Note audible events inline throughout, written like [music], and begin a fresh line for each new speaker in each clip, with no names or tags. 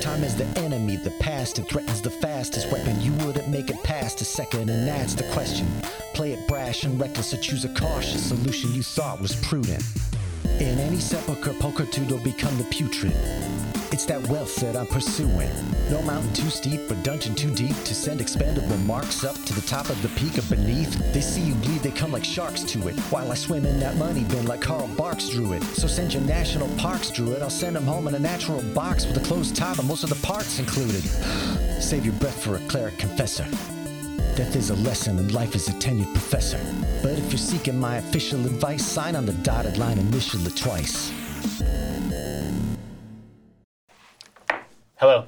Time is the enemy, the past, it threatens the fastest weapon. You wouldn't make it past a second, and that's the question. Play it brash and reckless, or choose a cautious solution you thought was prudent. In any sepulchre, pulchritude will become the putrid. It's that wealth that I'm pursuing. No mountain too steep or dungeon too deep to send expanded remarks up to the top of the peak of beneath. They see you bleed, they come like sharks to it. While I swim in that money bin like Carl Barks drew it. So send your national parks drew it. I'll send them home in a natural box with a closed top and most of the parts included. Save your breath for a cleric confessor. Death is a lesson and life is a tenured professor. But if you're seeking my official advice, sign on the dotted line, initial it twice.
Hello.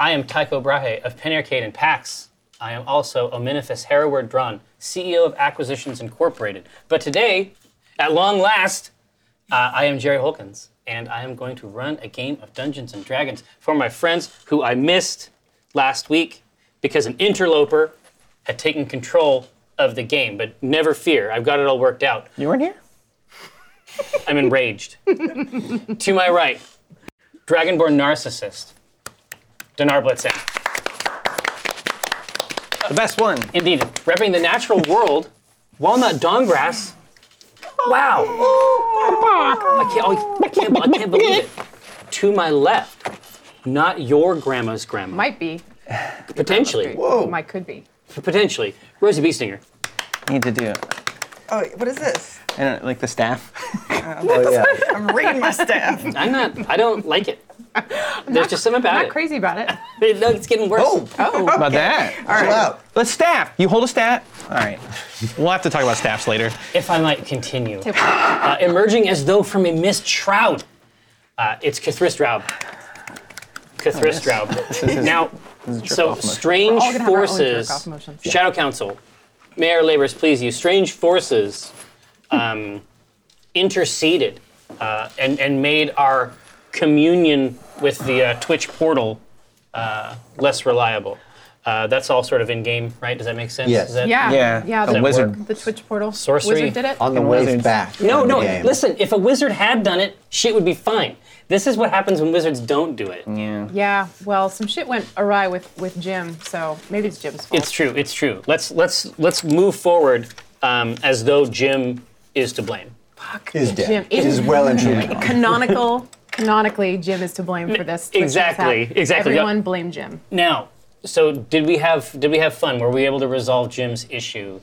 I am Tycho Brahe of Penarcade and PAX. I am also Ominifus Hereward Drun, CEO E of Acquisitions Incorporated. But today, at long last, uh, I am Jerry Holkins, and I am going to run a game of Dungeons and Dragons for my friends who I missed last week because an interloper had taken control of the game. But never fear, I've got it all worked out.
You weren't here?
I'm enraged. [laughs] to my right, Dragonborn narcissist, Dinar Blitzen.
The best one.
Indeed, repping the natural [laughs] world, walnut dongrass. Wow! I can't, oh, I, can't, I can't believe it. To my left, not your grandma's grandma.
Might be.
potentially,
Whoa. Might could be.
potentially, Rosie Beestinger.
Need to do.
Oh, wait, what is this?
I don't like the staff.
I'm reading my staff.
[laughs]
I'm not. I don't like it. There's just something about
Not
it.
crazy
[laughs]
about it.
It- no, it's getting worse.
Oh, How about that. All right.
Wow.
Let's staff. You hold a stat. All right. We'll have to talk about staffs later.
If I might continue, uh, emerging as though from a mist shroud, uh, it's Cthulhu Straub.
Oh,
Cthulhu
[laughs]
Straub.
his-
now,
jerk
so
off motion.
strange
all gonna have our own
forces.
jerk off motions. Yeah.
Shadow Council, Mayor Labors, please you. Strange forces um, interceded uh, and and made our communion with the uh, Twitch portal uh, less reliable. Uh, that's all sort of in game, right? Does that make sense?
Yes.
Is that-
Yeah.
Yeah,
Yeah.
the
The,
wizard.
the Twitch portal.
Sorcery.
Wizard did it.
on the
And
way
wizards.
back.
No,
from the
no.
game.
Listen, if a wizard had done it, shit would be fine. This is what happens when wizards don't do it.
yeah. Well, some shit went awry with with Jim, so maybe it's Jim's fault.
It's true. It's true. Let's let's let's move forward um, as though Jim is to blame.
is dead.
Jim, it
is
is-
well and truly.
canonical. Canonically, Jim is to blame for this. Twitch
Exactly,
mishap.
exactly.
Everyone blame Jim.
Now, so did we have did we have fun? Were we able to resolve Jim's issue?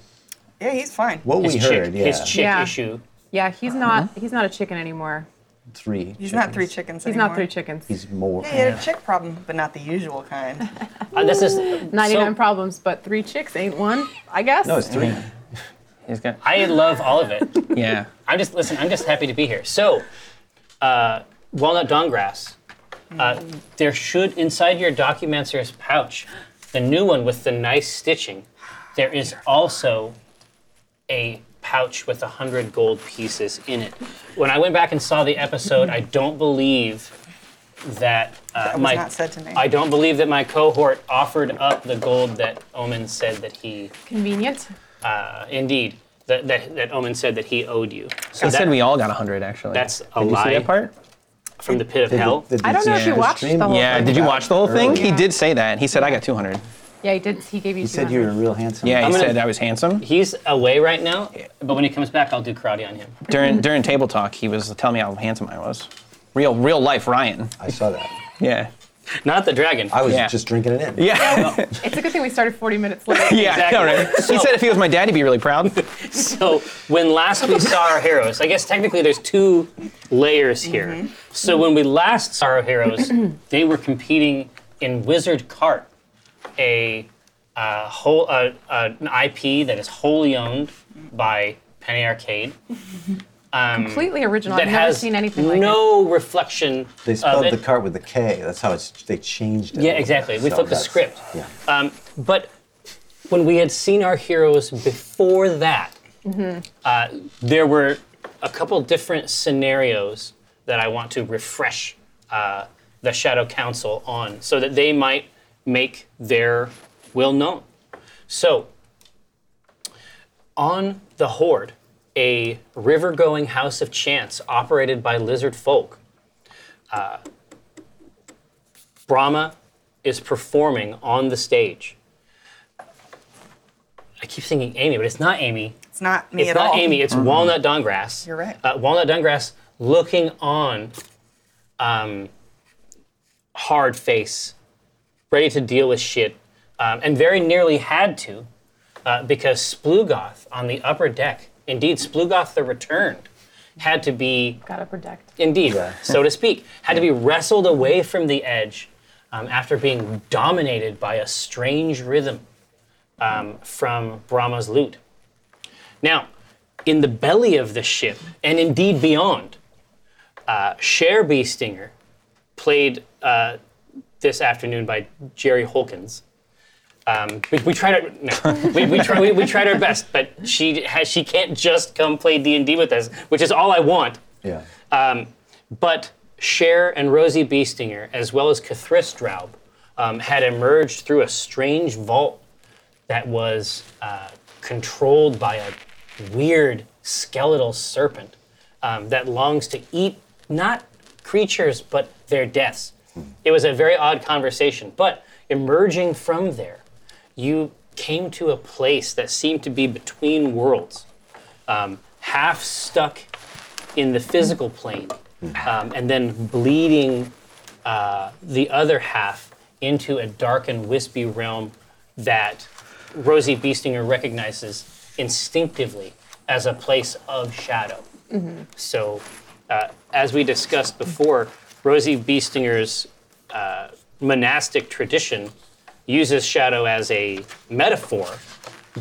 Yeah, he's fine.
What
His
we
chick,
heard, yeah.
his chick
Yeah.
issue.
Yeah, he's not. He's not a chicken anymore.
three.
He's not three chickens
He's
anymore.
not three chickens.
He's more.
He had a chick problem, but not the usual kind.
Uh, this is
Ninety-nine
so-
problems, but three chicks ain't one. I guess.
No, it's three.
He's got.
I love all of it.
Yeah.
I'm just listen. I'm just happy to be here. So, uh, walnut dongrass. Uh, there should inside your documenter's pouch, the new one with the nice stitching. There is also a pouch with a hundred gold pieces in it. When I went back and saw the episode, I don't believe that, uh,
That was
my
not said to me.
I don't believe that my cohort offered up the gold that Omen said that he
Convenient.
uh, indeed. That, that, that Omen said that he owed you. So
He
that-
said we all got 100, actually.
That's a
did you
lie.
see that part?
from the pit of hell.
The- the-
I don't know if you
Yeah.
watched the whole
Yeah.
thing.
Did you watch the whole thing? He
Yeah.
did say that. He said, I got 200.
Yeah, he did. He gave you.
He said
200.
you were real handsome.
Yeah, he
I'm gonna-
said I was handsome.
He's away right now, but when he comes back, I'll do karate on him.
During during table talk, he was telling me how handsome I was. Real real life Ryan.
I saw that.
Yeah.
Not the dragon.
I was
Yeah.
just drinking it in.
Yeah.
It's a good thing we started 40
[laughs]
minutes late.
yeah.
Exactly.
all right.
So-
he said if he was my dad, he'd be really proud.
so when last we saw our heroes, I guess technically there's two layers here.
Mm-hmm.
So when we last saw our heroes, [clears throat] they were competing in Wizard Cart, a uh, whole uh, uh, an IP that is wholly owned by Penny Arcade.
Completely original.
That
I've never
has
seen anything like it.
no reflection.
They
of
spelled
Uh,
it.
the cart with a K. That's how it's, they changed it.
Yeah, exactly. We
So
flipped the
that's-
script.
Yeah.
Um, but when we had seen our heroes before that, uh, there were a couple different scenarios that I want to refresh uh, the Shadow Council on so that they might make their will known. So, on the Horde, a river going house of chance operated by lizard folk uh, Brahma is performing on the stage. I keep thinking Amy, but it's not Amy.
It's not me
it's
at
not
all.
Amy. It's Walnut Dungrass.
You're right.
Uh, Walnut Dungrass looking on, um, hard face, ready to deal with shit, um, and very nearly had to, uh, because Splugoth on the upper deck, indeed Splugoth the Returned, had to be
Gotta protect.
indeed, uh, so to speak, had to be wrestled away from the edge um, after being dominated by a strange rhythm um, from Brahma's lute. Now, in the belly of the ship, and indeed beyond, uh, Cher Bee Stinger, played uh, this afternoon by Jerry Holkins. Um, we, we tried our no, we, we, try, we, we tried our best, but she has, she can't just come play D and D with us, which is all I want.
Yeah.
Uh,
Um, but Cher and Rosie Beestinger, as well as Kathris Straub, um, had emerged through a strange vault that was uh, controlled by a weird skeletal serpent um, that longs to eat not creatures, but their deaths. It was a very odd conversation, but emerging from there, you came to a place that seemed to be between worlds, um, half stuck in the physical plane, um, and then bleeding uh, the other half into a dark and wispy realm that Rosie Beestinger recognizes instinctively as a place of shadow. So, uh, as we discussed before, Rosie Beestinger's uh, monastic tradition uses shadow as a metaphor,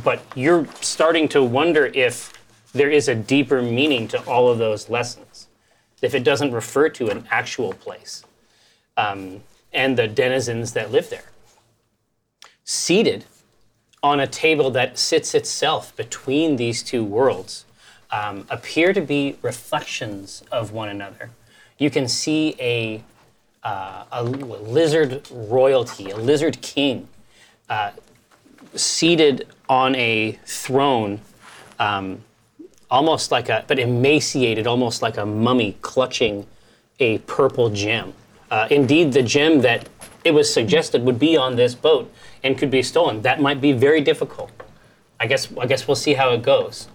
but you're starting to wonder if there is a deeper meaning to all of those lessons, if it doesn't refer to an actual place um, and the denizens that live there. Seated on a table that sits itself between these two worlds um, appear to be reflections of one another. You can see a, uh, a lizard royalty, a lizard king, uh, seated on a throne, um, almost like a, but emaciated, almost like a mummy clutching a purple gem. Uh, indeed, the gem that it was suggested would be on this boat and could be stolen. That might be very difficult. I guess I guess we'll see how it goes.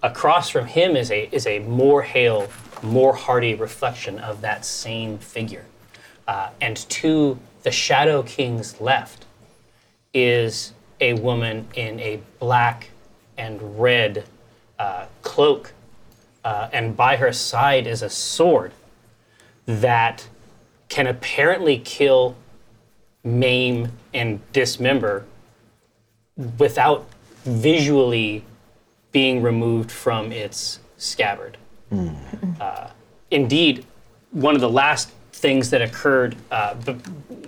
Across from him is a is a more hale, more hearty reflection of that same figure, Uh, and to the Shadow King's left is a woman in a black and red uh, cloak, uh, and by her side is a sword that can apparently kill, maim, and dismember without visually being removed from its scabbard. Uh, indeed, one of the last things that occurred uh, b-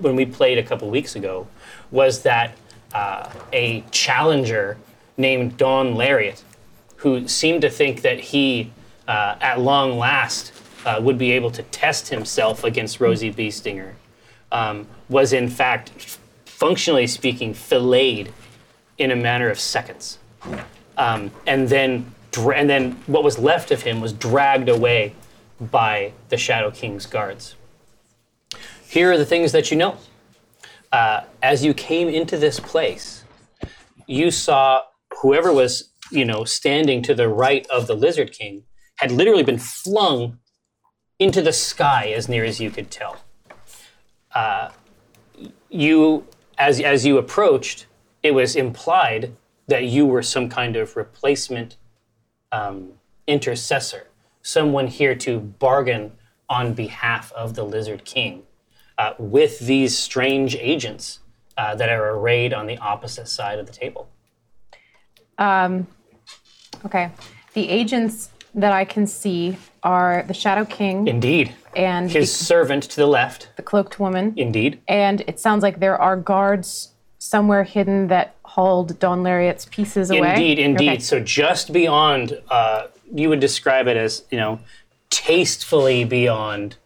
when we played a couple weeks ago was that uh, a challenger named Don Lariat, who seemed to think that he, uh, at long last, uh, would be able to test himself against Rosie Beestinger, um, was in fact, functionally speaking, filleted in a matter of seconds um, and then dra- and then what was left of him was dragged away by the Shadow King's guards. Here are the things that you know. Uh, as you came into this place, you saw whoever was you know standing to the right of the Lizard King had literally been flung into the sky as near as you could tell. Uh, you as as you approached, it was implied that you were some kind of replacement um, intercessor, someone here to bargain on behalf of the Lizard King uh, with these strange agents uh, that are arrayed on the opposite side of the table.
Okay. The agents that I can see are the Shadow King
Indeed.
and
His
the,
servant to the left.
the cloaked woman.
Indeed.
And it sounds like there are guards somewhere hidden that hauled Don Lariat's pieces away.
Indeed, indeed.
Okay.
So just beyond, uh, you would describe it as you know, tastefully beyond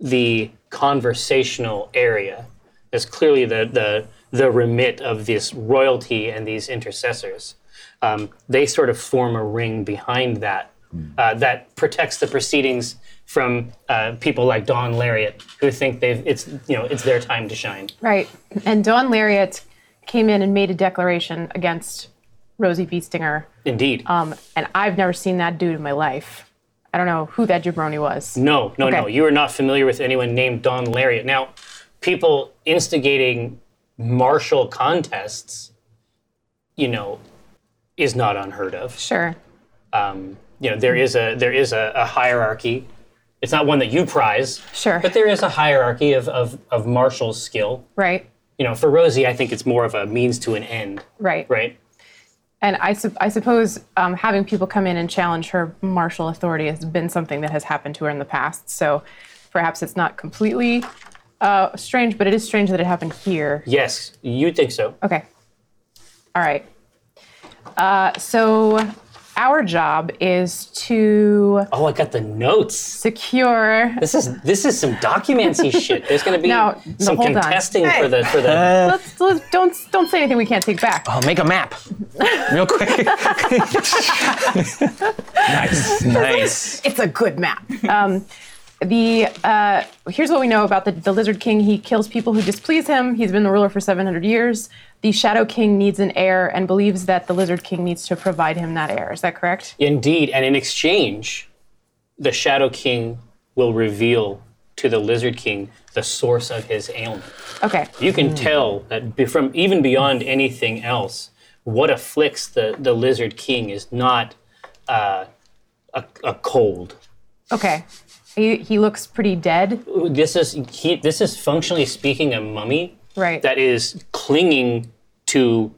the conversational area. That's clearly the the the remit of this royalty and these intercessors. Um, they sort of form a ring behind that, uh, that protects the proceedings from uh, people like Don Lariat, who think they've it's you know it's their time to shine.
Right. And Don Lariat came in and made a declaration against Rosie Beestinger.
Indeed.
Um, and I've never seen that dude in my life. I don't know who that jabroni was.
No, no, no.
Okay.
You are not familiar with anyone named Don Lariat. Now, people instigating martial contests, you know, is not unheard of.
Sure.
Um, you know, there is a there is a, a hierarchy. It's not one that you prize,
Sure.
but there is a hierarchy of of, of martial skill.
Right.
You know, for Rosie, I think it's more of a means to an end,
Right.
right?
And I, sup I suppose um, having people come in and challenge her martial authority has been something that has happened to her in the past. So perhaps it's not completely uh, strange, but it is strange that it happened here.
Yes, you think so.
Okay. All right. Uh, so our job is to
Oh, I got the notes.
secure.
This is this is some
[laughs]
documentsy shit. There's going to be
No,
some
hold on.
contesting for
Hey.
the for the.
Let's, let's, don't don't say anything we can't take back.
Oh, make a map, [laughs] real quick. nice, nice.
it's a good map. Um, the uh, here's what we know about the, the lizard king. He kills people who displease him. He's been the ruler for 700 years. The shadow king needs an heir and believes that the lizard king needs to provide him that heir. Is that correct?
Indeed, and in exchange, the Shadow King will reveal to the Lizard King the source of his ailment.
Okay.
You can tell that be- from even beyond anything else, what afflicts the, the Lizard King is not uh, a, a cold.
Okay. He, he looks pretty dead.
This is he, this is functionally speaking a mummy
Right.
that is clinging to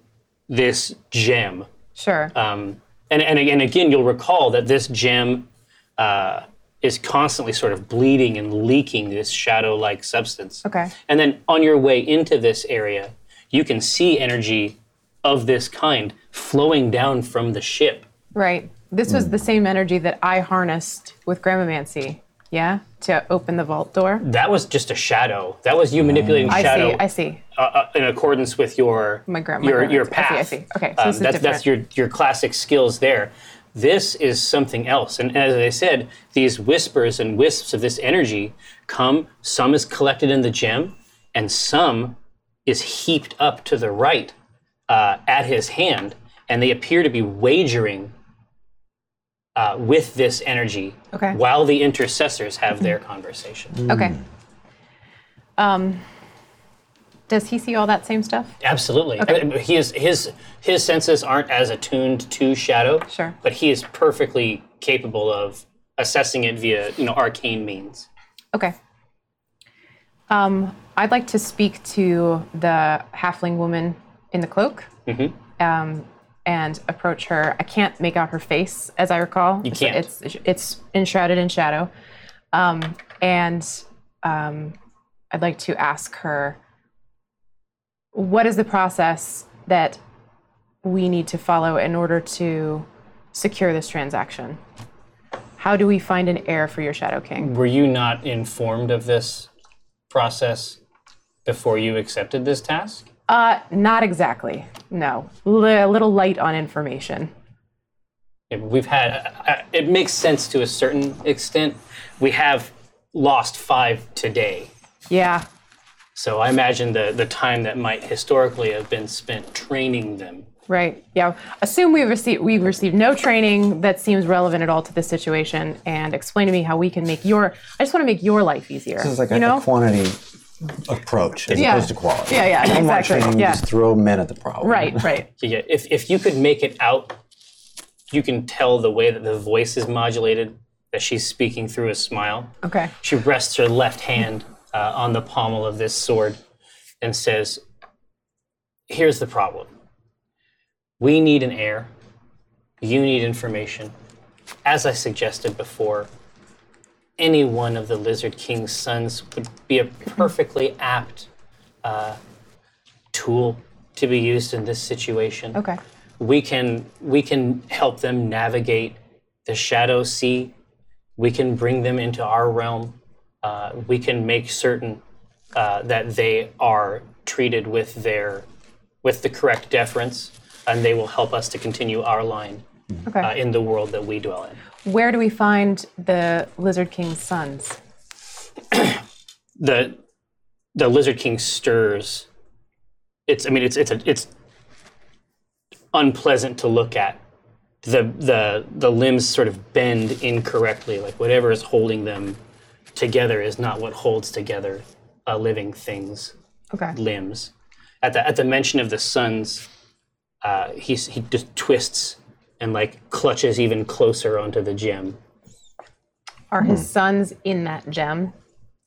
this gem
sure.
um, and, and again, again, you'll recall that this gem uh, is constantly sort of bleeding and leaking this shadow-like substance.
Okay.
And then on your way into this area, you can see energy of this kind flowing down from the ship.
right. This was the same energy that I harnessed with Gramomancy. Yeah. To open the vault door.
That was just a shadow. That was you manipulating
I
shadow
see. I see.
uh, uh, in accordance with your
My gra- my
your, your
grandma's.
path. Um,
I see, I see. Okay, so this is
that's that's your your classic skills there. This is something else. And as I said, these whispers and wisps of this energy come. Some is collected in the gem, and some is heaped up to the right uh, at his hand, and they appear to be wagering uh, with this energy
Okay.
while the intercessors have their conversation.
Okay. Um, does he see all that same stuff?
Absolutely. And He is, his his senses aren't as attuned to shadow.
Sure.
But he is perfectly capable of assessing it via you know arcane means.
Okay. Um, I'd like to speak to the halfling woman in the cloak um, and approach her. I can't make out her face, as I recall. You
can't.
It's, it's, it's enshrouded in shadow. Um, and um, I'd like to ask her what is the process that we need to follow in order to secure this transaction? How do we find an heir for your Shadow King?
Were you not informed of this process before you accepted this task?
Uh, not exactly. No, L- a little light on information.
It- We've had. uh, uh, It makes sense to a certain extent. We have lost five today.
Yeah,
So I imagine the, the time that might historically have been spent training them
right. Yeah. Assume we've received we've received no training that seems relevant at all to this situation, and explain to me how we can make your. I just want to make your life easier.
This is like
you
a,
know.
a quantity approach as
Yeah.
opposed to quality.
Yeah, yeah,
One more
exactly,
training,
yeah.
Just throw men at the problem.
right.
[laughs]
Right.
So yeah, if if you could make it out, you can tell the way that the voice is modulated that she's speaking through a smile.
Okay.
She rests her left hand uh, on the pommel of this sword and says, "Here's the problem. We need an heir. You need information. As I suggested before." Any one of the Lizard King's sons would be a perfectly apt uh, tool to be used in this situation.
Okay.
We can we can help them navigate the shadow sea. We can bring them into our realm. Uh, we can make certain uh, that they are treated with their with the correct deference, and they will help us to continue our line
Okay.
uh, in the world that we dwell in.
Where do we find the Lizard King's sons?
the the lizard king stirs it's i mean it's it's a, it's unpleasant to look at the the the limbs sort of bend incorrectly like whatever is holding them together is not what holds together a living thing's
Okay.
limbs at the at the mention of the sons uh, he s- he just twists and like clutches even closer onto the gem
Are
Hmm.
his sons in that gem?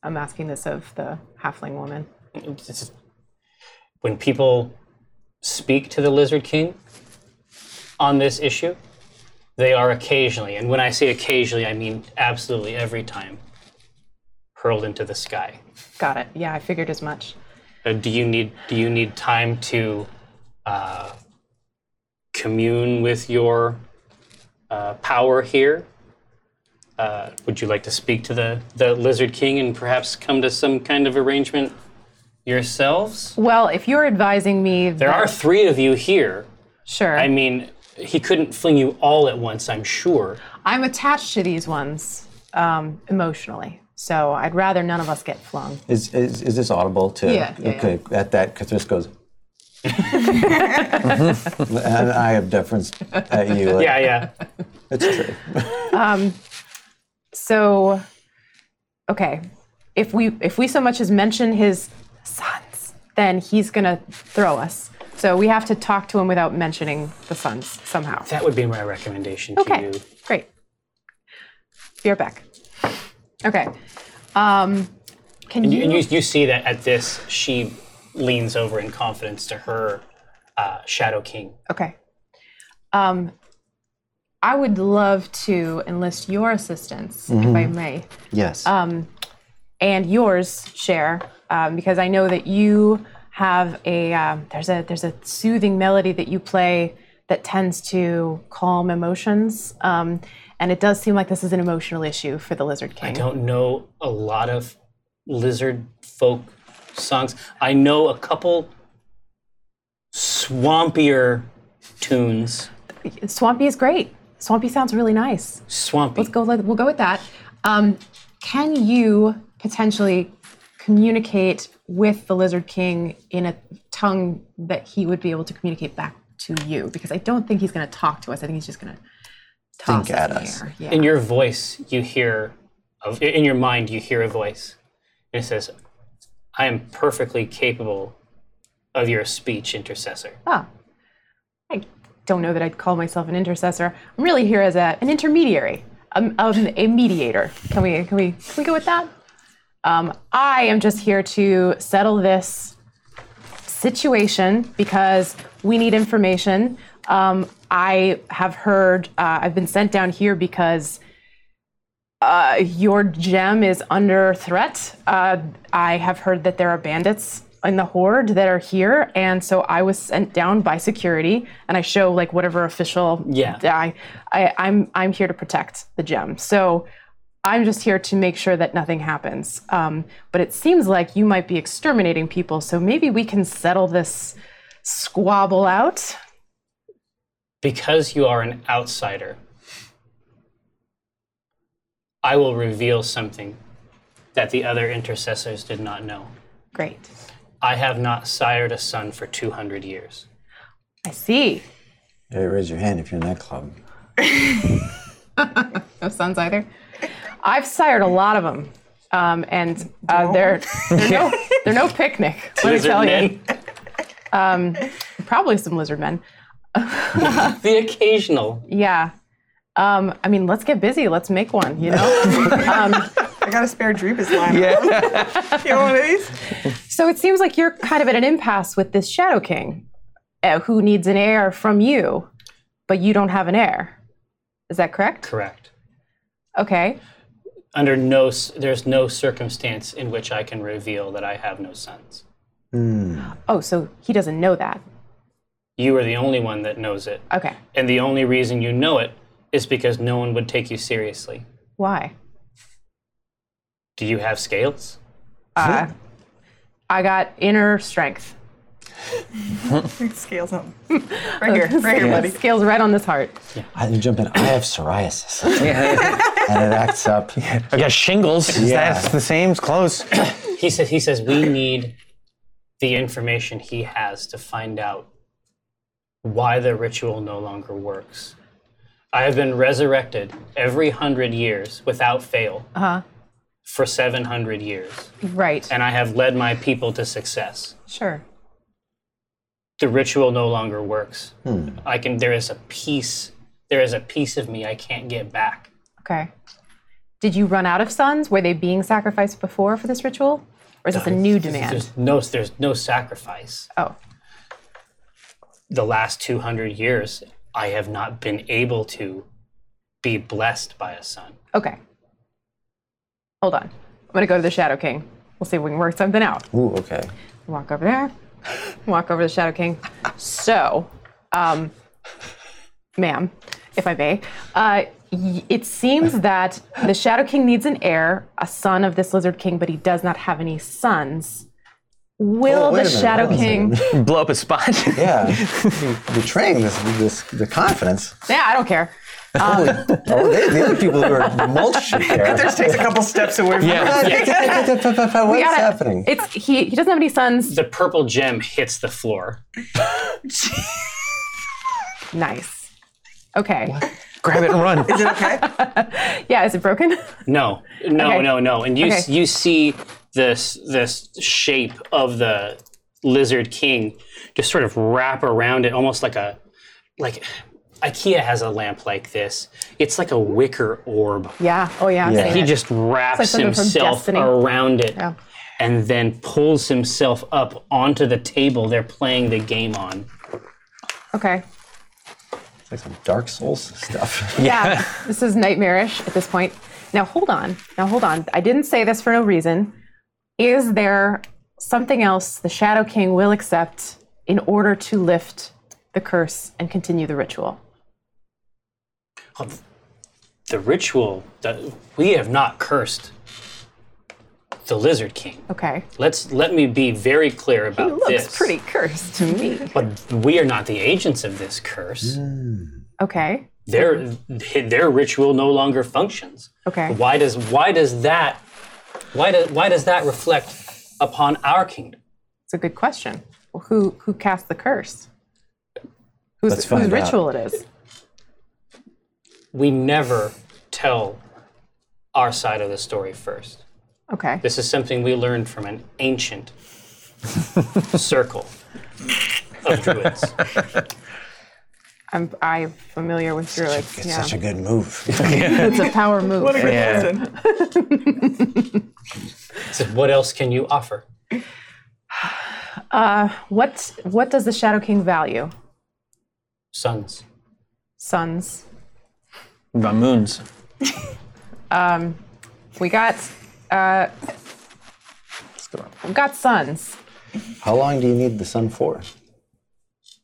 I'm asking this of the halfling woman.
it's- it's- when people speak to the Lizard King on this issue, they are occasionally, and when I say occasionally, I mean absolutely every time, hurled into the sky.
Got it. Yeah, I figured as much.
Uh, do you need do you need time to uh, commune with your uh, power here? Uh, would you like to speak to the, the Lizard King and perhaps come to some kind of arrangement yourselves?
Well, if you're advising me,
There are three of you here.
sure.
I mean, he couldn't fling you all at once, I'm sure.
I'm attached to these ones um, emotionally, so I'd rather none of us get flung.
Is, is, is this audible to?
Yeah, yeah,
okay, at that, Kathris goes. [laughs] Mhm. And I have deference at you. like,
Yeah, yeah.
It's true.
So, okay, if we if we so much as mention his sons, then he's gonna throw us. So we have to talk to him without mentioning the sons somehow.
that would be my recommendation to
Okay,
you.
great. You're back. Okay. Um, can
And you,
you?
and you, you see that at this, she leans over in confidence to her uh, Shadow King.
okay. Um, I would love to enlist your assistance, if
Mm-hmm.
I may.
Yes.
Um, and yours share um, because I know that you have a um, there's a there's a soothing melody that you play that tends to calm emotions um, and it does seem like this is an emotional issue for the lizard king
I don't know a lot of lizard folk songs. I know a couple swampier tunes.
swampy is great swampy sounds really nice
Swampy.
go let, we'll go with that um, can you potentially communicate with the lizard king in a tongue that he would be able to communicate back to you because i don't think he's going to talk to us i think he's just going to
Think at us.
Yeah.
in your voice you hear of in your mind you hear a voice and it says i am perfectly capable of your speech intercessor
Ah, I don't know that I'd call myself an intercessor. I'm really here as a, an intermediary, um, of a mediator. Can we can we can we go with that? Um, I am just here to settle this situation because we need information. Um, I have heard uh, I've been sent down here because uh, your gem is under threat. Uh, I have heard that there are bandits in the horde that are here, and so I was sent down by security. And I show like whatever official.
Yeah.
I, I, I'm I'm here to protect the gem. So I'm just here to make sure that nothing happens. Um, but it seems like you might be exterminating people, so maybe we can settle this squabble out.
because you are an outsider i will reveal something that the other intercessors did not know
Great.
i have not sired a son for 200 years
I see.
Hey, raise your hand if you're in that club.
No sons either. I've sired a lot of them, um, and uh, they're they're no, they're no picnic. Let me
Lizard
tell you,
men, [laughs]
probably some lizard men.
the occasional
Yeah. Um, I mean, let's get busy. Let's make one. You know.
I got a spare Drubus line. Yeah. [laughs] you want one of these?
so it seems like you're kind of at an impasse with this Shadow King, uh, who needs an heir from you, but you don't have an heir. Is that correct?
correct
Okay.
under no s- there's no circumstance in which i can reveal that i have no sons
Oh, so he doesn't know that.
You are the only one that knows it.
Okay.
And the only reason you know it is because no one would take you seriously.
Why?
Do you have scales?
I got inner strength.
Big scales up. Right
[laughs]
here, right here, buddy.
Scales right on this heart.
I you jump in. I have
[laughs]
psoriasis, and it acts up.
I got shingles.
Yeah.
That's the same. It's close.
He says he says we need the information he has to find out why the ritual no longer works. I have been resurrected every hundred years without fail for seven hundred years,
Right.
and I have led my people to success.
Sure.
the ritual no longer works. I can. There is a piece. There is a piece of me I can't get back.
Okay. Did you run out of sons? Were they being sacrificed before for this ritual? Or is this a new demand?
There's no. There's no sacrifice.
Oh,
The last two hundred years, I have not been able to be blessed by a son.
Oh, okay. Hold on. I'm going to go to the Shadow King. We'll see if we can work something out.
Ooh, okay.
Walk over there. [laughs] Walk over to the Shadow King. So, um, ma'am, if I may, uh, y- it seems that the Shadow King needs an heir, a son of this Lizard King, but he does not have any sons. Will
Oh, wait
the
a minute,
Shadow
hold on a
[clears throat]
King?
Blow up a [laughs] spot.
[laughs]
Yeah, betraying this this the confidence.
Yeah, I don't care.
Oh, they, the other people who are mulching there. [laughs]
Just takes
[laughs]
a couple steps away from
Yeah.
us.
What is
gotta-
happening?
It's he. He doesn't have any sons.
The purple gem hits the floor.
Nice. Okay.
Grab it and run.
Is it okay?
[laughs] Yeah. Is it broken?
No, no,
Okay.
no, no. And you s
Okay.
you see this this shape of the lizard king just sort of wrap around it, almost like a like IKEA has a lamp like this. It's like a wicker orb.
yeah. Oh yeah. I've
Yeah.
seen
He
it.
just wraps
something from
himself
Destiny.
around it
Yeah.
and then pulls himself up onto the table they're playing the game on.
Okay.
It's like some Dark Souls stuff. [laughs]
Yeah. This is nightmarish at this point. Now hold on. Now hold on. I didn't say this for no reason. Is there something else the Shadow King will accept in order to lift the curse and continue the ritual?
The ritual that we have not cursed the lizard king.
Okay.
Let's let me be very clear about
Looks
this.
pretty cursed to me.
But we are not the agents of this curse.
Okay.
Their their ritual no longer functions.
Okay.
Why does why does that why does why does that reflect upon our kingdom?
It's a good question. Well, who who cast the curse? Whose,
Let's
whose
find out.
ritual it is?
We never tell our side of the story first.
Okay.
This is something we learned from an ancient circle of druids.
I'm I'm familiar with druids.
It's
yeah,
such a good move. [laughs]
it's a power move.
What a good
Yeah.
lesson.
So what else can you offer?
What what does the Shadow King value?
Sons.
Sons.
My moons.
We got uh, we got sons.
How long do you need the sun for?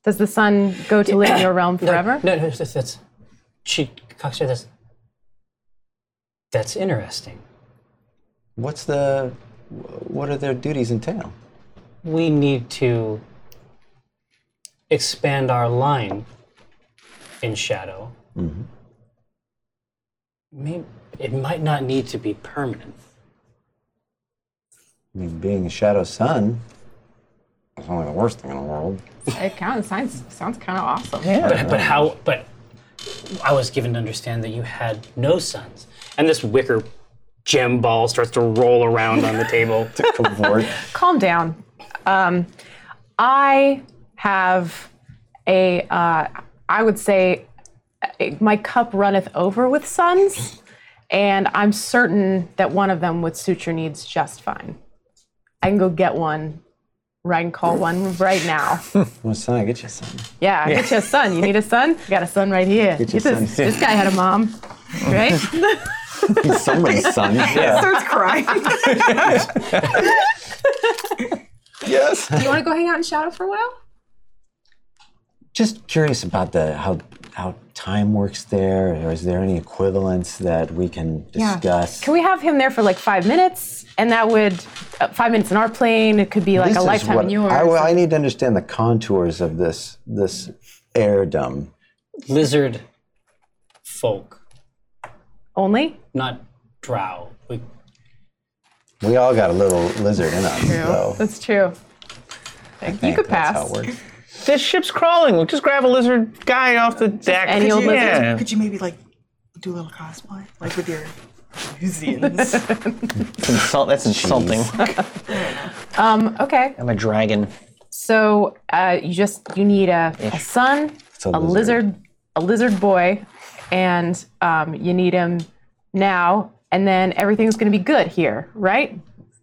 Does the son go to live in your [coughs] realm forever?
No, no, that's, that's she Coxer, that's that's interesting.
What's the what are their duties entail?
We need to expand our line in shadow. Maybe it might not need to be permanent.
I mean, being a shadow sun is only the worst thing in the world. [laughs]
It kind of sounds sounds kind of awesome.
But, but how? But I was given to understand that you had no sons, and this wicker gem ball starts to roll around on the table.
Cavort.
Calm down. Um, I have a uh, I would say uh, my cup runneth over with sons, and I'm certain that one of them would suit your needs just fine. I can go get one. I can call one right now.
Well, son, I get you something.
Yeah, get you a son. You need a son? [laughs] Got a son right here.
Get you a
this,
son.
this guy had a mom, right?
He's somebody's son. [laughs] Yeah.
Starts crying.
yes.
you want to go hang out in shadow for a while?
Just curious about the how how time works there, or is there any equivalence that we can discuss?
Can [laughs] we have him there for like five minutes? And that would, uh, five minutes in our plane, it could be like
This
a
is
lifetime
what-
in yours.
I, well, I need to understand the contours of this this heirdom.
Lizard folk,
Only?
not drow. We,
We all got a little lizard in us, though.
That's true.
I
You
think
could
that's
pass.
How it works.
This ship's crawling. We'll just grab a lizard guy off the deck.
any old lizard.
yeah.
Could you maybe like do a little cosplay, like with your Venusians?
Insult, that's insulting.
Okay.
I'm a dragon.
So uh, you just, you need a, a son,
a
a,
lizard.
lizard, a lizard boy, and um, you need him now. And then everything's going to be good here, right?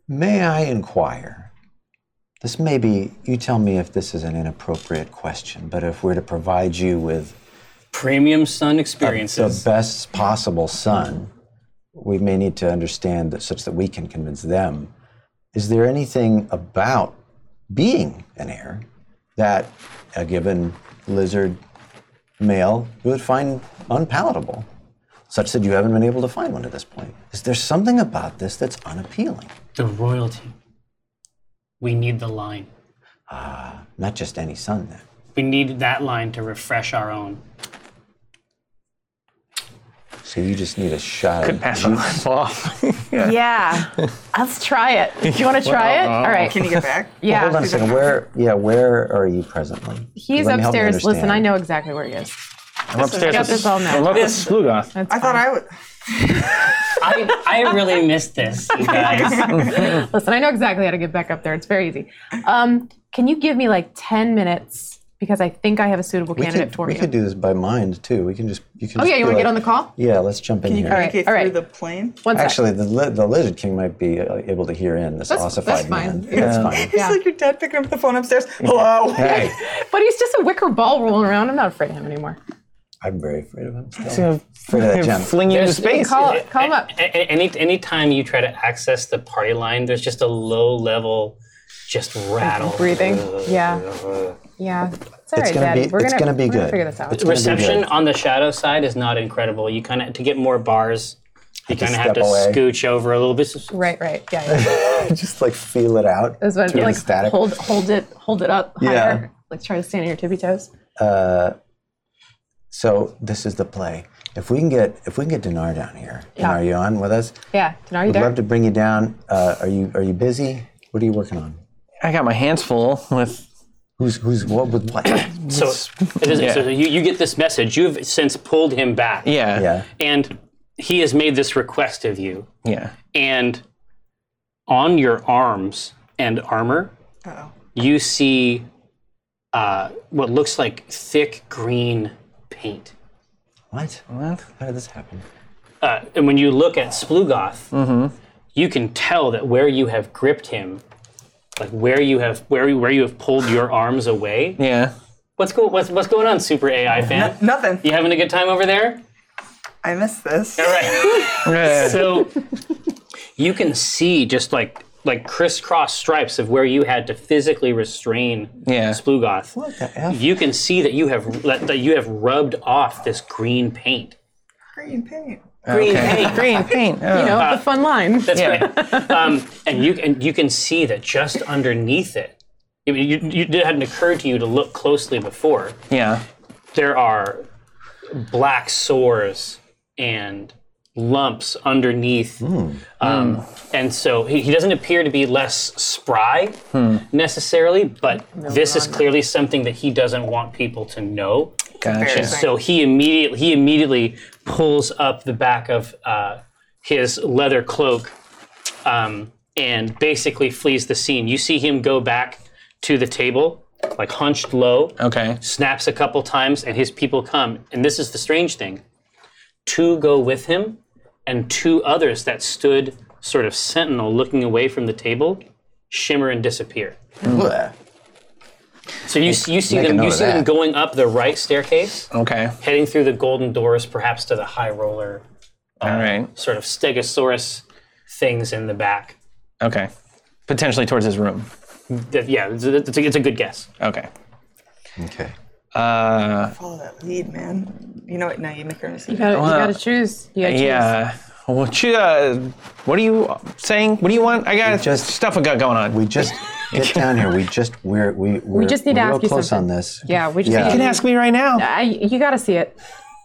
May I inquire? This may be, you tell me if this is an inappropriate question, but if we're to provide you with
premium sun
the
experiences.
best possible son, we may need to understand that such that we can convince them. Is there anything about being an heir that a given lizard male would find unpalatable, such that you haven't been able to find one to this point? Is there something about this that's unappealing?
the royalty. We need the line.
Not just any son, then.
We need that line to refresh our own.
So you just need a shot. of
Pass
juice.
the [laughs] off.
Yeah.
[laughs]
Let's try it. Do you want to try it? All right.
Can you get back?
Yeah.
Hold on a second. Where? Yeah, where are you presently?
He's
Let me help you
upstairs. Listen, I
understand.
know exactly where he is.
I'm upstairs.
got this all now.
I'm up with Splugoth.
I thought I would.
I, I really missed this, [laughs] you guys.
Listen, I know exactly how to get back up there. It's very easy. Um, can you give me like 10 minutes? Because I think I have a suitable
We
candidate
could,
for
we
you.
could do this by mind too. We can just. You can.
oh,
just
yeah,
be
you want to
like-
get on the call?
Yeah, let's jump in here.
All right,
Okay,
all
through
right.
the plane.
One sec.
Actually, the, li- the lizard king might be uh, able to hear in this
That's-
ossified
that's fine.
man. That's fine.
[laughs]
It's like your dad picking up the phone upstairs. Hello. [laughs]
Hey,
But he's just a wicker ball rolling around. I'm not afraid of him anymore.
I'm very afraid of him. Still.
Yeah.
Afraid of that gem.
Fling you into space.
Call, call him up.
A- a- any anytime you try to access the party line, there's just a low level, just rattle.
Breathing. Yeah. Yeah. It's all right,
gonna
Daddy.
be-
we're
it's
gonna,
gonna be
we're
good.
figure this out.
It's gonna be
Reception
good.
on the shadow side is not incredible. You kind of to get more bars. You
to
kind of have to
step away.
scooch over a little bit.
right, right. Yeah, yeah.
[laughs] just like feel it out.
That's what I
Turn
mean.
the
Like
static.
hold, hold it, hold it up
Yeah.
higher. Like try to stand on your tippy toes.
So this is the play. If we can get if we can get Dinar down here,
Yeah.
Dinar, you on with us?
Yeah. Then Are you
We'd
there?
love to bring you down. Uh, are you are you busy? What are you working on?
I got my hands full with.
Who's who's what with what?
So, it is, so you, you get this message. You've since pulled him back.
Yeah.
yeah.
And he has made this request of you.
Yeah.
And on your arms and armor,
Uh-oh.
you see uh, what looks like thick green paint.
What?
What?
How did this happen?
Uh, and when you look at Splugoth, you can tell that where you have gripped him, like where you have where where you have pulled your arms away.
Yeah.
What's go, what's, what's going on, Super AI fan?
Nothing.
You having a good time over there?
I missed this.
All right.
Yeah. [laughs]
so [laughs] you can see just like like crisscross stripes of where you had to physically restrain
Yeah.
Splugoth.
What the f?
You can see that you have that, that you have rubbed off this green paint.
Green paint.
Green paint.
Green paint. Oh.
you know, the fun line.
That's
Yeah.
right. Um, and you and you can see that just underneath it, you, you, you- it hadn't occurred to you to look closely before.
Yeah.
There are black sores and lumps underneath, um, and so he, he doesn't appear to be less spry necessarily. But this is clearly something that he doesn't want people to know.
Gotcha.
Embarrassing.
So he immediately he immediately pulls up the back of uh, his leather cloak um, and basically flees the scene. You see him go back to the table, like hunched low,
Okay.
snaps a couple times, and his people come. And this is the strange thing: two go with him, and two others that stood sort of sentinel, looking away from the table, shimmer and disappear.
Bleh.
So you see- you see
make a
them
note
you
of
see them
that.
going up the right staircase
Okay.
heading through the golden doors, perhaps to the high roller
All right.
sort of stegosaurus things in the back.
Okay. Potentially towards his room.
Th- Yeah, it's a, it's a- it's a good guess.
Okay.
Okay.
Uh,
Follow that lead, man. You know what? No, you make her
You
mistake.
gotta, you gotta choose. You gotta choose.
yeah. What you? Uh, what are you saying? What do you want? I got
just-
stuff I got going on.
[laughs]
We just get down here. We just we're we we're, we
just need to
real
ask you
close
something.
on this.
Yeah, we just
Yeah.
need
you can ask me right now.
I, you gotta see it.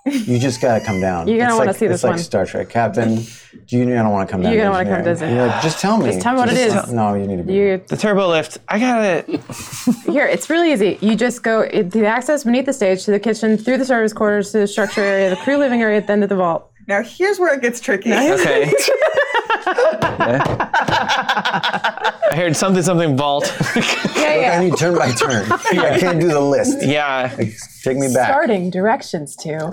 You just gotta come down.
You're gonna
It's
wanna
like-
see this
It's like
one.
Star Trek, Captain. Do you not want to come down?
You're
to
gonna wanna come
engineering?
visit.
You're like, just tell me.
Just tell me what it
Just-
is.
No, you need to be.
You
The turbo lift. I gotta.
here. It's really easy. You just go to the access beneath the stage to the kitchen, through the service quarters, to the structure area, the crew living area, then to the vault.
[laughs] Now here's where it gets
[laughs]
tricky.
Okay. I heard something something vault.
Yeah,
I
yeah.
need turn by turn.
[laughs]
I can't do the list.
yeah.
Take me back.
Starting directions too.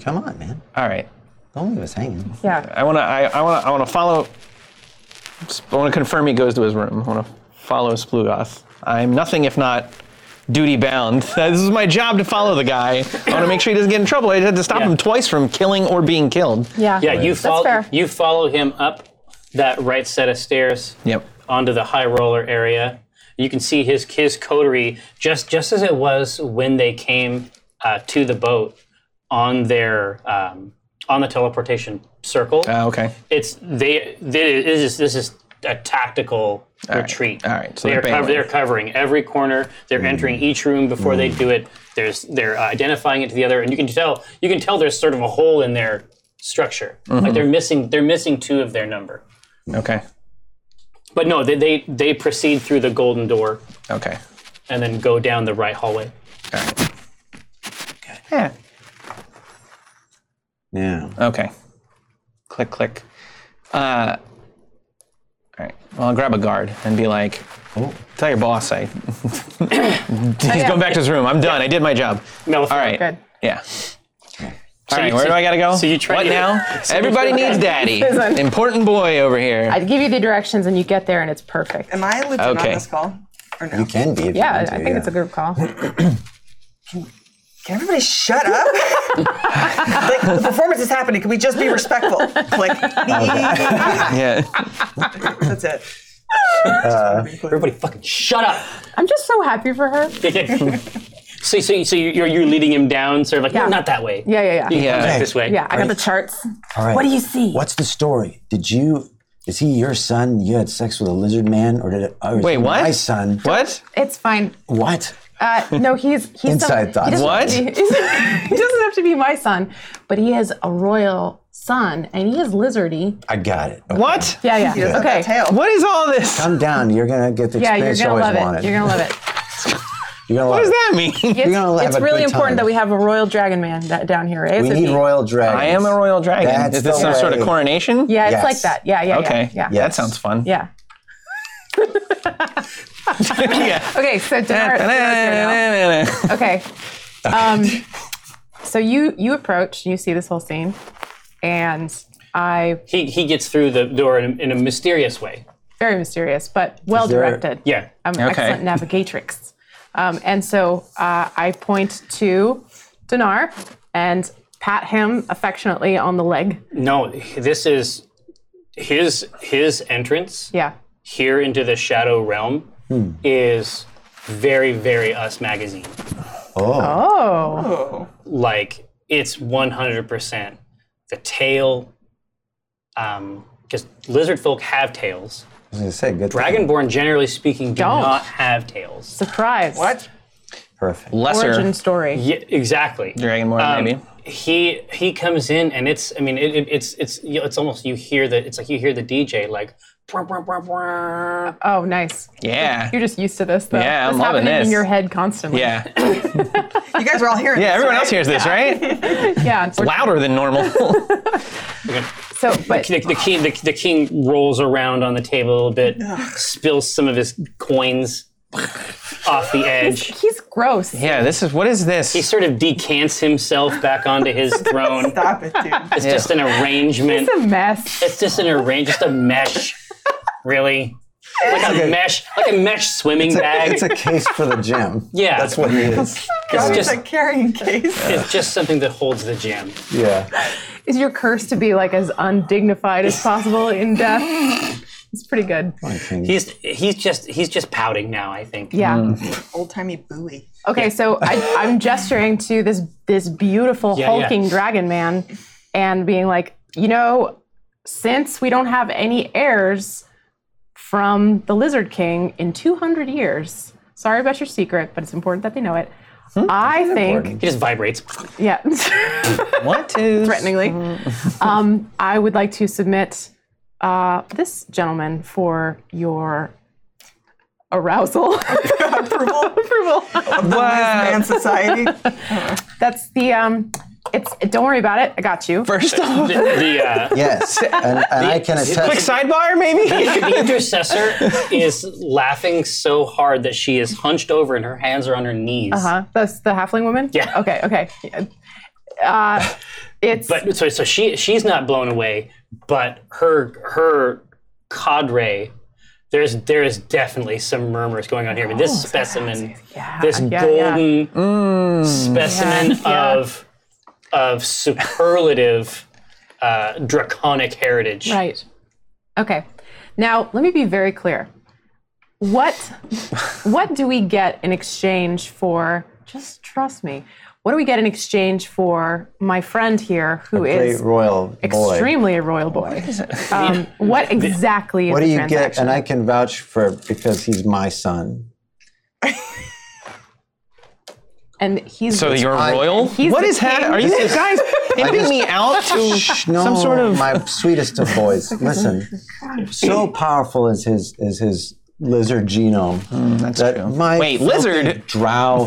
Come on, man.
All right.
Don't leave us hanging.
Yeah.
I wanna. I, I wanna. I wanna follow. I wanna confirm he goes to his room. I wanna follow Splugoth. I'm nothing if not duty bound. [laughs] This is my job to follow the guy. I wanna make sure he doesn't get in trouble. I had to stop
Yeah.
him twice from killing or being killed.
Yeah.
Yeah, you follow
fair.
you follow him up that right set of stairs.
Yep.
Onto the high roller area. You can see his his coterie just just as it was when they came uh, to the boat on their um, on the teleportation circle.
Uh, okay.
it's they, they this is this is a tactical retreat.
all right, so
they're
they're bailing. Mm.
they're covering every corner. They're entering each room before they do it. There's they're uh, identifying it to the other, and you can tell you can tell there's sort of a hole in their structure.
Mm-hmm.
Like they're missing they're missing two of their number.
Okay.
But no, they, they they proceed through the golden door
Okay.
and then go down the right hallway.
All right. Yeah.
Yeah.
Okay. Click, click. Uh, all right. Well, I'll grab a guard and be like,
Oh,
tell your boss
[coughs]
I. He's going back to his room. I'm done. I did my job.
Malfoy.
All right.
Good.
Yeah. All right.
you-
Where
so-
do I gotta go?
[laughs] so you try
What
to-
now? Everybody needs daddy.
[laughs] Listen.
Important boy over here.
I give you the directions and you get there and it's perfect.
Am I legit
Okay.
on this call? Or no?
You can be. If you
Yeah, I
want to,
think it's a group call.
Can everybody shut up? like, the performance is happening. Can we just be respectful? Like,
yeah.
[laughs]
that's it.
Everybody, fucking shut up. [laughs]
I'm just so happy for her.
so so so you're you're leading him down, sort of like
Yeah.
no, not that way.
Yeah, yeah, yeah.
Like
Yeah.
this way.
Yeah, I got the charts.
All right.
What do you see?
What's the story? Did you? Is he your son? You had sex with a lizard man, or did it? Or is
Wait,
he
what?
My son.
What?
It's fine.
What?
Uh, no, he's he's
Inside
some,
thoughts.
he doesn't have to
What?
be- [laughs] he doesn't have to be my son, but he is a royal son, and he is lizardy.
I got it. Okay.
What?
Yeah, yeah.
Just let that
Okay.
Tail.
What is all this?
Come down. You're gonna get the
Yeah, you're
experience you
gonna
always
love
wanted.
it. You're gonna love it.
You're gonna
What
love
does
it.
that
[laughs]
mean?
It's,
gonna have
it's
a
really
good
important
time.
that we have a royal dragon man da- down here.
We
ASAP.
need royal dragons.
I am a royal dragon.
That's
is this
the
some sort of
way.
coronation?
Yeah, it's
Yes.
like that. Yeah, yeah,
Okay.
yeah, yeah.
Yeah.
That sounds fun.
yeah.
[laughs] yeah. Eh,
Okay, so Dinar, Dinar's here now.
All
Okay. Um, so you you approach, you see this whole scene, and I
He he gets through the door in a, in a mysterious way.
very mysterious, but well
there-
directed.
Yeah.
I'm
Okay.
an excellent navigatrix. Um, and so uh, I point to Dinar and pat him affectionately on the leg.
No, this is his his entrance
Yeah.
here into the shadow realm is very very us magazine.
Oh.
Oh.
Like it's 100% the tail um cuz lizard folk have tails.
I was gonna say good.
Dragonborn generally speaking do
Don't.
not have tails.
Surprise.
What?
Perfect.
Lesser
Origin story.
Yeah, exactly.
Dragonborn,
Um,
maybe.
He he comes in and it's I mean it, it, it's it's you know, it's almost you hear the it's like you hear the DJ like "Bwah, bwah, bwah, bwah."
Oh, nice. [laughs]
Yeah.
You're just used to this, though.
Yeah, I'm
It's
loving
happening
this.
in your head constantly.
Yeah.
You guys are all hearing
Yeah,
this,
everyone
right?
else hears this, right?
[laughs] Yeah. unfortunately.
Louder than normal.
[laughs] So, but
the, the king the, the king rolls around on the table a little bit, spills some of his coins off the edge.
he's gross.
yeah, this is what is this?
He sort of decants himself back
[laughs]
onto his throne.
Stop it, dude.
It's just an arrangement.
It's a mess.
It's just an arrange, just a mesh, really. Like a mesh, like a mesh swimming bag.
It's a case for
[laughs]
the gym.
Yeah.
That's what he is.
it's
It's
just
a carrying case.
it's just something that holds the gem.
Yeah.
[laughs]
Is your curse to be like as undignified as possible in death? It's pretty good.
I think
He's he's just he's just pouting now. I think.
Yeah.
Hmm.
Old timey buoy.
Okay, so I, I'm gesturing to this this beautiful
Yeah, yeah.
hulking dragon man, and being like, you know, since we don't have any heirs from the Lizard King in 200 years, sorry about your secret, but it's important that they know it.
Hmm,
I think,
He just vibrates.
yeah, [laughs]
What is
threateningly, um, I would like to submit uh, this gentleman for your
[laughs]
arousal
Approval
[laughs] approval.
of the
Uh,
Man Society.
That's the um. It's don't worry about it. I got you.
First
The,
off,
the, uh,
yes, and, and I can
quick
attest.
sidebar, maybe.
[laughs]
the intercessor is laughing so hard that she is hunched over and her hands are on her knees.
Huh? That's the halfling woman.
Yeah.
Okay. Okay. Yeah. Uh, it's
But so so she she's not blown away, but her her cadre. There's there is definitely some murmurs going on here. But this specimen,
Oh, yeah,
this
yeah, yeah. Mm.
golden specimen
Yeah, yeah.
of of superlative uh, draconic heritage.
right. Okay. Now let me be very clear. What what do we get in exchange for? Just trust me. What do we get in exchange for my friend here, who
Great
is
royal boy.
extremely a royal boy? Um, what exactly is
What
the
do you get?
transaction?
And I can vouch for because he's my son.
And he's
[laughs] So you're royal.
He's
What
the
is happening?
king.
Are you [laughs] guys pimping me out [laughs] to
No,
some sort of?
my sweetest
[laughs]
of boys. Listen, so powerful is his is his lizard genome that's that
Hmm, true.
my
Wait,
filthy
lizard? [laughs]
drow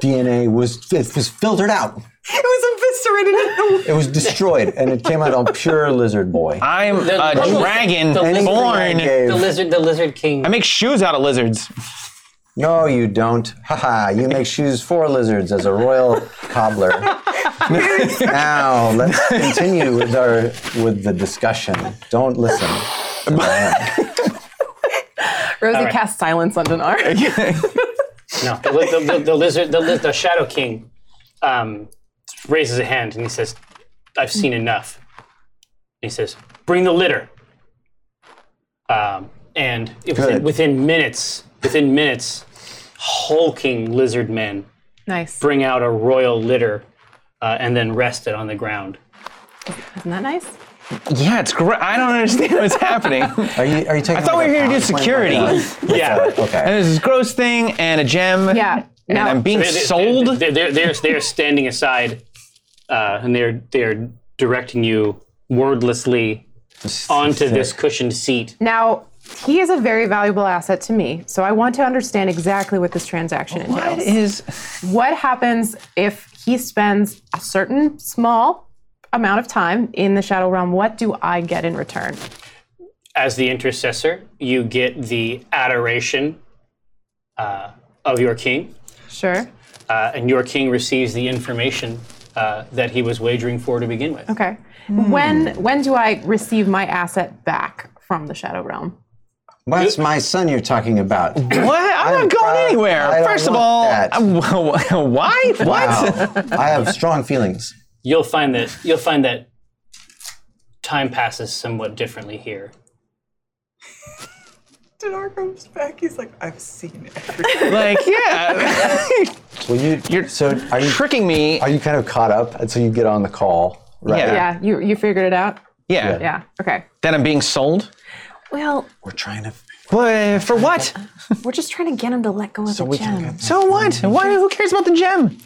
DNA was it was filtered out.
It was eviscerated.
It was destroyed, and it came out on pure lizard boy.
I'm a
the-
dragon
the- Anything
born.
I gave-
The lizard, the lizard king.
I make shoes out of lizards.
No, you don't. Haha, you make shoes for lizards as a royal
[laughs]
cobbler. now, let's continue with our with the discussion. Don't listen. to that.
Rosie cast silence on Dinar.
No, the, li- the, the, the lizard, the, li- the shadow king, um, raises a hand and he says, "I've seen enough." He says, "Bring the litter." Um, and it was
Good.
in, within minutes, within minutes, hulking lizard men
nice.
bring out a royal litter uh, and then rest it on the ground.
Isn't that nice?
Yeah, it's great. I don't understand [laughs] what's happening.
Are you are you taking?
I thought we were here to do security, and
[laughs]
Yeah.
Oh, Okay.
there's this gross thing and a gem.
Yeah.
and
Now-
I'm being
They- they-
sold.
They're, they're, they're, they're standing aside, uh, and they're they're directing you wordlessly onto this cushioned seat.
Now, he is a very valuable asset to me, so I want to understand exactly what this transaction
Oh,
entails.
What is?
What happens if he spends a certain small amount of time in the Shadow Realm? What do I get in return?
As the intercessor, you get the adoration uh, of your king,
Sure.
uh, and your king receives the information uh, that he was wagering for to begin with.
Okay.
Hmm.
When when do I receive my asset back from the Shadow Realm?
Well, that's my son you're talking about.
What? I'm,
I'm
not going
proud.
anywhere.
I don't
First of
want
all,
that.
I- [laughs] why? What?
Wow. I have strong feelings.
You'll find that you'll find that time passes somewhat differently here.
Dinar comes back. He's like, I've seen everything.
Like, yeah,
Well, you
You're
so are you
tricking me.
are you kind of caught up until you get on the call? Right.
Yeah.
Yeah, you you figured it out?
Yeah.
Yeah. Okay.
Then I'm being sold.
Well,
We're trying to.
What? uh, For what?
we're just trying to get him to let go of the
We can
gem.
get,
So what? Why? Who cares about the gem?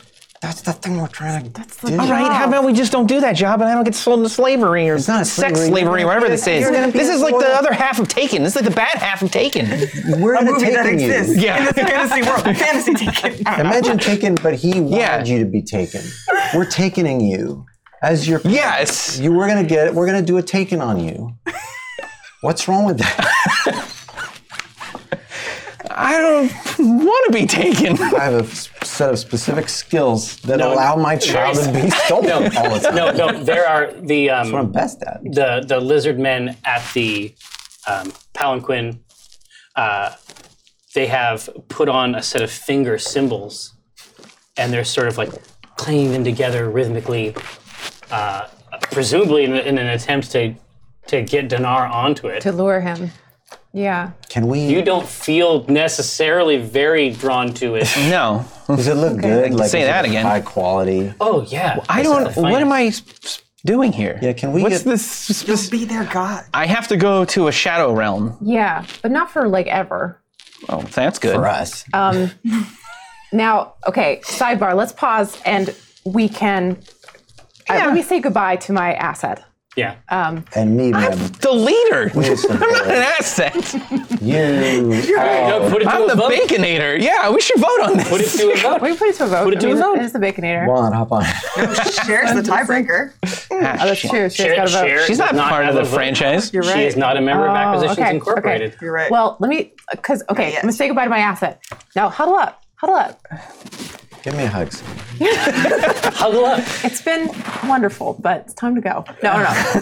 that's the thing we're trying to. That's
the
do.
job.
Right? How about we just don't do that job and I don't get sold into slavery or
Oh. not
sex
slavery.
slavery,
You're
whatever
gonna
this
be-
is.
you're gonna be
This
a
is like the
lawyer.
other half of Taken. This is like the bad half of
[laughs]
Taken.
We're
A
not
movie that
taking you.
exists
Yeah.
in this [laughs] fantasy world. Fantasy taken.
Imagine taken, but he wanted
Yeah.
you to be taken. We're takening you as your.
[laughs] Yes.
You were gonna get. We're gonna do a taken on you. What's wrong with that?
I don't want to be
[laughs]
taken.
I have a s- set of specific skills that
No,
allow my child
[laughs]
to be stolen all the time.
No, no, there are the um,
I'm best at. it.
the the lizard men at the um, palanquin uh, they have put on a set of finger symbols and they're sort of like clanging them together rhythmically uh, presumably in, in an attempt to to get Dinar onto it.
to lure him. Yeah.
Can we?
you don't feel necessarily very drawn to it.
[laughs] No,
does it look good? Like
Say
is it
that again.
High quality.
oh yeah.
I don't. What am I s- s- doing here?
Yeah, can we
What's
get-
this? s-
You'll
s-
be their god.
I have to go to a shadow realm.
Yeah. But not for like ever.
Oh, that's good.
For us,
Uh, Now, okay, sidebar, let's pause and we can. uh, let me say goodbye to my asset.
Yeah.
um,
[laughs]
and me, ma'am,
The leader. [laughs]
Listen,
I'm not an asset.
[laughs]
you.
no, put it to
I'm
a
the
vote.
baconator. Yeah, we should vote on
Put it
[laughs] this.
to a vote.
We put it to a vote.
Put it to
I
a
mean,
vote.
It is the Baconator.
Come on, hop on. [laughs]
Shares the tiebreaker.
Ah,
oh, that's
shit.
true. She's got a vote.
Cher
She's
does
not part
have
of
a
the
vote.
franchise.
You're
She
right. Oh,
is not a member of Acquisitions
okay,
Incorporated.
okay.
You're right.
Well, let me, because, okay,
yet.
let me say goodbye to my asset. Now, huddle up. Huddle up.
Give me a hug.
Huggle up.
It's been wonderful, but it's time to go. No, no,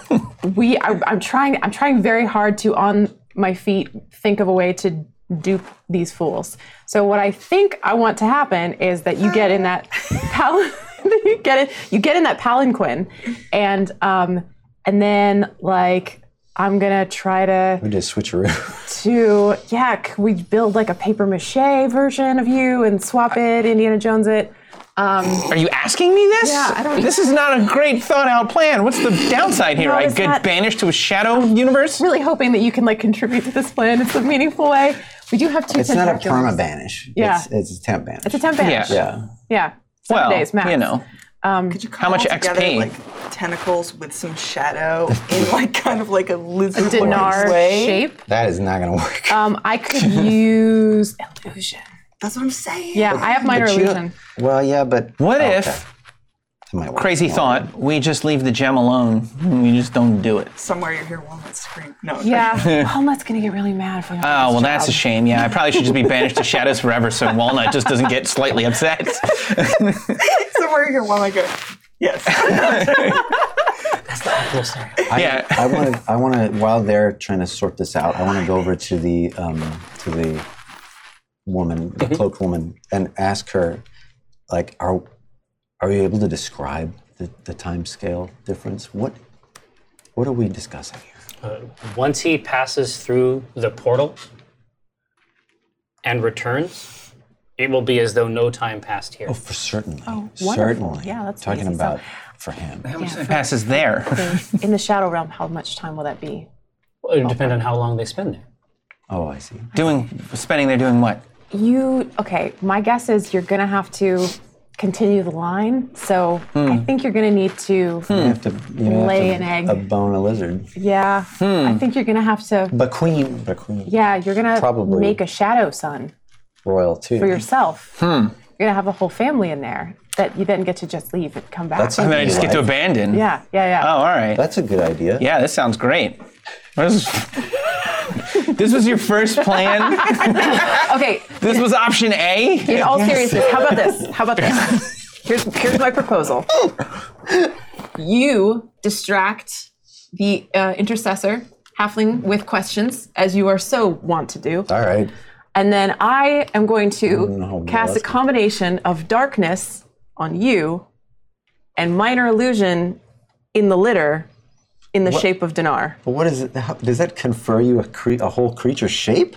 no. Um, we, I, I'm trying, I'm trying very hard to, on my feet, think of a way to dupe these fools. So what I think I want to happen is that you get in that pal, [laughs] that you get it, you get in that palanquin, and um, and then like. I'm gonna try to
We
[laughs]
just switcheroo.
to yeah. Could we build like a paper mache version of you and swap it, Indiana Jones it?
Are you asking me this?
Yeah, I don't-
This is not a great thought out plan. What's the downside here?
No,
I
it's
get
not-
banished to a shadow universe?
really hoping that you can like contribute to this plan in some meaningful way. We do have two
It's not a
tentaculars.
perma banish.
Yeah.
It's, it's a temp banish.
It's a temp banish.
Yeah.
yeah.
Yeah. Seven
well,
days max.
you know.
Could you
much
cobble together,
XP?
Like tentacles with some
[laughs]
shadow in like kind of like a lizard
Dinar
way.
shape.
That is not going to work.
Um, I
[laughs]
could use illusion.
That's what I'm saying.
Yeah, I have minor
But you don't-
illusion.
Well, yeah, but Oh,
What
okay.
if,
That might work.
crazy thought, we just leave the gem alone and we just don't do it?
Somewhere you hear walnut scream. No.
[laughs]
Yeah. Walnut's gonna get really mad if we don't.
Oh, well, that's a shame. Yeah, I probably should just be banished to shadows forever so Walnut just doesn't get slightly
[laughs]
upset. [laughs]
[laughs] Somewhere you hear walnut go.
[laughs]
Yes.
I,
yeah.
I want to. I want to. While they're trying to sort this out, I want to go over to the um, to the woman, the cloaked woman, and ask her, like, are are you able to describe the, the time scale difference? What what are we discussing here?
Uh, Once he passes through the portal and returns, it will be as though no time passed here.
For certainly, oh,
wonderful.
certainly.
Yeah, that's an
talking
easy
about for him.
It passes there.
[laughs] In the shadow realm, how much time will that be?
It would depend on how long they spend there. [laughs]
Oh, I see.
Doing, spending there doing what?
You okay? My guess is you're gonna have to continue the line. So
Hmm.
I think you're gonna need to.
You have to you have
Lay
to
an egg.
A bone a lizard.
Yeah.
Hmm.
I think you're gonna have to.
But queen, but queen
Yeah, you're gonna
Probably. Mm-hmm.
make a shadow son
royal too.
for
Hmm.
yourself. You're gonna have a whole family in there that you then get to just leave and come back.
That's
And then I just get to
Life.
abandon.
yeah, yeah,
Oh,
yeah.
all right.
That's a good idea.
Yeah, this sounds great. This, [laughs] this was your first plan.
Uh, okay,
This was option A.
in all seriousness, how about this? How about
[laughs]
this? Here's here's my proposal. You distract the uh, intercessor halfling with questions as you are so want to do.
All right.
And then I am going to
no,
cast a
that's-
combination of darkness on you and minor illusion in the litter in the shape of Dinar.
But what is it? How, does that confer you a, cre- a whole creature shape?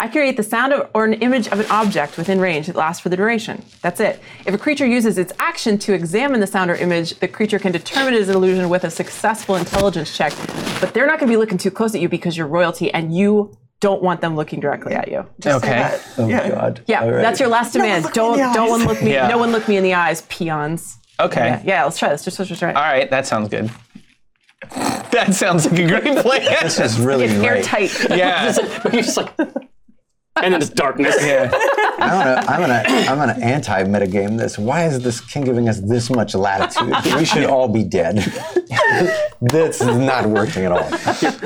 I create the sound of, or an image of an object within range that lasts for the duration. That's it. If a creature uses its action to examine the sound or image, the creature can determine it is an illusion with a successful intelligence check. But they're not going to be looking too close at you because you're royalty and you don't want them looking directly at you.
Okay.
Oh God.
Yeah,
All right.
that's your last demand.
look me in
don't
the eyes.
don't one look me.
Yeah.
No one look me in the eyes, peons.
Okay.
Yeah, yeah let's try this. Just, just, just try.
All right, that sounds good. [laughs] That sounds like a great plan.
This is really
It's
great.
[laughs]
airtight.
yeah.
You're just like, and then it's darkness.
I'm gonna, I'm gonna, I'm gonna anti-metagame this. Why is this king giving us this much [laughs] latitude? we should all be dead. [laughs] this is not working at all.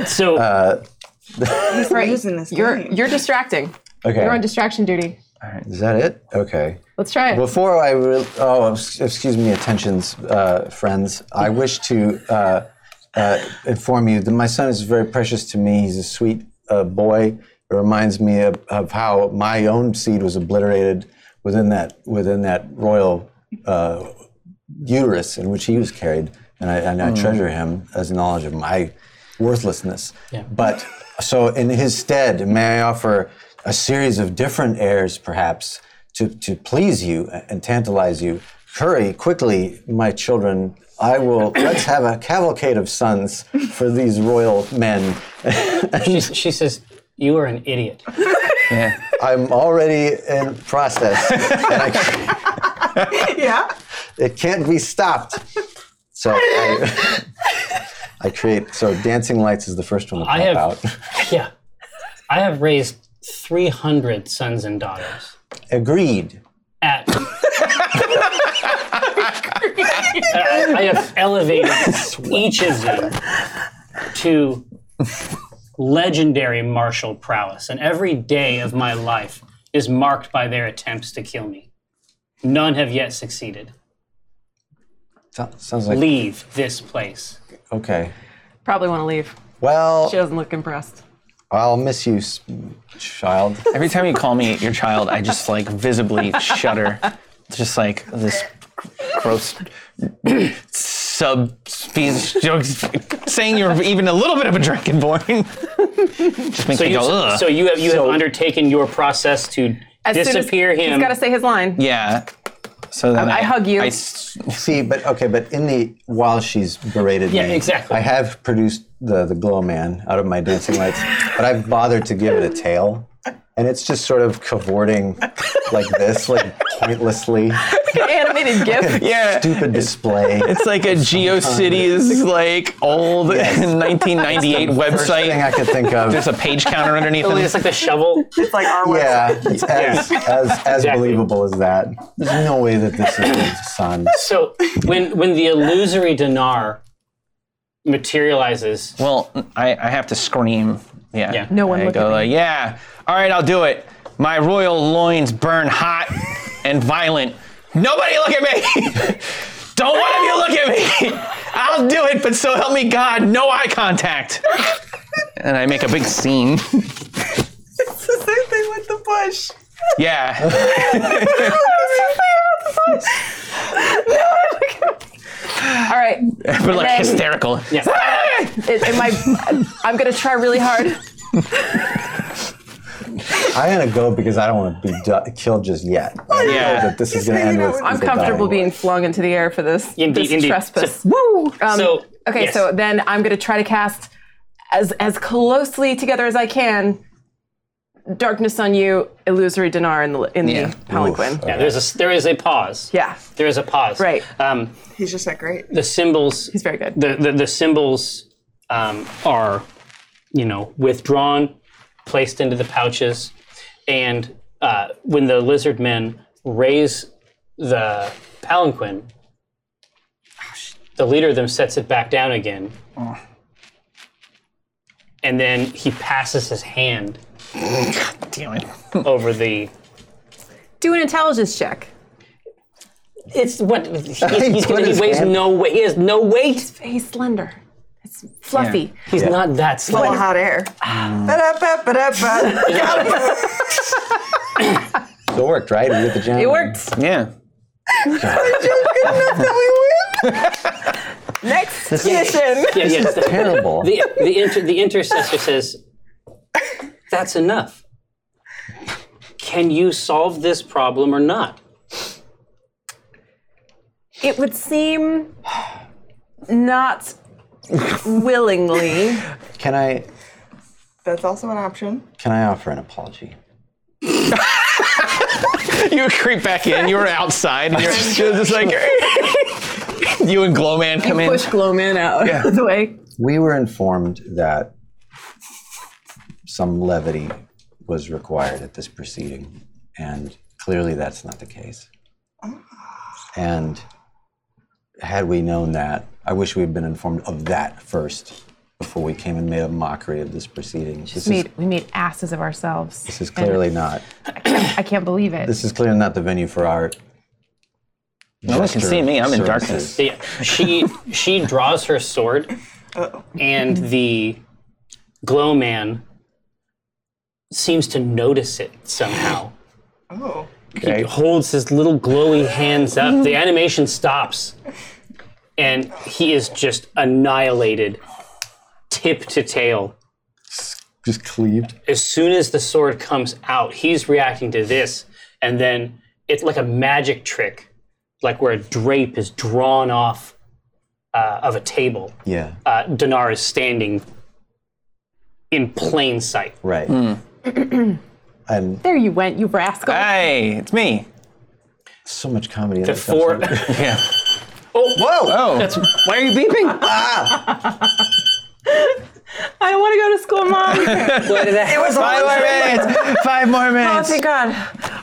So
Uh.
He's losing this
You're
game.
you're distracting.
Okay.
You're on distraction duty.
is that it? Okay.
Let's try it.
Before I, re- oh, ex- excuse me, attentions, uh, friends. I wish to uh, uh, inform you that my son is very precious to me. He's a sweet uh, boy. It reminds me of, of how my own seed was obliterated within that within that royal uh, uterus in which he was carried, and I, and I treasure him as knowledge of my worthlessness. But so in his stead, may I offer a series of different airs, perhaps, to, to please you and tantalize you. Hurry quickly, my children. I will. [coughs] Let's have a cavalcade of sons for these royal men.
She, she says, You are an idiot.
Yeah.
I'm already in process, and I can't-
Yeah.
it can't be stopped. So I, [laughs] I create. So dancing lights is the first one to pop
I have-
out.
Yeah. I have raised 300 sons and daughters
Agreed.
[laughs]
at. I I have elevated each of them to legendary martial prowess, and every day of my life is marked by their attempts to kill me. None have yet succeeded.
So- Sounds like
Leave this place.
okay.
Probably want to leave.
Well,
She doesn't look impressed.
I'll miss you, s- child.
Every time you call me your child, I just like visibly shudder. It's just like this gross subspecies jokes saying you're even a little bit of a dragonborn. [laughs] just makes
So
me
you,
go, ugh.
so you have you have undertaken your process to disappear
soon as
him.
He's got to say his line.
yeah. So then
I hug you.
I s-
See, but okay, but in the while she's berated
Yeah,
me,
exactly.
I have produced the the glow man out of my dancing lights, but I've bothered to give it a tail, and it's just sort of cavorting like this, like pointlessly
Animated gif.
yeah.
stupid display.
It's like a GeoCities like old [laughs] 1998
First thing
website.
I could think of.
There's a page counter underneath it.
it's like the shovel.
It's like our way.
yeah, it's as, as, as believable as that. There's no way that this is his son.
So when when the illusory dinar materializes,
Well, I, I have to scream. Yeah.
Yeah.
No one
I
look
go
at me.
like, yeah. All right, I'll do it. My royal loins burn hot and violent. Nobody look at me. [laughs] Don't one of you look at me. [laughs] I'll do it, but so help me God, no eye contact. And I make a big scene.
[laughs] It's the same thing with the bush.
Yeah.
All right.
But like
then-
hysterical.
yeah,
It, it might, I'm going to try really hard.
I'm gonna go because I don't want to be du- killed just yet. I know
Yeah.
that this is gonna end with.
I'm
with a
comfortable
dying
being
word.
flung into the air for this,
Indeed,
this
indeed.
trespass.
So-
Woo! Um,
So,
okay,
yes.
so then I'm going to try to cast as as closely together as I can. Darkness on you, illusory dinar in the in
Yeah.
the palanquin.
yeah, there's a there is a pause.
Yeah,
There is a pause.
Right.
Um,
He's just that great.
the symbols
he's very good.
the, the, the symbols um, are, you know, withdrawn, placed into the pouches, and uh, when the lizard men raise the palanquin, the leader of them sets it back down again, and then he passes his hand
[laughs] Damn it.
over the.
Do an intelligence check.
It's what he's, he's
put
gonna,
his
he weighs
hand-
no weight. He has no weight.
He's slender. It's fluffy.
He's not that
Full
slow.
of hot
[sighs]
air.
Ah.
Ba-da-ba, ba-da-ba.
So it worked, right? We get the gem.
It worked.
Yeah.
[laughs] Next mission.
Yeah, yeah, it's
[laughs]
the-
Terrible.
the the, inter- the intercessor says, "That's enough. Can you solve this problem or not?"
It would seem not willingly.
Can I?
That's also an option.
Can I offer an apology?
[laughs] You creep back in. You were outside, [laughs] and you're just, you're just like you and Glowman come in.
Push Glowman out of the way.
We were informed that some levity was required at this proceeding, and clearly that's not the case. And had we known that, I wish we had been informed of that first before we came and made a mockery of this proceeding. This is,
Made, we made asses of ourselves.
this is clearly not.
I can't believe it.
This is clearly not the venue for art.
No one can see me. I'm in darkness.
So, yeah, she she draws her sword, and the glow man seems to notice it somehow.
Oh.
He holds his little glowy hands up. The animation stops, and he is just annihilated, tip to tail.
Just cleaved.
as soon as the sword comes out, he's reacting to this, and then it's like a magic trick, like where a drape is drawn off uh, of a table.
Yeah.
Uh, Dinar is standing in plain sight.
Right.
Hmm.
and
There you went, you rascal.
Hey, it's me.
so much comedy. in
The
this
four,
episode.
Yeah.
Whoa!
Oh, that's why are you beeping?
I don't want to go to school, [laughs] mom.
It was
Five
all-
more minutes. Five more
oh,
minutes.
thank God.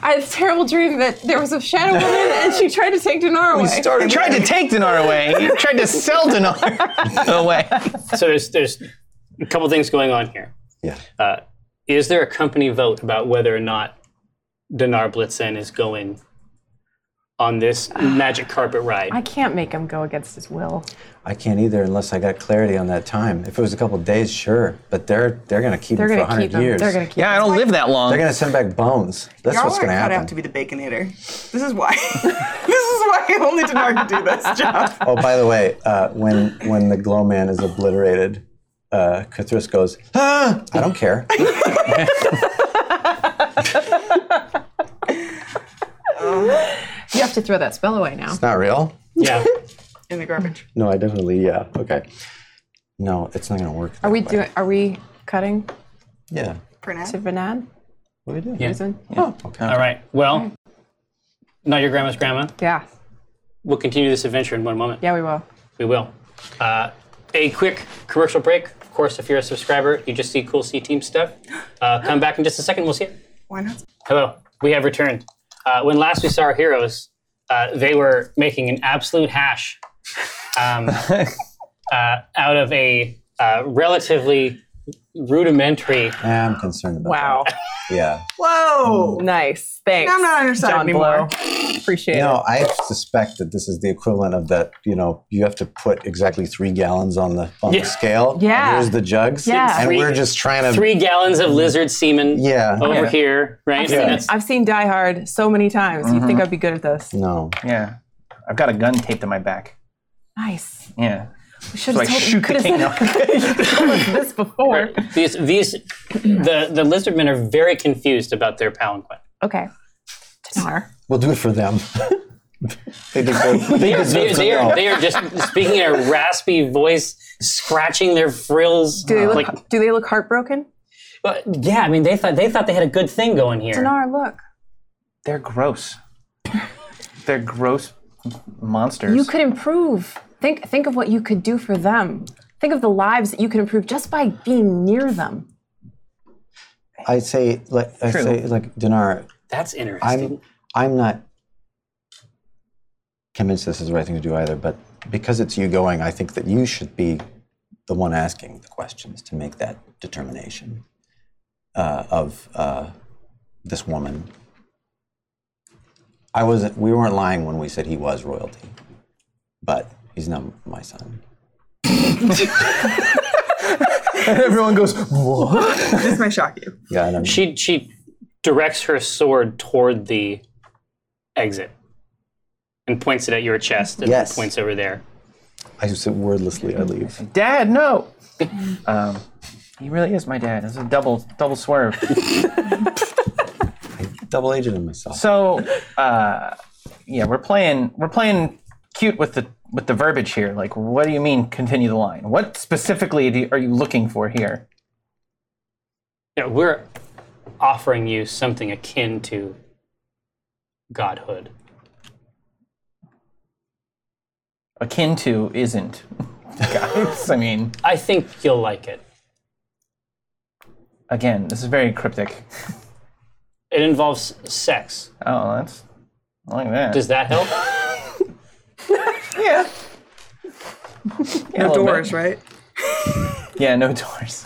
I had a terrible dream that there was a shadow [laughs] woman and she tried to take Dinar away.
You tried to take Dinar away. [laughs] You tried to sell Dinar [laughs] away.
[laughs] so there's there's a couple things going on here.
Yeah.
Uh, is there a company vote about whether or not Dinar Blitzen is going on this magic carpet ride?
I can't make him go against his will.
I can't either unless I got clarity on that time. If it was a couple days, sure. But they're they're gonna keep
They're
him for
gonna keep
hundred
him.
years.
They're gonna keep
Yeah, I don't live that long.
They're gonna send back bones. That's
Y'all
what's
are
gonna
cut
happen.
out to be the baconator. This is why. [laughs] this is why only Dinar can do this
[laughs]
job.
oh, by the way, uh, when when the glow man is obliterated, uh, Cthulhu goes, ah, I don't care.
You have to throw that spell away now.
It's not real.
yeah.
In the garbage.
No, I definitely yeah. Okay. No, it's not gonna work.
Are we doing? Are we cutting
Yeah.
For now.
to Vanan?
What are we doing?
Oh,
All right. Well, not your grandma's grandma.
yeah,
We'll continue this adventure in one moment.
yeah, we will.
We will. Uh, a quick commercial break. Of course, if you're a subscriber, you just see cool C Team stuff. Uh, come back in just a second. We'll see it.
Why not?
Hello. We have returned. Uh, when last we saw our heroes, uh, they were making an absolute hash um, uh, out of a uh, relatively rudimentary.
Yeah, I'm concerned about
Wow,
that. Yeah.
Whoa.
nice. Thanks.
I'm not on your side
John
anymore.
Blow. Appreciate
No, I suspect that this is the equivalent of that. You know, you have to put exactly three gallons on the on
Yeah.
the scale.
Yeah.
And here's the jugs.
Yeah.
And
Three-
we're just trying to.
Three gallons of lizard semen
Yeah.
over
Yeah.
here, right?
it.
And that's-
I've seen Die Hard so many times. You'd think I'd be good at this.
No.
Yeah. I've got a gun taped to my back.
Nice.
Yeah.
We should
So I
have told you
shoot the
could [laughs]
king.
have
No.
said this before. [laughs]
These, these, the the lizard men are very confused about their palanquin.
Okay. Dinar.
We'll do it for them. they deserve. [laughs] They deserve
They,
to
they are
know.
they are just speaking in a raspy voice, scratching their frills.
Do they look?
like,
do they look heartbroken?
but yeah, I mean, they thought they thought they had a good thing going here.
Dinar, look.
They're gross. They're gross monsters.
You could improve. Think think of what you could do for them. Think of the lives that you could improve just by being near them.
I say, like, I
True.
say, like, Dinar.
That's interesting.
I'm, I'm not convinced this is the right thing to do either. But because it's you going, I think that you should be the one asking the questions to make that determination uh, of uh, this woman. I wasn't. We weren't lying when we said he was royalty, but he's not my son.
Everyone goes, what?
This may shock you.
Yeah, and I'm,
she she directs her sword toward the exit and points it at your chest and
Yes.
points over there.
I just said wordlessly. I leave.
Dad, no. um, he really is my dad. It's a double double swerve.
Double agent in myself.
So, [laughs] uh, yeah, we're playing we're playing cute with the with the verbiage here. Like, what do you mean continue the line? What specifically do, are you looking for here?
Yeah, we're offering you something akin to godhood.
Akin to isn't, [laughs] guys. I mean,
I think you'll like it.
again, this is very cryptic.
It involves sex.
Oh, that's I like that.
Does that
[laughs]
help?
[laughs]
yeah. Yeah, a
No
little
doors,
bit.
right?
Yeah, no doors. [laughs]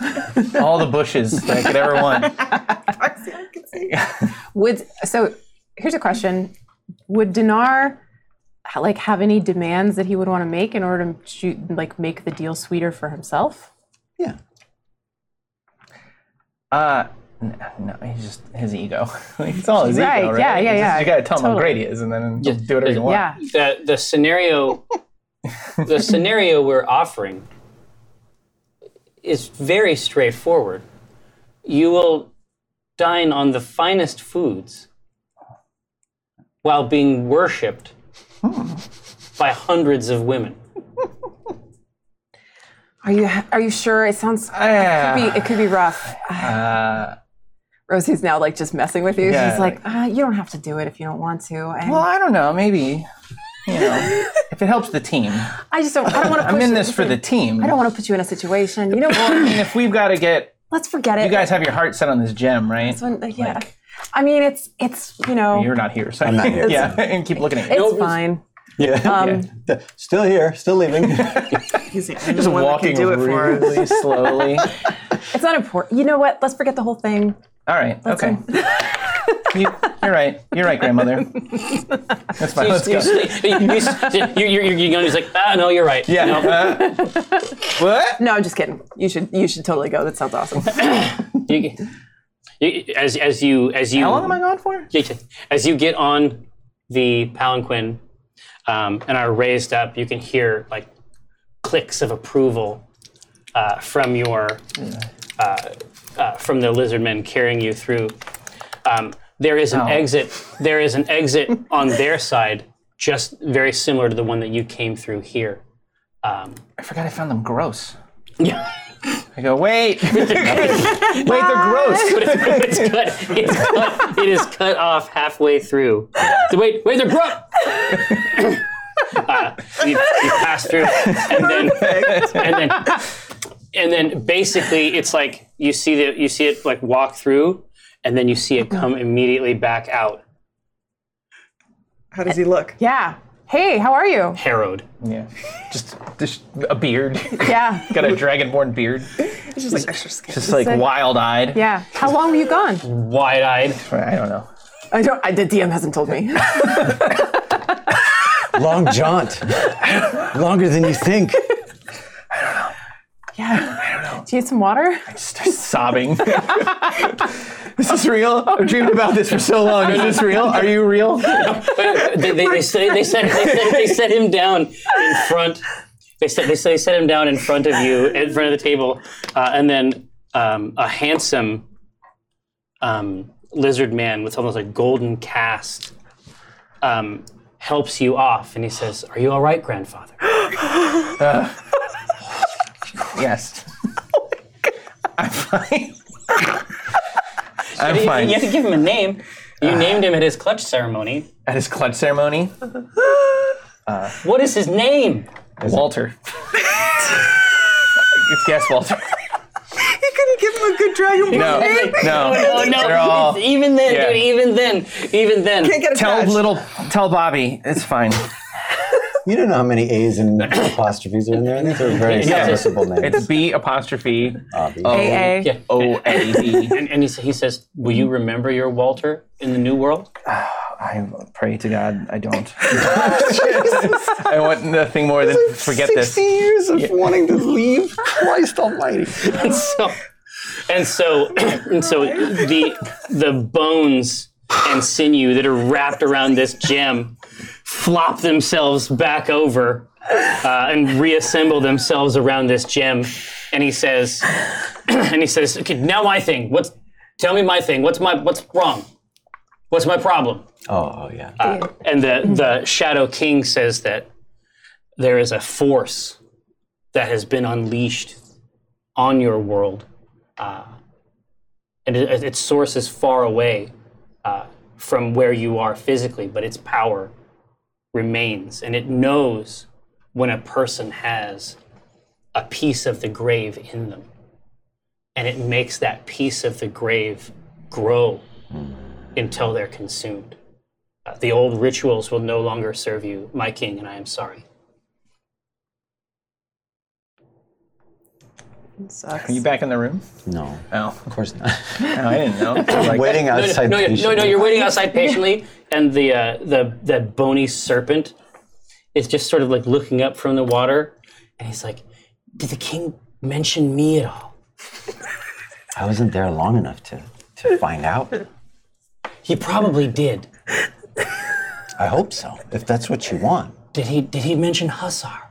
All the bushes that I could ever want.
I see. I can see.
Would so here's a question. Would Dinar like have any demands that he would want to make in order to shoot, like make the deal sweeter for himself?
Yeah.
Uh, no, no, he's just his ego. [laughs] it's all his
Right,
ego, right?
yeah, yeah,
You just-
yeah,
You gotta tell him how
totally.
great he is, and then he'll do whatever you want.
Yeah.
the the scenario the scenario we're offering is very straightforward. You will dine on the finest foods while being worshipped
Hmm.
by hundreds of women.
Are you are you sure? It sounds it, could be, it could be rough. Rosie's now like just messing with you.
Yeah.
She's like, uh, you don't have to do it if you don't want to. And
Well, I don't know. Maybe you know if it helps the team.
I just don't. I don't want
[laughs]
to.
I'm in this for the team.
I don't want to put you in a situation. You
[laughs]
know
[clears throat]
what?
And if we've got to get,
Let's forget it.
you guys have your heart set on this gem, right?
When- like, yeah. I mean, it's it's you know
You're not here, so
I'm not
[laughs]
here.
yeah, and keep looking at
it's
you.
fine.
Yeah. still here, still leaving.
He's the only
Just
one that can
walking
do it for us.
really
[laughs]
slowly.
It's not important. You know what? Let's forget the whole thing.
All right. okay. you, you're right. You're right,
[laughs]
grandmother. That's fine.
[laughs]
Let's
You,
go.
you, you, you, you, you, he's like, ah, no, you're right.
Yeah.
No.
uh, what?
No, I'm just kidding. You should you should totally go. That
[laughs]
sounds awesome.
You- you- as as you as you
How long am I gone for?
as you get on the palanquin um, and are raised up, you can hear like clicks of approval uh, from your uh, uh, from the lizard men carrying you through. Um, there is an exit. There is an exit on their side, just very similar to the one that you came through here. Um,
I forgot I found them gross.
yeah,
I go, [laughs] wait. wait, they're gross.
but it's, it's cut. It's cut. It is cut off halfway through. So wait, wait, they're grown. [coughs] uh, you, you pass through, and then, and then, and then, basically, it's like you see the you see it like walk through, and then you see it come immediately back out,
How does he look?
yeah. Hey, how are you?
harrowed.
Yeah. Just, just a beard. [laughs]
Yeah.
Got a dragonborn beard.
It's just like extra skin.
Just like
like-
wild-eyed.
Yeah. How long were you gone?
Wide eyed,
I don't know.
I don't. I, the DM hasn't
[laughs]
told me.
Long jaunt. Longer than you [laughs] think.
Yeah. I don't know. Do you need some water?
Start sobbing. is this real? I've dreamed about this for so long. Is this real? Are you real?
they, they, they, set, they, set, they, set, they set him down in front. They set, they, set, they set him down in front of you, in front of the table, uh, and then um, a handsome um, lizard man with almost a golden cast um, helps you off, and he says, "Are you all right, grandfather?"
[laughs] Yes. [laughs] I'm [laughs] fine. I'm [laughs] fine.
You have to give him a name. You named him at his clutch ceremony.
At his clutch ceremony,
What is his name?
[laughs] Walter. it's yes, Walter.
You couldn't give him a good dragon no.
No,
name. [laughs]
no.
Oh [laughs] no!
They're all-
it's- even then,
yeah.
dude. Even then, even then.
Can't get a
Tell
badge.
little, tell Bobby. It's fine.
You don't know how many A's and apostrophes are in there. These are very
Yeah.
serviceable names.
It's B apostrophe
Bobby.
AA.
Yeah.
O A D.
And, and he, sa- he says, Will you remember your Walter in the New World?
[laughs] I pray to God I don't. [laughs] I want nothing more than forget this.
years of wanting to leave. Christ almighty.
And [laughs] so, and so, [clears throat] and so the, the bones and sinew that are wrapped around this gem flop themselves back over uh, and reassemble themselves around this gem. And he says, [clears throat] and he says, okay, now my thing. What's, tell me my thing. What's my, what's wrong? What's my problem?
Oh, yeah.
And the, the Shadow King says that there is a force that has been unleashed on your world. Uh, and it, its source is far away uh, from where you are physically, but its power remains. And it knows when a person has a piece of the grave in them. And it makes that piece of the grave grow until they're consumed. Uh, The old rituals will no longer serve you, my king, and I am sorry.
Are you back in the room?
No,
Oh,
of course not.
no I didn't know. Like,
Waiting
No,
outside.
no, no,
the
no, no, you're waiting [laughs] outside patiently, and the, uh, the, the bony serpent is just sort of like looking up from the water, and he's like, Did the king mention me at all?
I wasn't there long enough to, to find out.
He probably did.
I hope so, if that's what you want.
Did he, did he mention Hussar?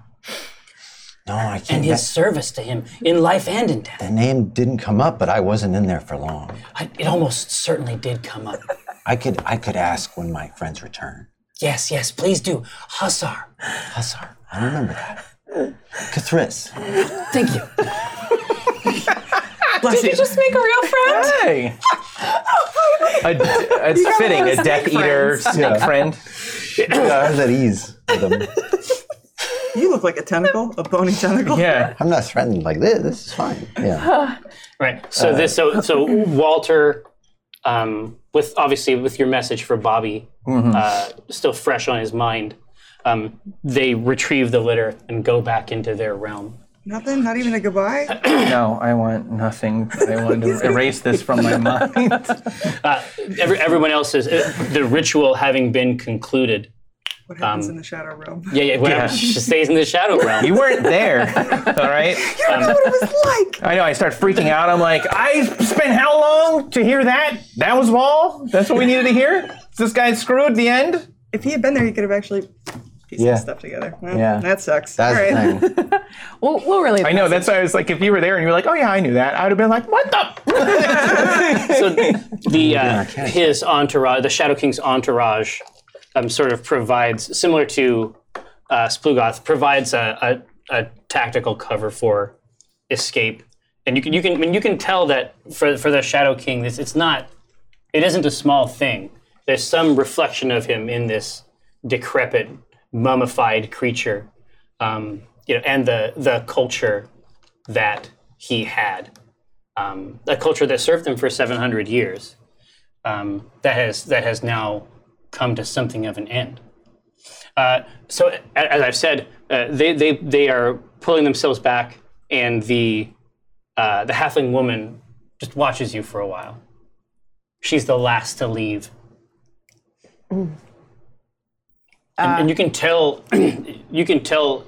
No, I can't.
and his
that-
service to him in life and in death.
the name didn't come up, but I wasn't in there for long.
I, it almost certainly did come up.
I could I could ask when my friends return.
Yes, yes, please do. Hussar.
Hussar, I remember that. Kathris.
Thank you.
Bless you.
Just make a real friend.
[laughs] Hey. A- it's fitting. A Death Eater snake friend.
I was at ease with them.
You look like a tentacle, a bony tentacle.
Yeah.
I'm not threatened like this. This is fine. Yeah.
Right. So
Uh,
this. So so Walter, um, with obviously with your message for Bobby,
Mm-hmm.
uh, still fresh on his mind, um, they retrieve the litter and go back into their realm.
Nothing, not even a
Um,
goodbye.
No, I want nothing. but I want to erase this from my mind.
Every, everyone else is uh, the ritual having been concluded.
What happens in the shadow
[laughs]
realm?
Yeah, yeah. Whatever
Yeah.
She stays in the shadow realm.
[laughs] You weren't there. All right.
I don't know what it was like.
I know. I start freaking out. I'm like, I spent how long to hear that? That was Wall. That's what we needed to hear. Is this guy screwed at the end?
If he had been there, he could have actually pieced
Yeah.
this stuff together. Well,
Yeah.
That sucks.
That's
All right.
the thing.
We'll, we'll really.
I know. That's why I was like, if you were there and you were like, oh yeah, I knew that, I would have been like, what the?
So the uh,
can't.
his entourage, the Shadow King's entourage, um, sort of provides similar to uh, Splugoth, provides a, a, a tactical cover for escape. And you can you can I mean, you can tell that for for the Shadow King, this it's not it isn't a small thing. There's some reflection of him in this decrepit, mummified creature, um, you know, and the the culture that he had, um, a culture that served him for 700 years, um, that has that has now come to something of an end. Uh, so, a- as I've said, uh, they, they they are pulling themselves back, and the uh, the halfling woman just watches you for a while. She's the last to leave. and, and you can tell, [clears throat] you can tell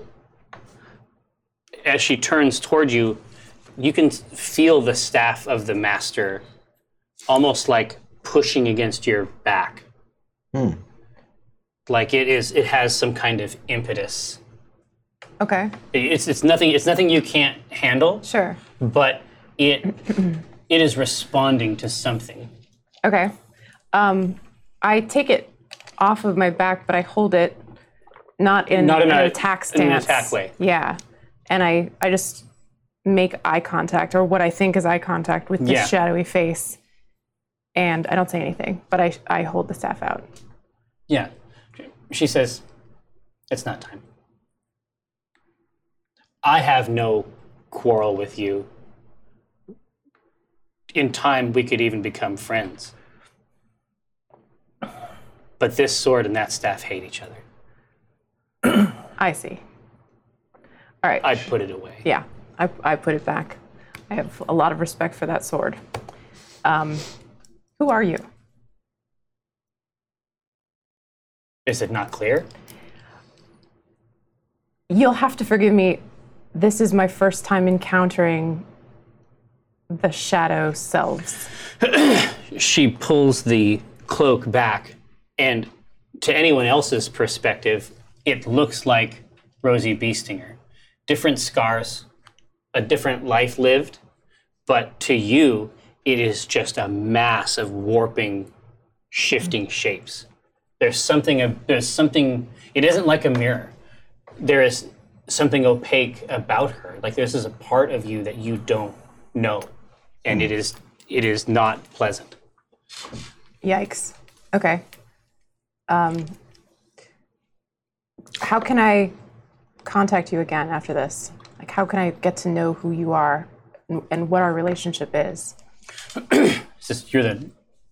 as she turns toward you, you can feel the staff of the master almost like pushing against your back. Like it is, it has some kind of impetus.
Okay.
It's it's nothing. It's nothing you can't handle,
Sure.
but it it is responding to something.
Okay. Um, I take it off of my back, but I hold it not in,
Not in
an
a-
attack
in an
stance.
attack way.
Yeah. And I, I just make eye contact, or what I think is eye contact, with this
Yeah.
shadowy face. And I don't say anything, but I, I hold the staff out.
Yeah, she says, "It's not time. I have no quarrel with you. In time, we could even become friends. But this sword and that staff hate each other.
I see. All right.
I put it away."
yeah, I, I put it back. I have a lot of respect for that sword. Um, who are you?
Is it not clear?
You'll have to forgive me. This is my first time encountering the shadow selves.
she pulls the cloak back, and to anyone else's perspective, it looks like Rosie Beestinger. Different scars, a different life lived, but to you, it is just a mass of warping, shifting shapes. There's something of there's something. It isn't like a mirror. There is something opaque about her. Like this is a part of you that you don't know, and it is it is not pleasant.
Yikes. Okay. Um, how can I contact you again after this? Like, how can I get to know who you are and, and what our relationship is?
It's just you're the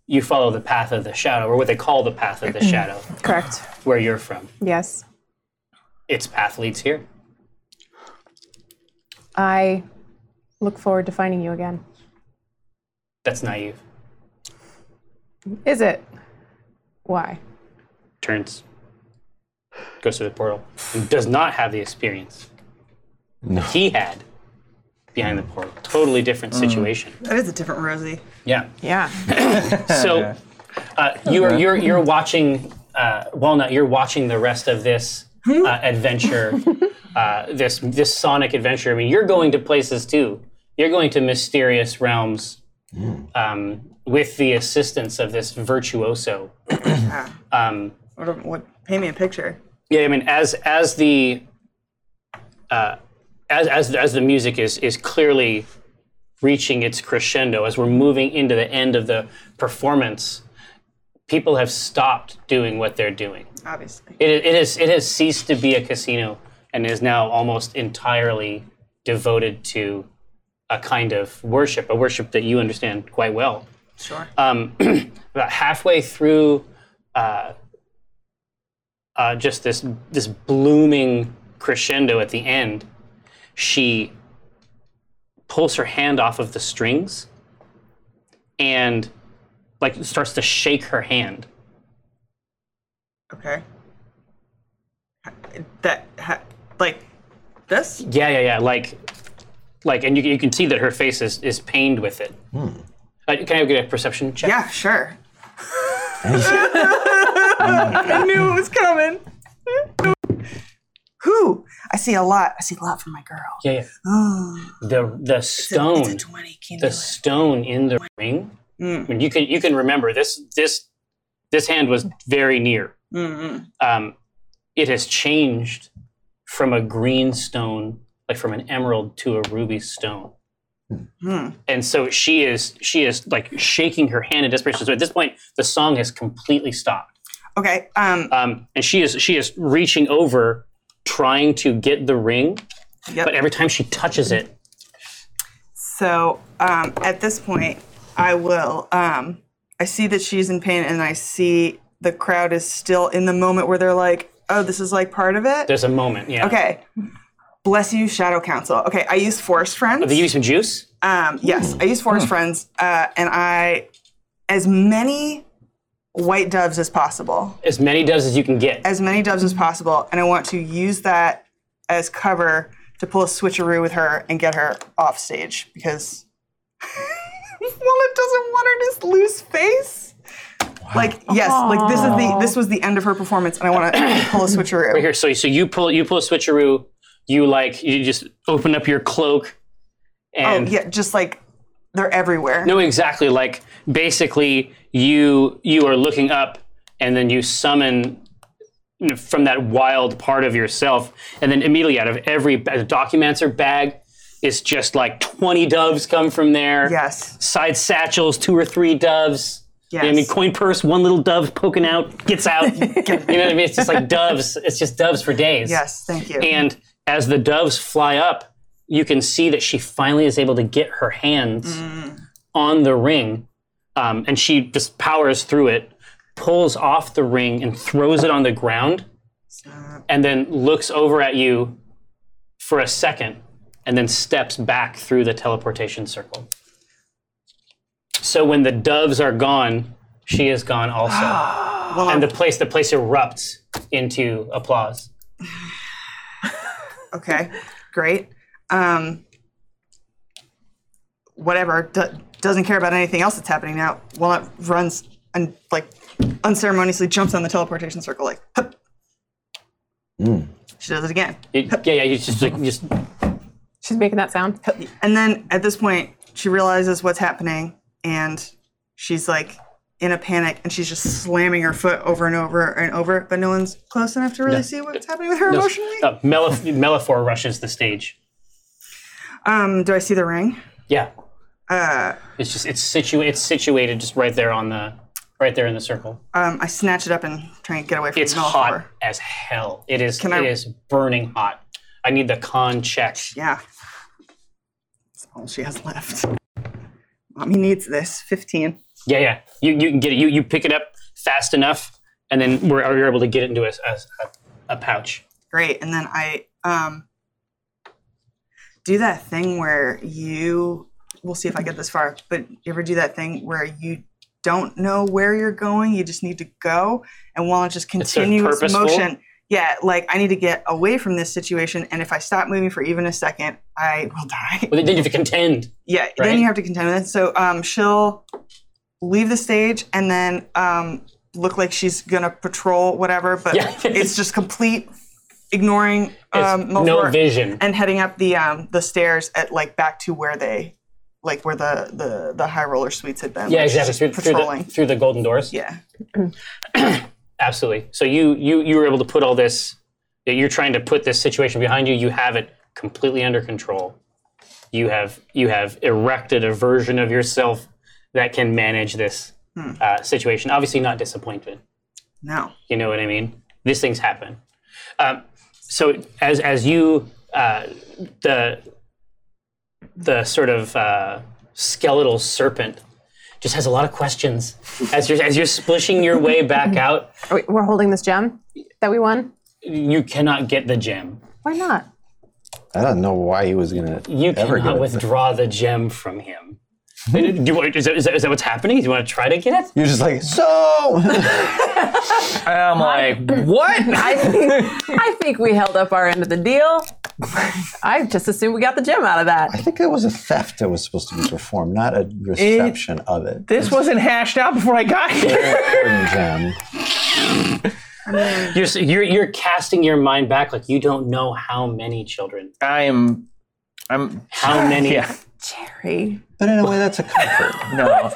you follow the path of the shadow, or what they call the path of the shadow,
Correct.
where you're from.
Yes.
Its path leads here.
I look forward to finding you again.
That's naive.
Is it? Why?
Turns, goes through the portal, and does not have the experience he had behind the portal. Totally different situation.
That is a different Rosie.
Yeah.
Yeah.
So uh, you're you're you're watching uh, Walnut. You're watching the rest of this uh, adventure uh, this this sonic adventure. I mean, you're going to places too. You're going to mysterious realms um, with the assistance of this virtuoso. um,
What, what, paint me a picture.
yeah, I mean, as as the uh, as as as the music is is clearly reaching its crescendo, as we're moving into the end of the performance, people have stopped doing what they're doing.
Obviously.
It it is it has ceased to be a casino and is now almost entirely devoted to a kind of worship, a worship that you understand quite well
Sure.
um, [clears throat] about halfway through uh, uh, just this this blooming crescendo at the end, she pulls her hand off of the strings and like starts to shake her hand.
okay. That ha, like this?
Yeah, yeah, yeah. Like, like, and you, you can see that her face is, is pained with it. Uh, can I get a perception check?
Yeah, sure. [laughs] I knew it was coming. [laughs] Who? I see a lot. I see a lot from my girl.
Yeah, yeah. the the stone,
It's a 20
the
cumulative.
stone in the ring. I mean, you can you can remember this this this hand was very near. Um, it has changed from a green stone, like from an emerald, to a ruby stone. And so she is she is like shaking her hand in desperation. So at this point, the song has completely stopped
Okay. Um,
um, and she is she is reaching over, trying to get the ring,
Yep.
but every time she touches it,
So um, at this point, I will. Um, I see that she's in pain, and I see the crowd is still in the moment where they're like, "Oh, this is like part of it."
there's a moment. Yeah.
Okay. Bless you, Shadow Council. Okay, I use Force Friends.
Did you use some juice?
Um, yes, I use Forest Friends, uh, and I as many white doves as possible,
As many doves as you can get.
as many doves as possible, and I want to use that as cover to pull a switcheroo with her and get her off stage because [laughs] well, it doesn't want her to lose face. Like yes, like this is the this was the end of her performance, and I want to [coughs] pull a switcheroo.
Here, so so you pull you pull a switcheroo. You like you just open up your cloak,
oh
and
yeah, just like they're everywhere.
no, exactly. Like basically, you you are looking up, and then you summon you know, from that wild part of yourself, and then immediately out of every a documancer bag is just like twenty doves come from there.
Yes.
Side satchels, two or three doves. You know what I mean,
Yes.
coin purse, one little dove poking out, gets
[laughs]
out. you know what I mean? It's just like doves. It's just doves for days.
Yes, thank you.
And as the doves fly up, you can see that she finally is able to get her hands on the ring. Um, and she just powers through it, pulls off the ring, and throws it on the ground. And then looks over at you for a second, and then steps back through the teleportation circle. So when the doves are gone, she is gone also. and the place the place erupts into applause.
Okay, great. Um, whatever do, doesn't care about anything else that's happening now. Walnut runs and like unceremoniously jumps on the teleportation circle. Like hup. she does it again,
It- yeah, yeah. You just like you just
She's making that [laughs] sound.
and then at this point she realizes what's happening, and she's like in a panic, and she's just slamming her foot over and over and over. But no one's close enough to really see what's happening with her
no,
emotionally.
Uh, Melif- Melifor rushes the stage.
Um, do I see the ring?
Yeah.
Uh,
it's just it's situ it's situated just right there on the right there in the circle.
Um, I snatch it up and try and get away from
It's
the middle
hot
floor.
as hell. It is
Can
it
I-
is burning hot. I need the con check.
Yeah. That's all she has left. Mommy needs this. 15.
Yeah, yeah. You you can get it. You you pick it up fast enough, and then we're you're able to get it into a s- a s- a- a pouch.
Great. And then I um do that thing where you we'll see if I get this far, but you ever do that thing where you don't know where you're going, you just need to go and while it just
sort of
continuous
purposeful?
motion. Yeah, like I need to get away from this situation and if I stop moving for even a second, I will [laughs] die.
Well, then you have to contend.
Yeah,
Right?
then you have to contend with it. So um, she'll leave the stage and then um, look like she's gonna patrol whatever, but
Yeah. [laughs]
it's just complete ignoring um,
no
Mulfort
vision.
and heading up the um, the stairs at like back to where they, like where the the, the high roller suites had been.
Yeah,
like,
exactly.
just
Through, through the
patrolling.
through the golden doors.
yeah.
[clears throat] Absolutely. So you you you were able to put all this. You're trying to put this situation behind you. You have it completely under control. You have you have erected a version of yourself that can manage this
Hmm.
uh, situation. Obviously, not disappointed.
No.
You know what I mean? These things happen. Um, so as as you uh, the the sort of uh, skeletal serpent just has a lot of questions as you're as you're splishing your way back out.
Are we, we're holding this gem that we won.
You cannot get the gem.
Why not?
I don't know why he was gonna
You
ever get
cannot
it. Hmm?
withdraw the gem from him. Do you, want- is, that, is, that, is that what's happening? Do you want to try to get it?
You're just like so. [laughs]
I'm like, what?
I think, I think we held up our end of the deal. I just assumed we got the gem out of
I
that.
think that was a theft that was supposed to be performed, not a reception of it. [laughs]
This wasn't hashed out before I got here.
Gordon Jam.
You're, s- you're, you're casting your mind back like you don't know how many children,
I'm, I'm.
[laughs]
how many
Yeah.
Jerry.
But in a way, that's a comfort.
No.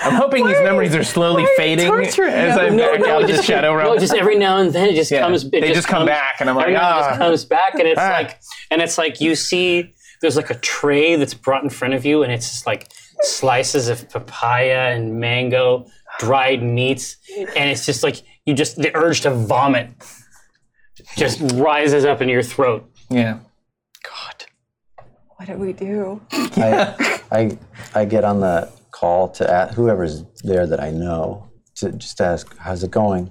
I'm hoping these memories are slowly fading as
torturing
I'm
No,
back
no,
out
it
of the
just-
shadow realm.
No, just every now and then it just
Yeah.
comes. It
They just come
comes-
back, and I'm like,
every now and then it
"Ah."
just comes back, and it's
Ah.
like, and it's like you see, there's like a tray that's brought in front of you, and it's just like slices of papaya and mango, dried meats, and it's just like you just the urge to vomit just rises up in your throat.
Yeah.
What do we do?
I, [laughs] I, I get on the call to ask, whoever's there that I know to just ask, "How's it going?"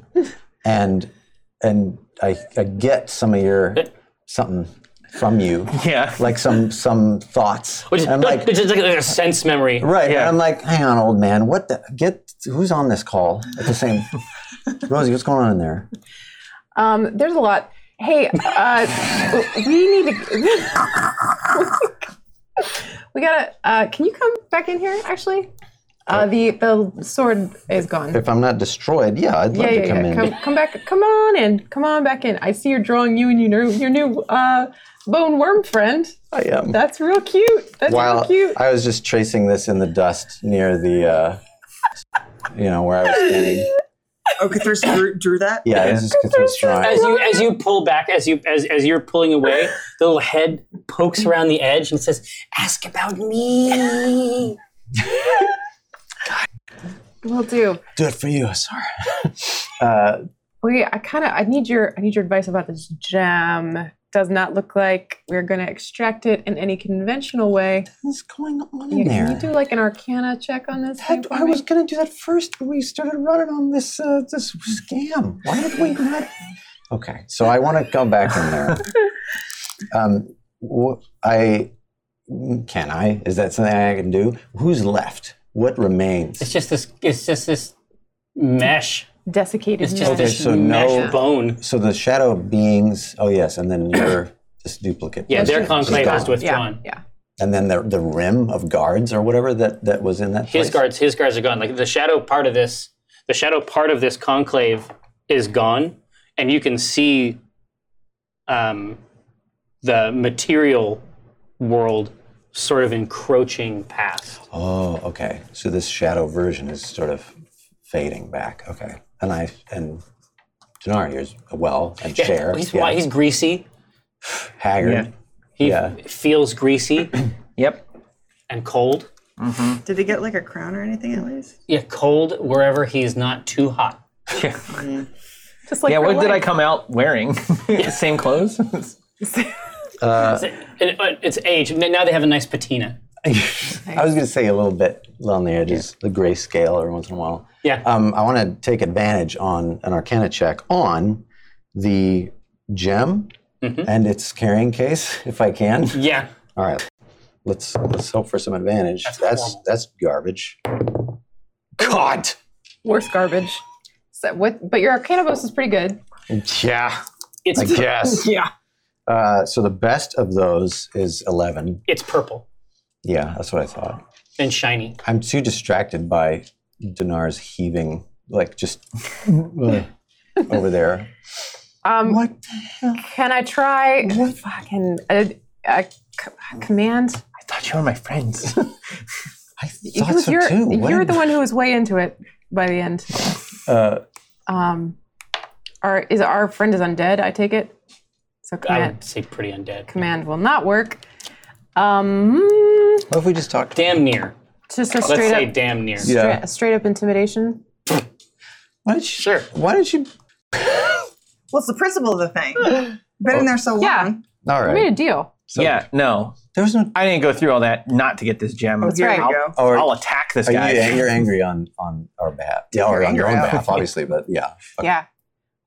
And and I, I get some of your something from you,
Yeah.
like some
[laughs]
some thoughts.
Which is
And I'm
like,
like,
it's just like a sense memory.
right?
yeah.
And I'm like, hang on, old man. What the get? Who's on this call at the same?
[laughs]
Rosie, what's going on in there?
Um, there's a lot. Hey, uh, we need to. we gotta. Uh, can you come back in here? Actually,
Oh.
uh, the the sword is gone.
If I'm not destroyed, yeah, I'd love
Yeah, yeah,
to come
yeah.
in.
Come, come back. Come on in. Come on back in. I see you're drawing you and your new your new uh, bone worm friend.
I am.
That's real cute. That's
While
real cute.
I was just tracing this in the dust near the, uh, you know, where I was standing.
[laughs]
Oh, Cthulhu drew, drew that.
Yeah, this is Cthulhu's drawing.
As you as you pull back, as you as as you're pulling
[laughs]
away, the little head pokes around the edge and says, "Ask about me."
[laughs]
Will do.
Do it for you, sorry. [laughs] Uh,
Okay, I kind of I need your I need your advice about this gem. Does not look like we're going to extract it in any conventional way.
What's going on
Yeah,
in
can you
there?
do like an Arcana check on this? thing
That-
for
I
me?
was gonna do that first, but we started running on this uh, this scam. Why did we not? Okay, so I want to go back
[laughs]
in there. Um, wh- I can I? Is that something I can do? Who's left? What
It's
remains?
just this. It's just this mesh.
desiccated.
It's just
mesh.
this
so
mesh
no-
bone.
So the shadow beings. Oh yes, and then your this duplicate.
Yeah, their
person.
conclave
She's
is
gone.
withdrawn.
Yeah.
and then the the rim of guards or whatever that that was in that
His
place?
guards. His guards are gone. Like the shadow part of this. The shadow part of this conclave is gone, and you can see, um, the material world sort of encroaching past.
Oh, okay. So this shadow version is sort of fading back. Okay, and I and Denari is well and Cher,
He's
yeah,
why he's greasy.
haggard.
Yeah.
He
Yeah.
feels
[clears throat]
greasy
Yep.
and cold.
Did he get like a crown or anything at least?
Yeah, cold wherever he's not too hot.
Just like
Yeah.
her
What did I
leg.
come out wearing? [laughs] Same clothes. [laughs]
It- it- it's age. N- Now they have a nice patina.
I was going to say a little bit on the edges, the grayscale every once in a while.
Yeah.
Um, I want to take advantage on an Arcana check on the gem and its carrying case, [laughs] if I can.
Mm-hmm. yeah.
All right, let's let's hope for some advantage. That's that's,
horrible.
garbage. God.
[laughs] worse garbage. So what? But your Arcana bonus is pretty good.
Yeah.
It's
I guess.
[laughs] yeah.
Uh, so the best of those is 11.
It's purple
Yeah, that's what I thought.
and shiny.
I'm too distracted by [laughs] Dinar's heaving, like just ugh, over there.
Um,
What the hell?
can I try fucking uh, uh, c- command?
I thought you were my friends. [laughs]
I thought so
you're,
too. What
you're
in-
the one who was way into it by the end.
uh,
Um, our is our friend is undead. I take it. So
I
command
would say pretty undead.
command will not work. Um,
What if we just talked?
Damn near.
just a
Let's
straight
say uh,
up,
damn near.
stra- a straight up intimidation.
Why did you,
Sure.
Why did you?
Well, it's the principle of the
[sighs]
thing.
Oh.
You've Been in there so long.
Yeah.
All
I made a
right.
deal.
yeah, no.
There was no.
I didn't go through all that not to get this gem.
Oh, here
right.
we go.
Or
I'll attack this
are
guy.
you? You're angry on on our behalf. Yeah, or
You're
on your own
angry.
behalf, obviously. But yeah.
Yeah.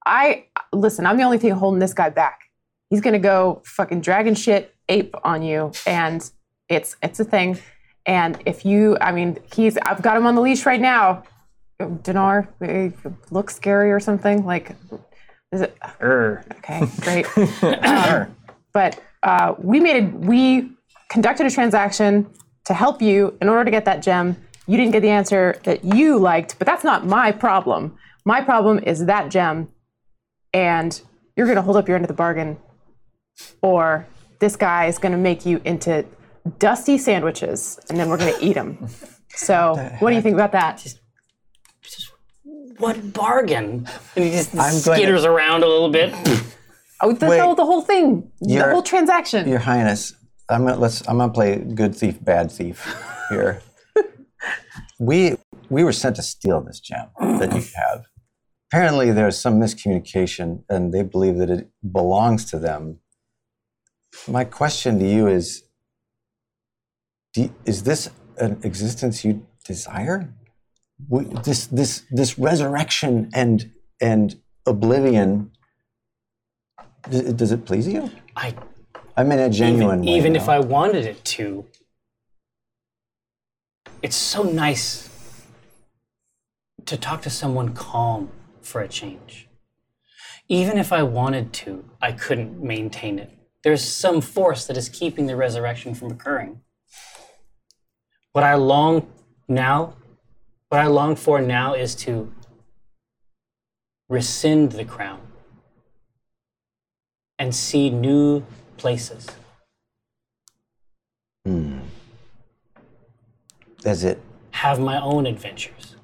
I listen, I'm the only thing holding this guy back. He's gonna go fucking dragon shit ape on you, and it's it's a thing. And if you I mean, he's I've got him on the leash right now. Dinar, eh, look scary or something. Like is it
Err.
okay,
[laughs]
great. Um, but uh, we made a we conducted a transaction to help you in order to get that gem. You didn't get the answer that you liked, but that's not my problem. My problem is that gem, and you're going to hold up your end of the bargain, or this guy is going to make you into dusty sandwiches, and then we're going to eat them. So, what do you think about that?
What bargain? And he just
going to-
skitters around a little
[laughs]
bit.
Oh, the,
Wait.
whole, the whole thing, the
You're-
whole transaction.
Your Highness, I'm gonna let's I'm gonna play good thief, bad thief here. we we were sent to steal this gem that you have. Apparently there's some miscommunication and they believe that it belongs to them. My question to you is do, is this an existence you desire? We, this this this resurrection and and oblivion does, does it please you?
I
I mean, a genuine
even,
way,
even if
though.
I wanted it to. It's so nice to talk to someone calm for a change. Even if I wanted to, I couldn't maintain it. There's some force that is keeping the resurrection from occurring. What I long now, what I long for now is to rescind the crown and see new places.
Is it?
have my own adventures.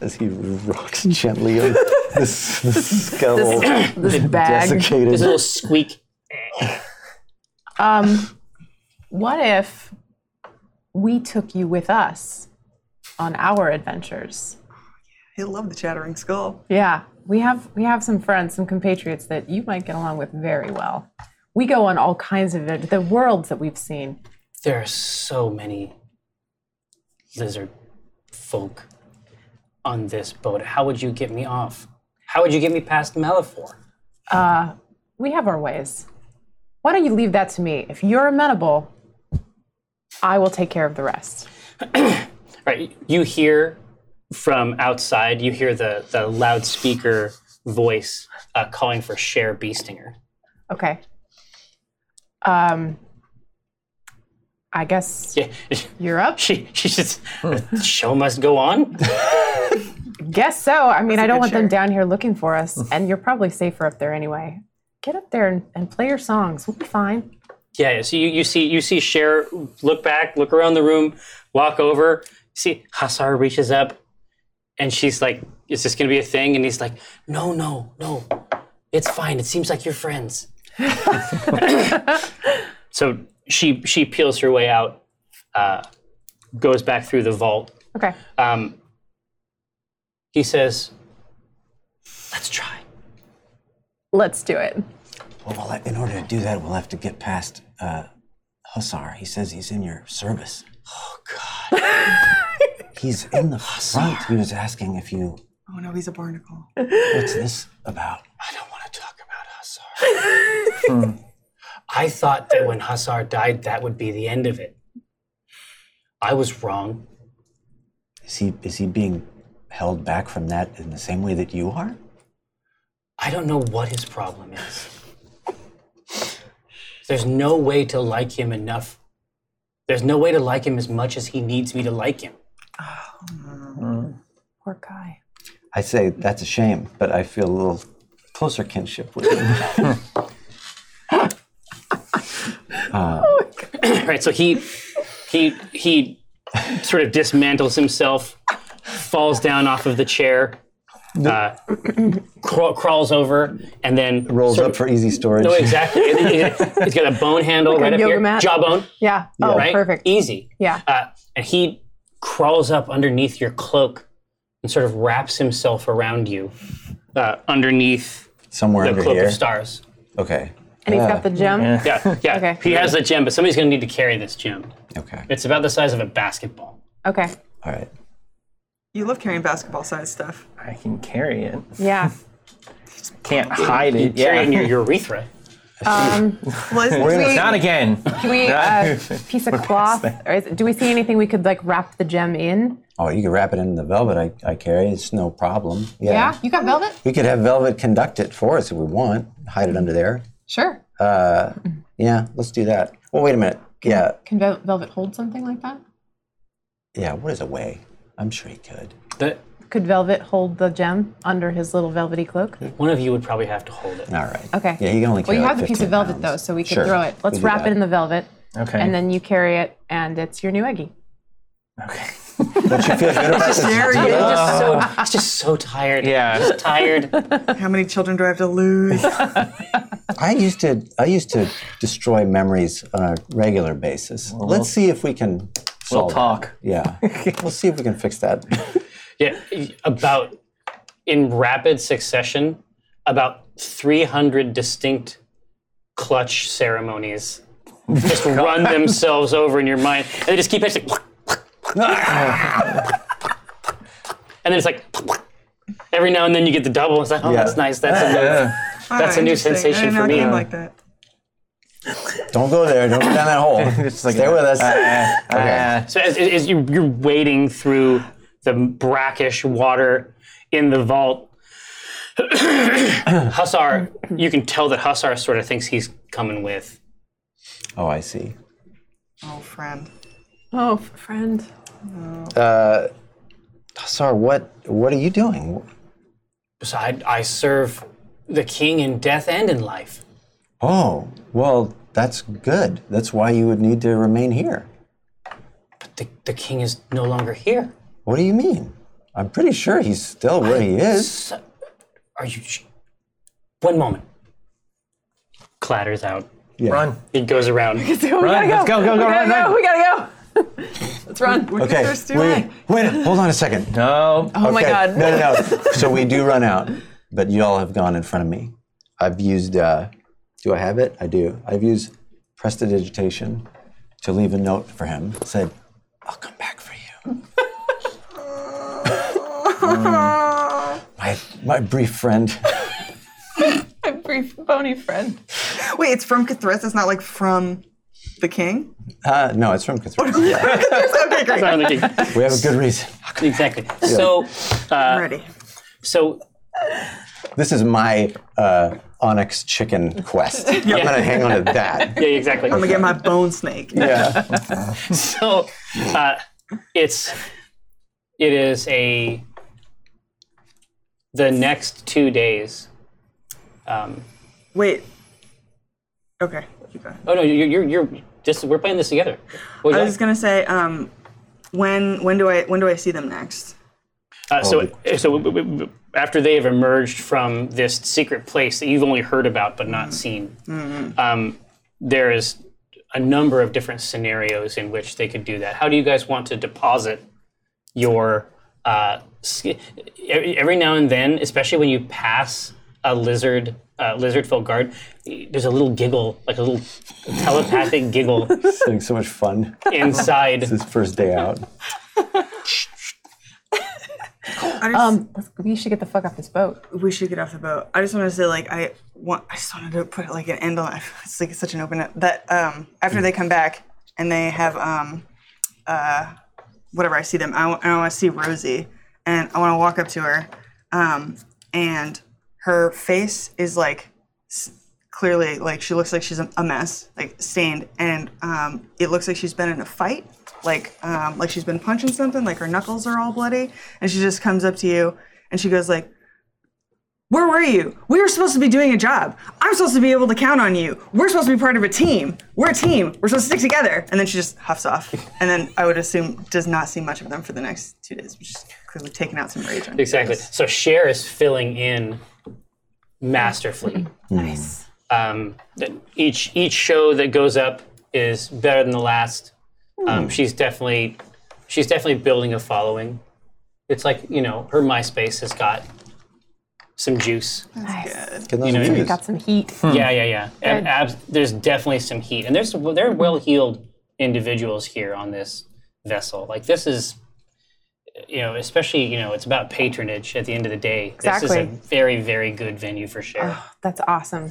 As he rocks
[laughs]
gently on this, this skull,
This bag.
There's a
desiccated.
little squeak.
Um, what if we took you with us on our adventures?
I love the chattering skull.
Yeah, we have we have some friends, some compatriots that you might get along with very well. We go on all kinds of the worlds that we've seen.
There are so many lizard folk on this boat. How would you get me off? How would you get me past Melifor?
We have our ways. Why don't you leave that to me? If you're amenable, I will take care of the rest.
Right, you hear from outside, you hear the, the loudspeaker voice uh, calling for Cher Beestinger. [laughs]
Okay. Um, I guess
Yeah,
you're up.
she, she just, the show must go on.
Guess so. I mean, I don't want them
picture.
down here looking for us, and you're probably safer up there anyway. Get up there and, and play your songs. We'll be fine.
Yeah, yeah. So you, you see you see Cher look back, look around the room, walk over. See Hassar reaches up, and she's like, "Is this gonna be a thing?" And he's like, "No, no, no. It's fine. It seems like you're friends." [laughs] so she she peels her way out, uh, goes back through the vault.
Okay.
Um, he says, "Let's try."
Let's do it.
Well, we'll have- in order to do that, we'll have to get past uh, Hussar. He says he's in your service. Oh God! [laughs] he's in the front. He was asking if you.
Oh no, he's a barnacle.
What's this about?
I don't want to talk about Hussar. I thought that when Hussar died, that would be the end of it. I was wrong.
Is he is he being held back from that in the same way that you are?
I don't know what his problem is. There's no way to like him enough. There's no way to like him as much as he needs me to like him.
Poor guy.
I say that's a shame, but I feel a little closer kinship with
[laughs]
him.
Right. So he he he sort of dismantles himself, falls down off of the chair, uh, craw- crawls over, and then
Rolls
sort
up
of-
for easy storage.
No, exactly. It- it- It's got a bone handle right up
yoga
here,
mat.
jawbone.
Yeah. Oh,
right?
perfect.
Easy.
Yeah.
Uh, and he crawls up underneath your cloak and sort of wraps himself around you uh, underneath
Somewhere
the
under
cloak
here.
of stars.
okay.
And he's got the
[laughs]
gem.
Yeah, yeah.
Okay.
He has the gem, but somebody's going to need to carry this gem.
Okay.
It's about the size of a basketball.
Okay.
All right.
You love carrying basketball sized stuff.
I can carry it.
Yeah.
Can't hide it.
Carry it in
Yeah.
your urethra. [laughs]
Well, isn't-
[laughs]
Wait.
Not again.
Um, Can we uh, piece of cloth? Or is, do we see anything we could like wrap the gem in?
Oh, you can wrap it in the velvet I, I carry. It's no problem. Yeah.
Yeah, you got velvet?
We could have velvet conduct it for us if we want. Hide it under there. Uh,
Sure.
Yeah, let's do that. Well, wait a minute. Yeah.
Can vel- velvet hold something like that?
Yeah, what is a way? I'm sure he could.
The,
Could Velvet hold the gem under his little velvety cloak?
one of you would probably have to hold
[laughs]
it.
All right.
Okay.
Yeah, he can only carry
Well, you
like
have the piece
15
of velvet,
pounds.
though, so we could
Sure.
throw it.
Let's
We do
wrap
that.
it in the velvet,
Okay.
and then you carry it, and it's your new eggie.
okay.
Don't you feel good about this?
There
He's
you go.
just so, he's just so tired.
Yeah.
Just tired.
How many children do I have
[laughs]
to lose?
I used to I used to destroy memories on a regular basis. Let's see if we can
We'll
solve that.
talk. [laughs]
Yeah. we'll see if we can fix that.
Yeah, about in rapid succession, about 300 distinct clutch ceremonies just run themselves over in your mind, and they just keep it's like, and then it's like every now and then you get the double. It's like, oh,
Yeah.
that's nice. That's
Uh,
a That's a new
Interesting.
sensation
I didn't
for
know it
me.
came like that.
Don't go there. Don't go down that hole.
[laughs] It's like-
Stay with us.
Uh,
So as, as you, you're wading through the brackish water in the vault, [coughs] Hussar, you can tell that Hussar sort of thinks he's coming with.
uh.
oh, I see.
Oh, friend.
Oh, friend.
Sar, what what are you doing?
So I, I serve the king in death and in life.
Oh, well, that's good. That's why you would need to remain here.
But the, the king is no longer here.
What do you mean? I'm pretty sure he's still where he is.
Are you? sh- One moment. Clatters out.
Run.
He goes around.
Run. Let's go. Go. Go. Run.
No,
Run.
we gotta
[laughs]
go. Let's run.
Okay. Wait, wait, hold on a second.
No.
Oh
my God.
No, no, no. so we do run out, but y'all have gone in front of me. I've used, uh, do I have it? I do. I've used prestidigitation to leave a note for him. Said, I'll come back for you. Mm. my, my brief friend.
Brief bony friend.
Wait, it's from Cthulhu. It's not like from the king.
Uh, no, it's from Cthulhu. Yeah,
okay, great.
Around the king.
we have a good reason.
exactly. So, Uh,
I'm ready.
so
This is my uh, onyx chicken quest. I'm gonna hang on
[laughs]
to that.
yeah, exactly.
I'm gonna get my bone snake.
Yeah.
so uh, it's it is a the next two days um,
Wait. Okay. keep going.
oh no you're you're, you're just we're playing this together What would
I
you
was just gonna say, um, when when do I when do I see them next?
like? uh, so so w- w- w- after they have emerged from this secret place that you've only heard about but not seen um, there is a number of different scenarios in which they could do that how do you guys want to deposit your uh, sk- every every now and then, especially when you pass a lizard uh, lizard filled guard, there's a little giggle, like a little telepathic giggle
Having so much fun
inside.
this first day out.
Um, let's, we should get the fuck off this boat.
We should get off the boat. I just wanted to say, like, I want I just wanted to put like an end on it. It's like such an open that um after they come back and they have um uh whatever I see them, I, want to see Rosie and I want to walk up to her, um and her face is like s- clearly like she looks like she's a a mess, like stained, and um, it looks like she's been in a fight, like um, like she's been punching something, like her knuckles are all bloody, and she just comes up to you and she goes like, "Where were you? We were supposed to be doing a job. I'm supposed to be able to count on you. We're supposed to be part of a team. We're a team. We're supposed to stick together." And then she just huffs off, and then I would assume does not see much of them for the next two days, which is clearly taking out some rage. on-
Exactly. So Cher is filling in masterfully.
Nice.
Um, th- each each show that goes up is better than the last. Um, she's definitely she's definitely building a following. It's like you know her MySpace has got some juice.
Can those
know,
views?
Got some heat.
Yeah, yeah, yeah. And abs- there's definitely some heat, and there's there are well-heeled individuals here on this vessel. Like this is, you know, especially you know, it's about patronage. At the end of the day, this is a
Exactly.
very, very good venue for share.
That's awesome.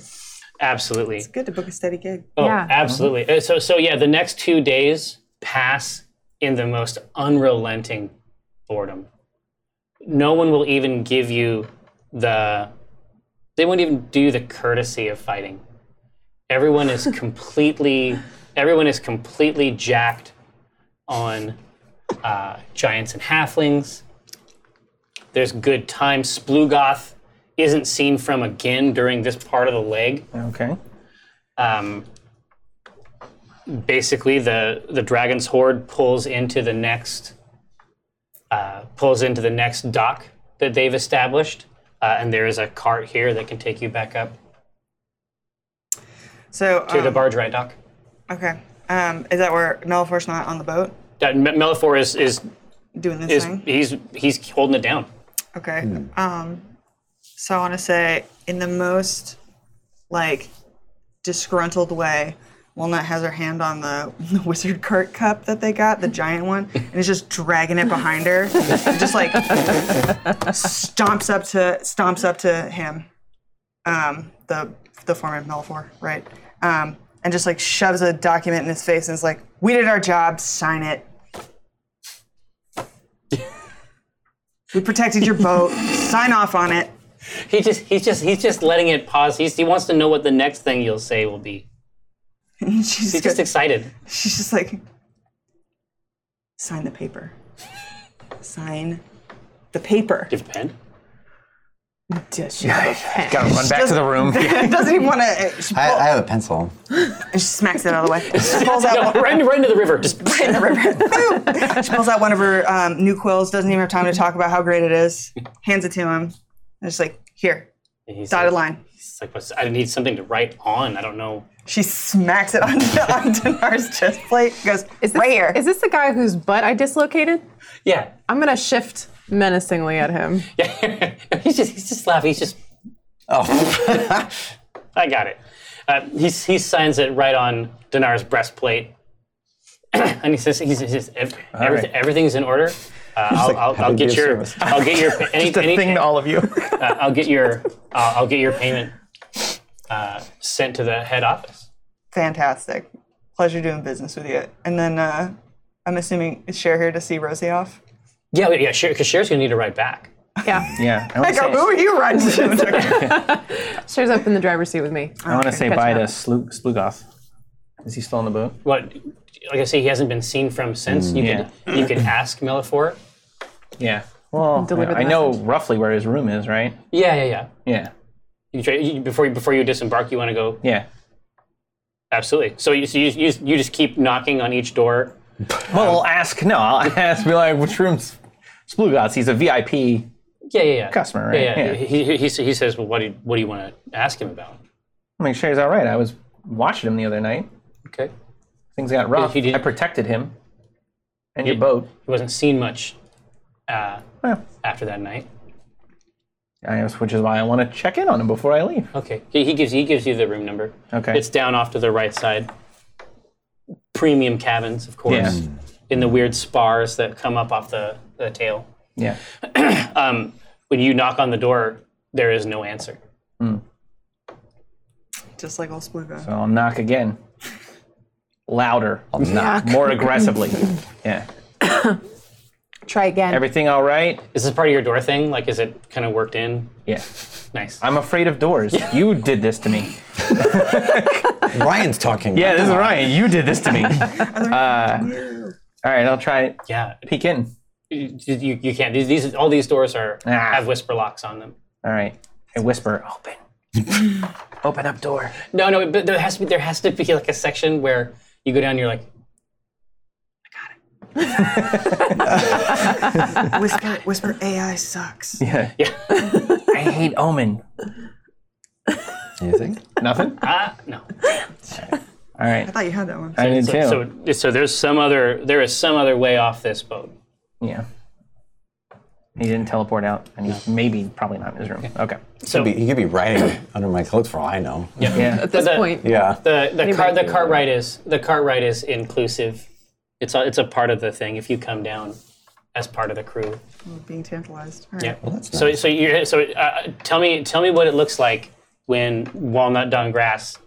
absolutely.
Good to book a steady gig.
Oh,
yeah.
absolutely. Uh, So, so yeah, the next two days pass in the most unrelenting boredom. No one will even give you the. They won't even do the courtesy of fighting. Everyone is completely. Everyone is completely jacked on uh, giants and halflings. There's good time. Splugoth isn't seen from again during this part of the leg
Okay.
um, basically the the dragon's horde pulls into the next uh, pulls into the next dock that they've established, uh, and there is a cart here that can take you back up
So
to the
um,
barge ride dock.
Okay. Um, is that where Melifor's not on the boat
That Me- Uh, Melifor is is,
doing this
is
thing?
he's he's holding it down.
Okay. Um, so I want to say, in the most like disgruntled way, Walnut has her hand on the, [laughs] the wizard cart cup that they got, the giant one, and is just dragging it behind her, and just like stomps up to stomps up to him, um, the the foreman Melifor, right? Um, and just like shoves a document in his face and is like, "We did our job. Sign it." We protected your boat. Sign off on it. [laughs]
He just he's just he's just letting it pause. He's, he wants to know what the next thing you'll say will be.
She's
He's
got-
just excited.
She's just like, sign the paper. Sign the paper.
Give pen.
Gotta run back to the
[laughs]
room.
Doesn't even want to. She,
I, I have a pencil.
and she smacks it out of the [laughs] way. She [laughs] pulls
No,
out.
right, right into the river.
[laughs]
Just
in the river. Boom! she pulls out one of her um, new quills. Doesn't even have time to talk about how great it is. Hands it to him. And it's like, here,
he's
dotted
like,
line.
It's like what's, I need something to write on. I don't know.
She smacks it [laughs] onto, onto Dinar's chest plate. Goes
Is this, [laughs]
right here.
Is this the guy whose butt I dislocated?
Yeah,
I'm gonna shift menacingly at him.
[laughs] he's just he's just laughing. He's just
Oh,
I got it. Uh, he he signs it right on Dinar's breastplate, [clears throat] and he says he says "Ev- everyth-
right.
everything's in order. Uh, I'll,
like,
I'll,
happy
I'll
to be
get
of
your
service.
I'll get your
[laughs]
pa- any,
Just a
any-
thing to all of you.
uh, I'll get your uh, I'll get your payment uh, sent to the head office.
fantastic. Pleasure doing business with you. And then uh, I'm assuming is Cher here to see Rosie off? [laughs]
Yeah, yeah, because Cher's gonna need to write back.
Yeah.
Yeah. I want
Like, who
to
are you riding with?
Shares up in the driver's seat with me.
say, I wanna say bye
catch
to
up.
Slu- Splugoth. Is he still in the boat?
What? Like I say, he hasn't been seen from since.
Mm,
you could you could ask Melifor.
Yeah. Well, I,
Deliver the
I know roughly where his room is, right?
Yeah, yeah, yeah.
Yeah.
You, try, you, before you, before you disembark, you want to go
Yeah.
Absolutely. So you, so you, you, you just keep knocking on each door.
Well,
Um,
I'll ask. No, I'll [laughs] ask. Be like, which room's Splugoth's? He's a VIP.
Yeah, yeah, yeah.
Customer, right?
Yeah, yeah.
Yeah.
He, he, he, sa- he says, well, what do, you, what do you want to ask him about?
Make sure he's all right. I was watching him the other night.
Okay. He
Things got rough.
He- he did-
I protected him. And your boat.
wasn't seen much uh,
Well,
after that night.
I guess, which is why I want to check in on him before I leave.
Okay. He, he gives he gives you the room number.
Okay.
It's down off to the right side. Premium cabins, of course,
Yeah.
in the weird spars that come up off the, the tail.
Yeah.
Um, when you knock on the door, there is no answer.
Just like old Spluga.
So I'll knock again. Louder. I'll knock. More
[laughs]
aggressively. yeah.
Try again.
Everything all right?
Is this part of your door thing? Like, is it kind of worked in?
Yeah.
Nice.
I'm afraid of doors. You did this to me.
[laughs] Ryan's talking.
Yeah, this is [laughs] Ryan. You did this to me. uh, all right, I'll try
yeah.
peek in.
You, you, you can't. These, these all these doors are
Ah.
have whisper locks on them.
All right. I whisper, open. [laughs] open up door.
No, no, but there has to be there has to be like a section where you go down. and You're like,
Whisper, whisper, AI [laughs] sucks.
Yeah.
Yeah.
[laughs] I hate Omen.
You think?
Nothing?
ah, no.
All right.
I thought you had that one.
I did too.
So, so so there's some other there is some other way off this boat.
yeah. He didn't teleport out, and he's maybe probably not in his room. Okay.
So
He could be riding under my clothes for all I know.
yeah.
Yeah.
At this
But [laughs] the-
point,
Yeah.
The the car the Cartwright is the Cartwright is inclusive. It's a, it's a part of the thing. If you come down as part of the crew,
Being tantalized. All right.
yeah.
that's
so so you so uh, tell me tell me what it looks like when Walnut Dung Grass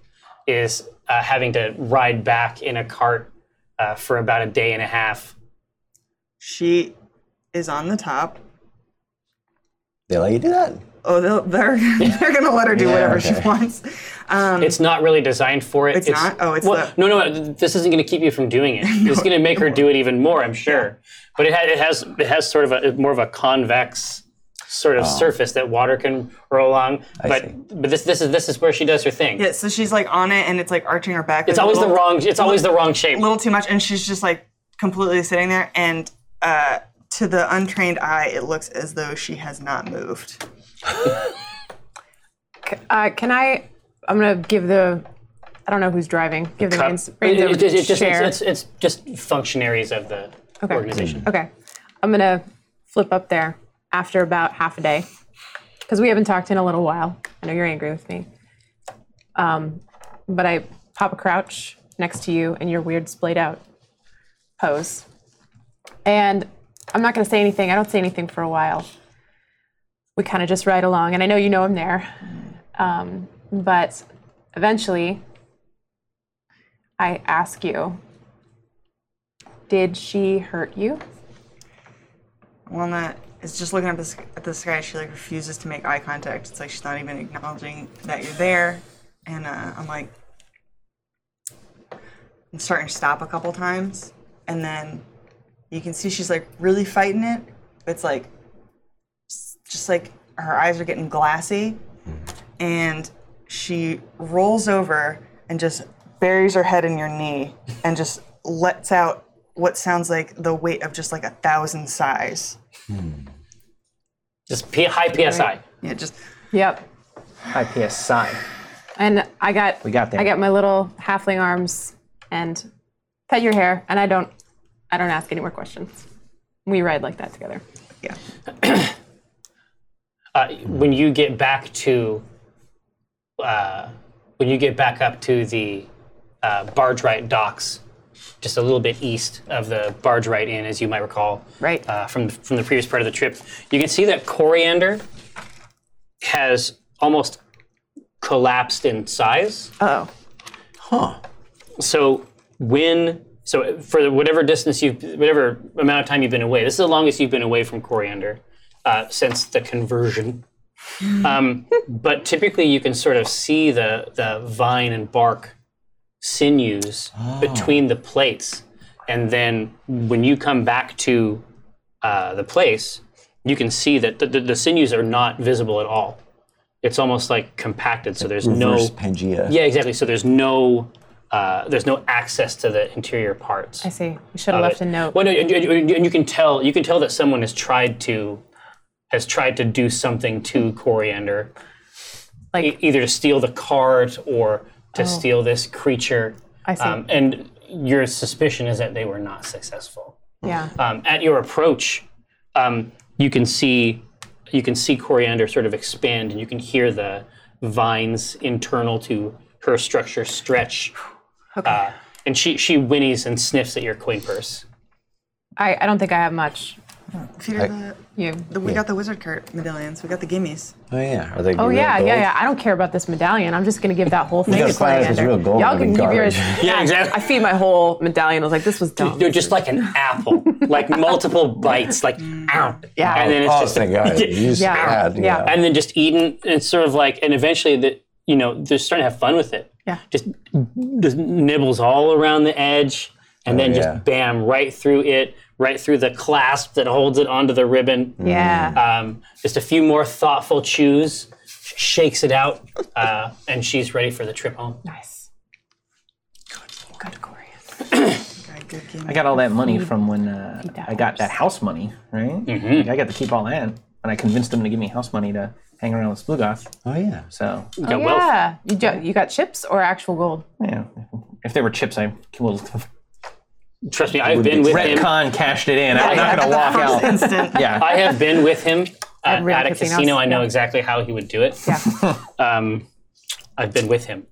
is uh, having to ride back in a cart uh, for about a day and a half.
She is on the top.
They let you do that?
Oh, they'll- they're [laughs] they're gonna let her do whatever
okay.
she wants. Um,
It's not really designed for it.
It's not? Oh, it's
well,
the-
no, no, no. This isn't going to keep you from
[laughs]
doing it. it's going to make her do it even more, I'm sure. But it, ha- it has it has sort of a more of a convex sort of surface that water can roll on. but
see.
but this this is this is where she does her thing.
yeah, so she's like on it, and it's like arching her back.
It's always the wrong. It's always the wrong shape.
a little too much, and she's just like completely sitting there. And uh, to the untrained eye, it looks as though she has not moved.
Uh, can I? I'm gonna give the. I don't know who's driving. Give the
Cup.
reins. or
It-
the
it- it- it's just-
chair.
it's- it's- it's just functionaries of the
Okay.
organization.
Okay. I'm going to flip up there after about half a day because we haven't talked in a little while. I know you're angry with me. Um, but I pop a crouch next to you in your weird splayed out pose. And I'm not going to say anything. I don't say anything for a while. We kind of just ride along. And I know you know I'm there. Um, but eventually, I ask you, did she hurt you?
Walnut is just looking up this, at the sky. She like refuses to make eye contact. It's like she's not even acknowledging that you're there. And uh, I'm like, I'm starting to stop a couple times, and then you can see she's like really fighting it. It's like s- just like her eyes are getting glassy, and she rolls over and just buries her head in your knee and just lets out what sounds like the weight of just like a thousand sighs.
Just P- high PSI.
Yeah, just
Yep.
Hi, PSI.
And I got
We got there.
I got my little halfling arms and pet your hair and I don't I don't ask any more questions. We ride like that together.
yeah.
Uh, when you get back to, uh, when you get back up to the uh, barge right docks, just a little bit east of the barge right inn, as you might recall,
Right.
uh, from from the previous part of the trip, you can see that coriander has almost collapsed in size.
oh.
So when so for whatever distance you have whatever amount of time you've been away, this is the longest you've been away from coriander uh, since the conversion. Um, but typically, you can sort of see the the vine and bark sinews between the plates, and then when you come back to uh, the place, you can see that the, the, the sinews are not visible at all. It's almost like compacted, so there's no
Reverse Pangea.
yeah, exactly. So there's no uh, there's no access to the interior parts.
I see. We should have left a note.
Well, no, and, and- and you can tell you can tell that someone has tried to has tried to do something to coriander,
Like- Oh.
E- either to steal the cart or to steal this creature. Um,
I see.
and your suspicion is that they were not successful.
yeah.
uh,
Um, at your approach, um, you can see you can see coriander sort of expand, and you can hear the vines internal to her structure stretch. Okay. Uh, and she she whinnies and sniffs at your coin purse.
I, I don't think I have much.
Peter, the,
You
the, we got the wizard cart medallions. We got the gimmies.
Oh, yeah. Are they
Oh yeah, yeah, yeah. I don't care about this medallion. I'm just gonna give that whole thing
gotta
to
find out if it's
Coriander.
real gold
Y'all
or
can give yours.
[laughs]
garbage.
Yeah, exactly.
I feed my whole medallion. I was like, this was dumb.
They're just like an apple, like multiple bites, like ow. Mm. Yeah. And then it's
Oh,
just
thank God. You just
Yeah.
had,
Yeah.
and then just eaten. It's sort of like, and eventually that you know they're starting to have fun with it.
Yeah.
Just, just nibbles all around the edge, and then
yeah.
just bam right through it, right through the clasp that holds it onto the ribbon.
Yeah.
Uh,
Um, just a few more thoughtful chews, sh- shakes it out, uh, and she's ready for the trip home.
nice. Good glorious.
I got all that money from when uh, I got that house money, right?
Mm-hmm.
I got to keep all that, and I convinced them to give me house money to hang around with Splugoth.
Oh yeah.
So
You got wealth.
Yeah. You, do, you got chips or actual gold?
yeah, if there were chips, I will
Trust me, I've been with him.
retcon cashed it in. I'm not gonna walk out. [laughs]
Instant.
Yeah,
I have been with him uh,
[laughs] At real
at a
casinos,
casino. I know
yeah.
exactly how he would do it.
Yeah.
[laughs] Um, I've been with him.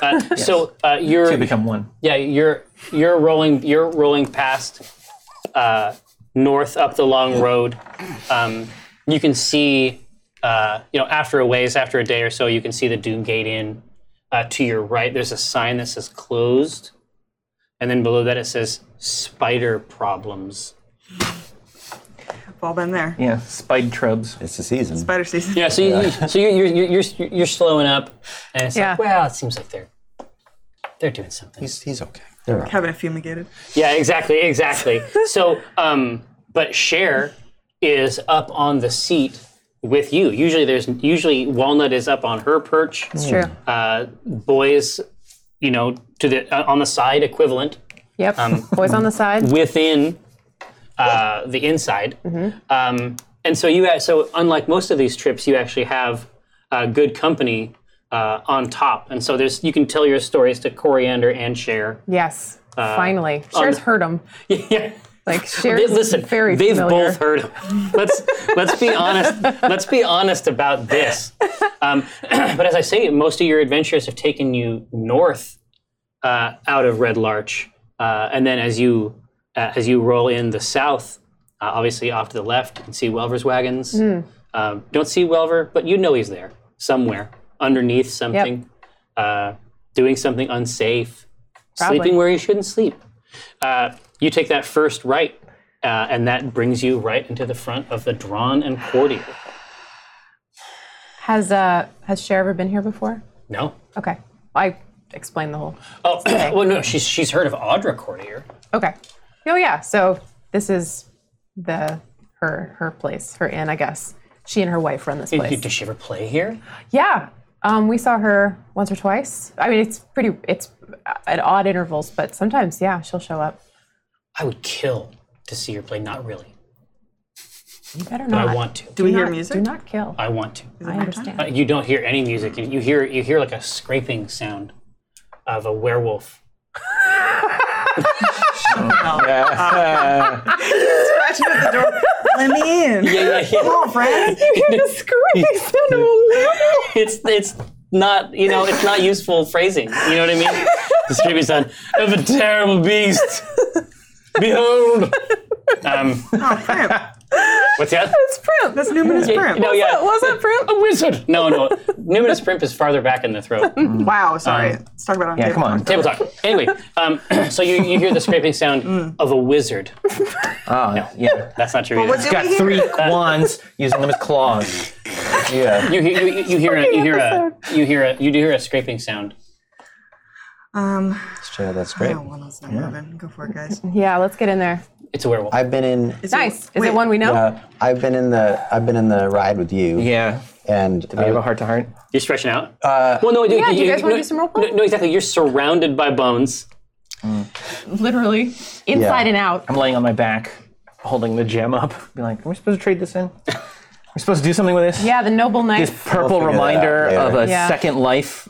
Uh, So uh, you're
to become one.
yeah you're you're rolling you're rolling past uh, north up the long road. Um, you can see uh, you know after a ways after a day or so you can see the Doom Gate Inn uh, to your right. There's a sign that says closed, and then below that it says spider problems.
We've all been there.
Yeah, spide trubs.
It's the season.
Spider season.
Yeah, so you, you- so you're, you're you're you're you're slowing up, and it's
Yeah.
like, well, it seems like they're they're doing something.
He's, he's okay. They're all right.
Having it fumigated.
yeah, exactly, exactly. so, um, but Cher is up on the seat with you. Usually, there's usually Walnut is up on her perch.
Hmm.
It's true.
Uh, boys, you know, to the uh, on the side equivalent
Yep.
Um,
Boys on the side.
within uh, the inside. Um, and so you, ha- so unlike most of these trips, you actually have uh, good company uh, on top, and so there's you can tell your stories to Coriander and Share.
Yes.
uh,
Finally. Cher's heard them.
[laughs] yeah.
Like Cher's
They- listen,
very
they've
familiar.
both heard. 'em. Let's let's be
[laughs]
honest. Let's be honest about this. Um, [clears throat] but as I say, most of your adventures have taken you north uh, out of Red Larch, uh, and then as you uh, as you roll in the south, uh, obviously off to the left, you can see Welver's wagons.
Hmm.
Um, don't see Welver, but you know he's there somewhere underneath something, uh, doing something unsafe,
Probably.
sleeping where he shouldn't sleep. Uh, you take that first right, uh, and that brings you right into the front of the Drawn and Courtier.
Has uh has Cher ever been here before?
No.
Okay. I explained the whole.
Oh, [clears throat] well, no. She's she's heard of Audra Courtier.
Okay. Oh yeah. So this is the her her place, her inn, I guess. She and her wife run this place.
Does she ever play here?
Yeah. Um, we saw her once or twice. I mean, it's pretty. It's at odd intervals, but sometimes, yeah, she'll show up.
I would kill to see her play. Not really,
You better
but
not.
I want to.
Do we hear
not-
music?
Do not kill.
I want to.
I understand.
Uh, you don't hear any music. You, you hear you hear like a scraping sound of a werewolf.
Scratching at the door. Let [laughs] me in.
Yeah, yeah, yeah.
Come on, friend.
it's it's not you know it's not useful phrasing. You know what I mean? the screaming sound of a terrible beast. Behold. Um,
Oh, crimp.
what's that?
It's Primp.
That's Newman's crimp.
No, yeah.
Was that Primp?
A wizard. No, no. Numinous primp is farther back in the throat.
Wow, sorry. Let's talk about it on
Yeah,
table
Oh, come on.
talk.
Table talk. Anyway, um, [clears throat] so you, you hear the scraping sound of a wizard.
Ah, yeah.
That's not true.
What
Either.
do
Got
we hear?
three wands using them as claws.
Yeah.
You hear you, you hear a, you hear a you hear a you do hear a scraping sound.
Um,
Let's try that straight.
no, one else not moving. Go for it, guys.
Yeah, let's get in there.
It's a werewolf.
I've been in.
Is
Nice. Is
wait,
it one we know?
Uh, I've been in the. I've been in the ride with you.
Yeah.
And
We have a
uh,
heart to heart.
You're stretching out. Uh, well, no,
yeah, do you guys wanna
no,
do some role
No,
play?
no, exactly. You're surrounded by bones.
Literally.
Inside and out.
I'm laying on my back, holding the gem up. Be like, are we supposed to trade this in? We're supposed to do something with this?
Yeah, the noble knight.
This purple
We'll figure that out
reminder
later.
of a
Yeah.
second life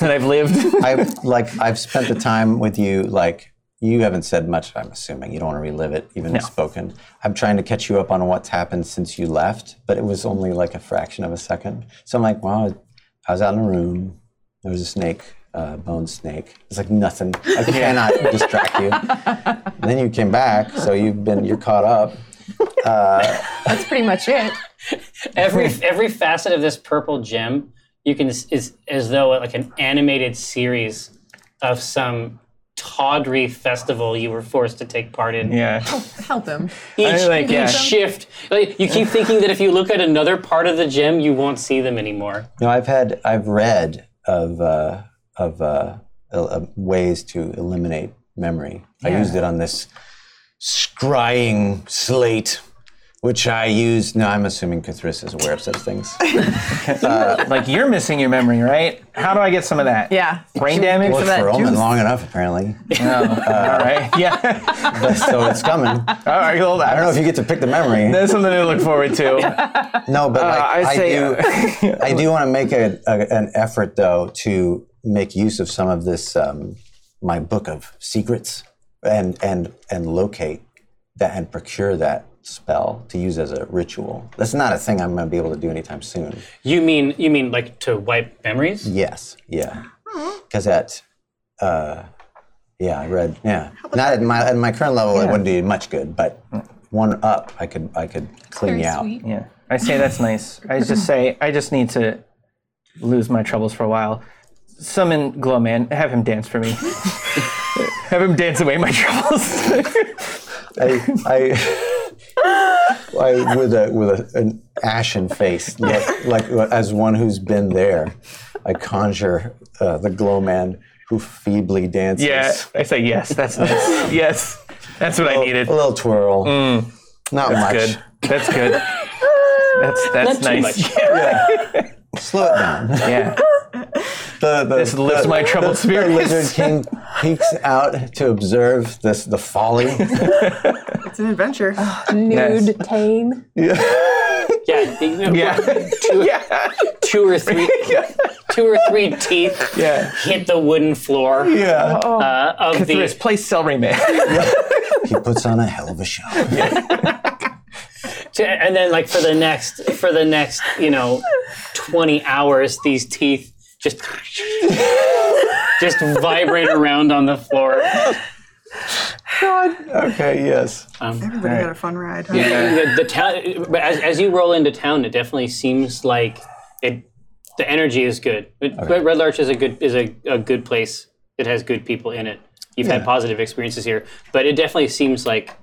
that I've lived.
I've like I've spent the time with you. Like you haven't said much. I'm assuming you don't want to relive it, even spoken. I'm trying to catch you up on what's happened since you left, but it was only like a fraction of a second. So I'm like, wow. I was out in a room. There was a snake, a bone snake. It's like nothing. I cannot distract you. And then you came back, so you've been you're caught up.
That's pretty much it. [laughs]
Every every facet of this purple gem, you can s- is as though like an animated series of some tawdry festival you were forced to take part in.
[laughs] yeah.
Help him.
Each,
like,
each
yeah.
shift, like, you keep thinking that if you look at another part of the gem, you won't see them anymore.
No, I've had I've read of uh, of uh, el- uh, ways to eliminate memory. I used it on this scrying slate, which I use. No, I'm assuming Cathris is aware of
[laughs]
such things.
Like you're missing your memory, right? How do I get some of that?
Yeah.
Brain damage.
Worked
that
for Omen
juice.
long enough, apparently.
All right. [laughs] Yeah.
But- so it's coming.
[laughs]
I
All right. Hold on.
don't know if you get to pick the memory.
That's something to look forward to.
No, but like,
I'd
I,
say-
do. [laughs] I do want to make a, a, an effort though to make use of some of this um, my book of secrets and and and locate that and procure that spell to use as a ritual. That's not a thing I'm going to be able to do anytime soon.
You mean you mean like to wipe memories?
Yes, yeah,
Hmm.
because at uh, yeah, I read yeah. Not at my at my current level, it wouldn't do you much good, but one up, I could I could clean
Very
you out.
sweet.
Yeah. I say that's nice. I just say I just need to lose my troubles for a while. Summon Glowman. Have him dance [laughs] for me. have him dance away my troubles.
I, I, I with a with a, an ashen face, look, like as one who's been there, I conjure uh, the glow man who feebly dances.
[laughs] yeah. I say yes. That's nice. yes. That's what I
a
needed.
little twirl, not much.
Good. That's good. That's that's
Not too
nice.
much.
Slow it down.
[laughs] Yeah.
The, the,
This lifts my troubled
the, the lizard
spirits. [laughs]
king peeks out to observe this the folly.
It's an
[sighs]
adventure.
Nice.
Nude tame.
[laughs] Yeah. you know,
Yeah. yeah.
Two or three, two or three teeth
Yeah.
hit the wooden floor
Yeah.
uh, of the.
This place celery man.
He puts on a hell of
[laughs]
a show.
to- and then like for the next for the next you know 20 hours these teeth just [laughs] just vibrate around on the floor
Okay. Yes.
Everybody had a fun ride. Huh?
the, the town but as, as you roll into town it definitely seems like it the energy is good It- Red- red larch is a good is a, a good place it has good people in it you've had positive experiences here but it definitely seems like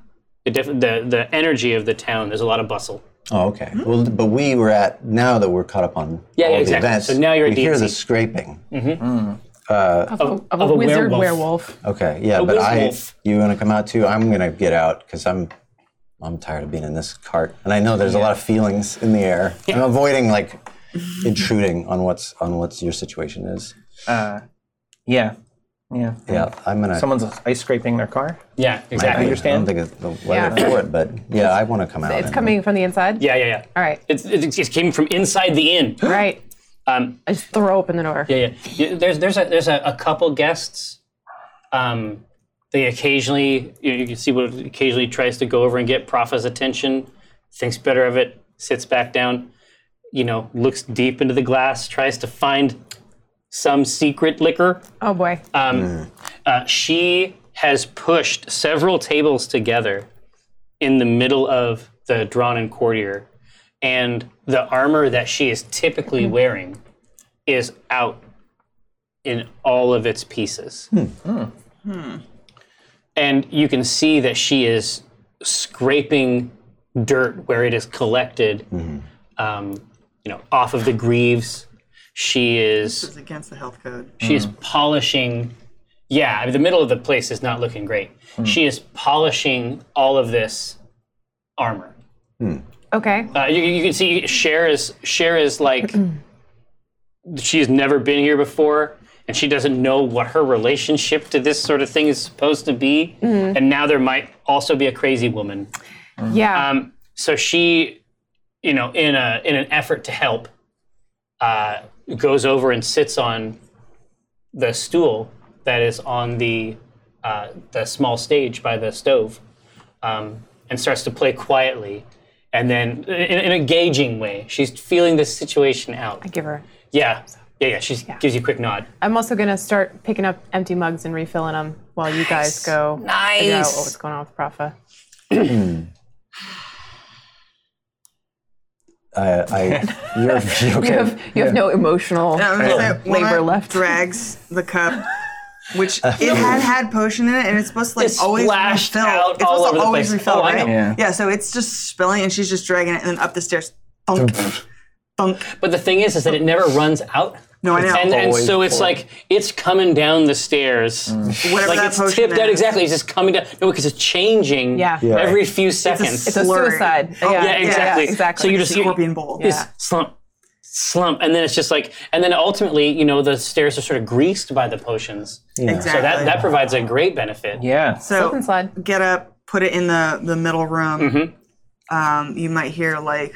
it def- the the energy of the town there's a lot of bustle
Oh, okay. Well, but we were at now that we're caught up on
Hmm? Yeah,
all
yeah,
the
exactly.
events.
So now you're
we
at
hear the
D&D.
scraping.
Mm-hmm.
Of, a,
of a
wizard
werewolf.
werewolf.
Okay, yeah, but I
werewolf.
you want to come out too? I'm gonna get out because I'm I'm tired of being in this cart, and I know there's a lot of feelings in the air. I'm avoiding like intruding on what's on what's your situation is.
Yeah. Yeah.
Mm-hmm.
Yeah, I'm gonna.
Someone's ice scraping their car.
yeah
I
exactly
understand.
don't think it's the weather for it, but yeah, I want to come out.
It's
and-
coming from the inside.
yeah yeah yeah [gasps]
All right.
it's, it, it just came from inside the inn
Right.
um,
I just throw open the door.
Yeah, yeah. You- There's there's a there's a, a couple guests. Um, they occasionally you, you can see what occasionally tries to go over and get Prophet's attention. Thinks better of it, sits back down. You know, looks deep into the glass, tries to find some secret liquor.
Oh boy.
Um, uh, she has pushed several tables together in the middle of the drawn and courtier, and the armor that she is typically wearing is out in all of its pieces. Hmm. And you can see that she is scraping dirt where it is collected, um, you know, off of the greaves. She is
It's against the health code.
She's polishing. Yeah, I mean, the middle of the place is not looking great. She is polishing all of this armor.
Okay.
Uh, you, you can see Cher is Cher is like [clears throat] she's never been here before, and she doesn't know what her relationship to this sort of thing is supposed to be. And now there might also be a crazy woman.
Yeah.
Um, so she, you know, in a in an effort to help, uh, goes over and sits on the stool that is on the uh, the small stage by the stove, um, and starts to play quietly. And then, in, in a gauging way, she's feeling this situation out.
Give her.
Yeah, yeah, yeah. She gives you a quick nod.
I'm also gonna start picking up empty mugs and refilling them while you guys go figure out
Nice.
what's going on with Profa.
[laughs]
I, I, you're you okay.
You have, you have no emotional.
I'm gonna say,
Labor
Walnut
left.
Drags the cup,
[laughs]
which it had had potion in it, and it's supposed to like
It's
always
splashed
refill.
out
it's
all
supposed
over
to
the
always
place.
refill,
Oh, I
right?
know.
Yeah. so it's just spilling, and
[laughs]
she's just dragging it, and then up the stairs, thunk, thunk.
But the thing is, is that it never runs out.
No, I know.
And, and
Always
so it's
pouring.
like it's coming down the stairs.
Whatever
Like
that
it's
potion
tipped out
is.
exactly. It's just coming down. No, because it's changing
Yeah.
Yeah.
every few seconds.
It's a
Slurry.
suicide.
Oh,
yeah,
yeah, exactly.
exactly.
So you just
Scorpion bowl.
It's slump, slump, and then it's just like, and then ultimately, you know, the stairs are sort of greased by the potions.
Exactly.
So that that provides a great benefit.
Yeah.
So
Slip and slide.
get up, put it in the the middle room.
Mm-hmm.
Um, you might hear like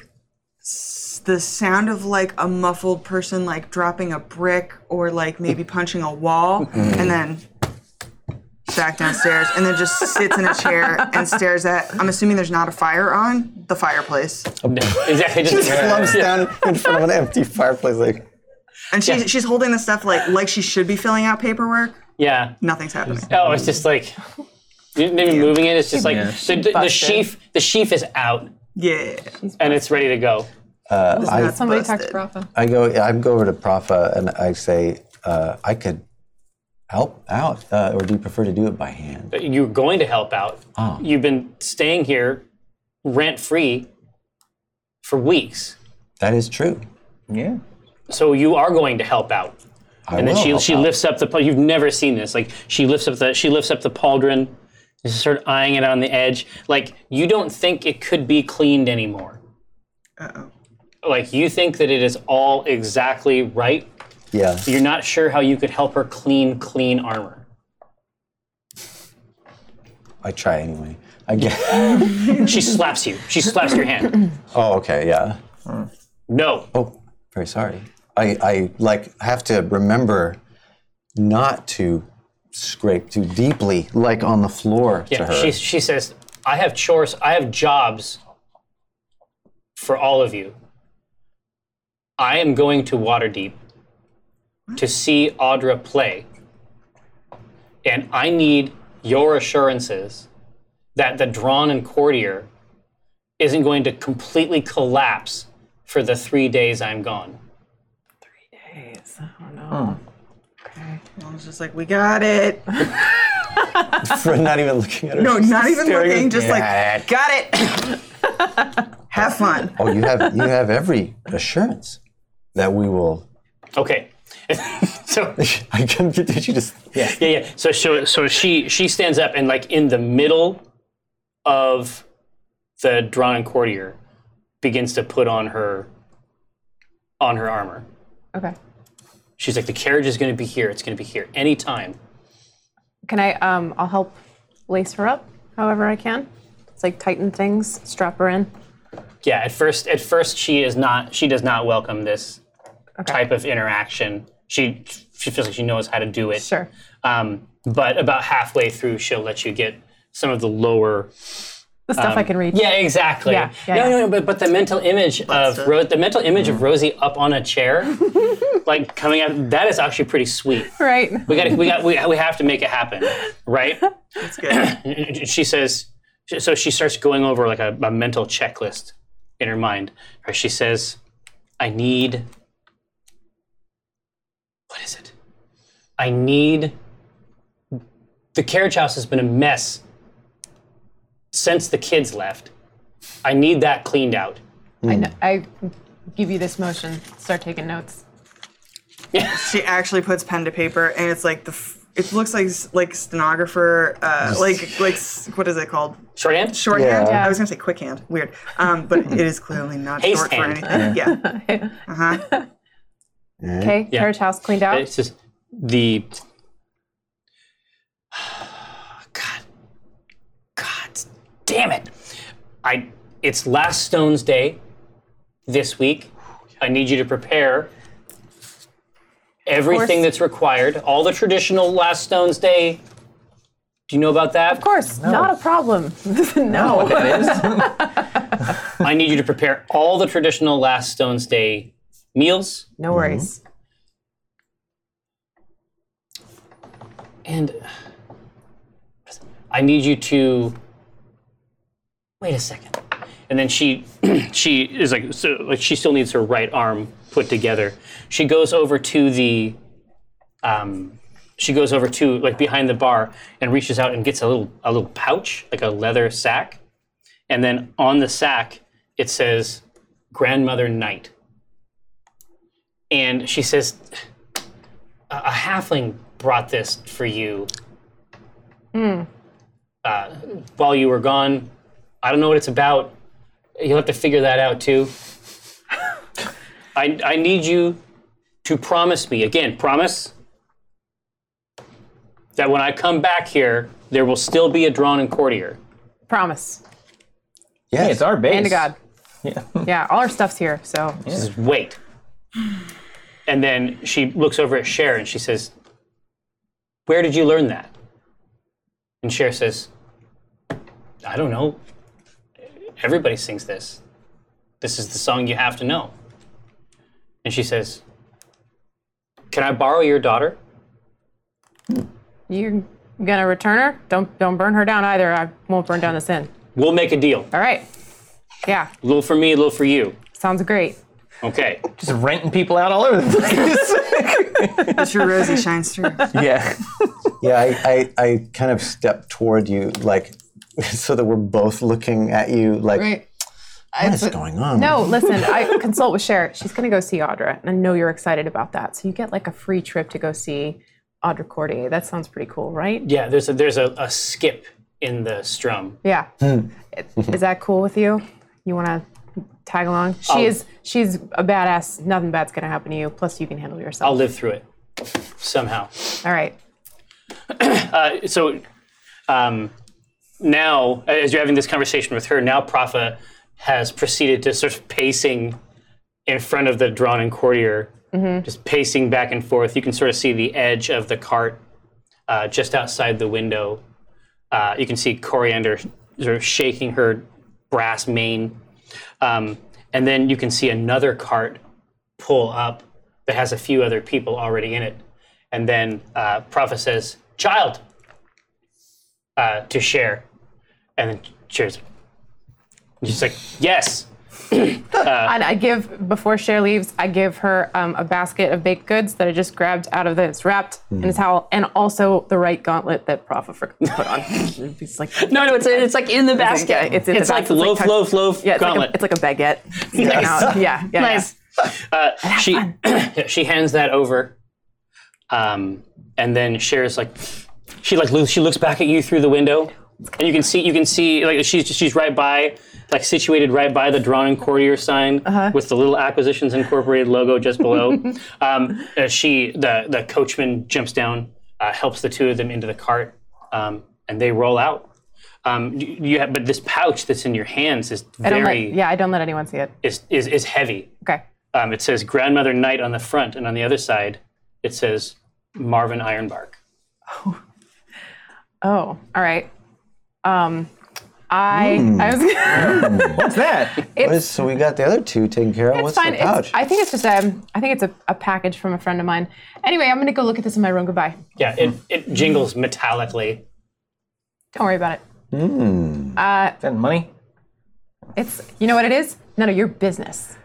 s- the sound of like a muffled person like dropping a brick or like maybe punching a wall, and then back downstairs, and then just sits in a chair and stares at. I'm assuming there's not a fire on the fireplace,
[laughs] exactly. Just,
Slumps down in front of an empty fireplace. Like,
and she's she's holding the stuff like like she should be filling out paperwork.
yeah.
Nothing's happening.
Oh, it's just like maybe moving it. It's just like the, the, the sheaf. The sheaf is out
Yeah,
and it's ready to go.
I,
Somebody
busted.
talk to Rafa.
I go, I go over to Profa and I say, uh, I could help out, uh, or do you prefer to do it by hand?
You're going to help out. You've been staying here rent free for weeks,
That is true.
Yeah.
so you are going to help out.
I
and then
will
she
help
she
out.
lifts up the pa- you've never seen this like she lifts up the she lifts up the pauldron and sort of eyeing it on the edge like you don't think it could be cleaned anymore like you think that it is all exactly right
Yeah.
you're not sure how you could help her clean clean armor
I try anyway. I get. [laughs]
she slaps you she slaps your hand
Oh, okay. Yeah.
no
Oh, very sorry. I, I like have to remember not to scrape too deeply, like on the floor to
yeah
her.
she, she says i have chores i have jobs for all of you i am going to waterdeep to see audra play and i need your assurances that the drawn and courtier isn't going to completely collapse for the three days i'm gone
I was just like, we got it.
[laughs] For not even looking at her.
No, [laughs] not even
staring
looking.
at-
Just like, got it. Have fun.
Oh, you have you have every assurance that we will. [laughs]
okay [laughs] so
I can did you just yeah.
Yeah, yeah. So, so, so she she stands up and like in the middle of the drawn and courtier begins to put on her on her armor.
Okay.
She's like, the carriage is going to be here. It's going to be here anytime.
Can I? Um, I'll help lace her up however I can. It's like tighten things, strap her in.
Yeah. At first, at first, she is not. She does not welcome this type of interaction. She she feels like she knows how to do it.
Sure.
Um, but about halfway through, she'll let you get some of the lower
The stuff I can reach.
Um, Yeah, exactly.
Yeah, yeah,
no,
yeah.
no, no, but, but the mental image of Ro- the mental image of Rosie up on a
[laughs]
chair, like coming out, that is actually pretty sweet.
Right.
We got to we got we, we have to make it happen, right?
[laughs] That's
[clears throat]
good.
she says so she starts going over like a, a mental checklist in her mind right she says i need what is it i need the carriage house has been a mess since the kids left i need that cleaned out
I, kn- I give you this motion. Start taking notes.
she actually puts pen to paper, and it's like the. F- it looks like s- like stenographer, uh, like like s- what is it called?
shorthand
Shorthand.
Yeah.
I was gonna say quickhand. Weird. Um, but it is clearly not
Haste
short
hand.
for anything. Yeah.
Okay. Carriage house cleaned out.
It's just the [sighs] God, God, damn it! I it's last stones day this week. I need you to prepare everything that's required. All the traditional last stones day. Do you know about that?
of course, not a
[laughs]
problem. no.
I need you to prepare all the traditional last stones day meals.
No worries.
And uh, I need you to wait a second. And then she [clears throat] she is like so like she still needs her right arm put together. She goes over to the um she goes over to like behind the bar and reaches out and gets a little a little pouch, like a leather sack. And then on the sack it says grandmother knight. And she says a, a halfling brought this for you. Uh, while you were gone, I don't know what it's about. You'll have to figure that out too. [laughs] I, I need you to promise me again, promise that when I come back here, there will still be a drawn and courtier.
Promise.
Yes.
Hey, [laughs] it's our base.
And to God. Yeah. yeah, all our stuff's here, so
Just wait. And then she looks over at Cher and she says, Where did you learn that? And Cher says, I don't know. Everybody sings this. This is the song you have to know. And she says, Can I borrow your daughter?
you're gonna return her? Don't don't burn her down either. I won't burn down this inn.
We'll make a deal. A
All right. Yeah,
little for me, a little for you.
sounds great.
Okay.
Just renting people out all over the place.
That's your rosy shines through.
yeah.
Yeah, I, I, I kind of step toward you, like, [laughs] so that we're both looking at you, like,
Right.
what is going on?
No, listen, I [laughs] consult with Cher. She's gonna go see Audra, and I know you're excited about that. So you get like a free trip to go see Audra Cordier. That sounds pretty cool, right?
Yeah, there's a there's a, a skip in the strum.
Yeah.
Hmm.
is that cool with you? You wanna tag along? She
Oh.
is she's a badass. Nothing bad's gonna happen to you. Plus you can handle yourself.
I'll live through it somehow.
All right.
Uh, so um, now, as you're having this conversation with her, now Prophet has proceeded to sort of pacing in front of the drawn and courtier, just pacing back and forth. You can sort of see the edge of the cart uh, just outside the window. Uh, you can see Coriander sort of shaking her brass mane. Um, and then you can see another cart pull up that has a few other people already in it. And then uh, Prophet says, Child, uh, to share. And then cheers. And She's like, Yes. Uh.
And I give before Cher leaves, I give her um, a basket of baked goods that I just grabbed out of this wrapped
Hmm.
in a towel, and also the right gauntlet that Prophet for-
[laughs]
put on. it's like
No, no, it's it's like in the basket.
yeah, it's, in the
It's like
basket,
loaf,
tucked-
loaf, loaf,
Yeah, it's like, a,
gauntlet.
it's like a baguette. [laughs] Yeah, yeah, yeah.
nice.
she Uh, she [clears throat] hands that over, um, and then shares like she like loo- she looks back at you through the window, and you can see you can see like she's she's right by like situated right by the drawn and courtier sign with the little acquisitions incorporated logo just below. um, uh, she the the coachman jumps down, uh, helps the two of them into the cart, um, and they roll out. Um, you, you have, but this pouch that's in your hands is
I don't let,
very
yeah, I don't let anyone see it.
is, is is heavy.
Okay.
Um, it says Grandmother Knight on the front, and on the other side, it says Marvin Ironbark.
Oh, all right. Um, I
Hmm.
I was.
What's that?
What is, so we got the other two taken care of.
it's
What's
fine.
the
It's-
pouch?
I think it's just um, I think it's a, a package from a friend of mine. Anyway, I'm gonna go look at this in my room. Goodbye.
Yeah, it, it jingles metallically.
Don't worry about it.
Hmm.
Uh,
That money?
It's you know what it is. None of your business.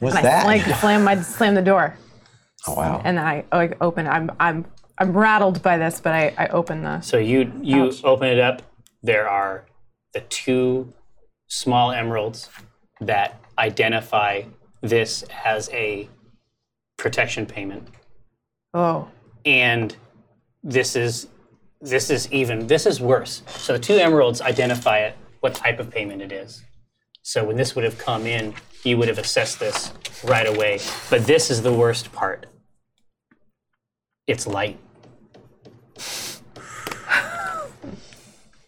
What's
I
that?
like slam my slam the door.
[laughs] oh, wow.
and then I like open. I'm I'm I'm rattled by this, but I I open the.
So you you open it up. There are the two small emeralds that identify this as a protection payment,
Oh,
and this is this is even this is worse. So the two emeralds identify it, what type of payment it is. So when this would have come in, you would have assessed this right away. But this is the worst part. It's light.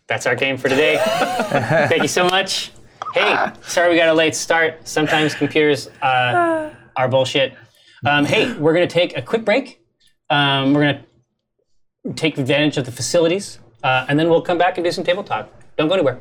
That's our game for today. Thank you so much. Hey, sorry we got a late start. Sometimes computers uh, are bullshit. Um, hey, we're gonna take a quick break. Um, we're gonna take advantage of the facilities, uh, and then we'll come back and do some table talk. Don't go anywhere.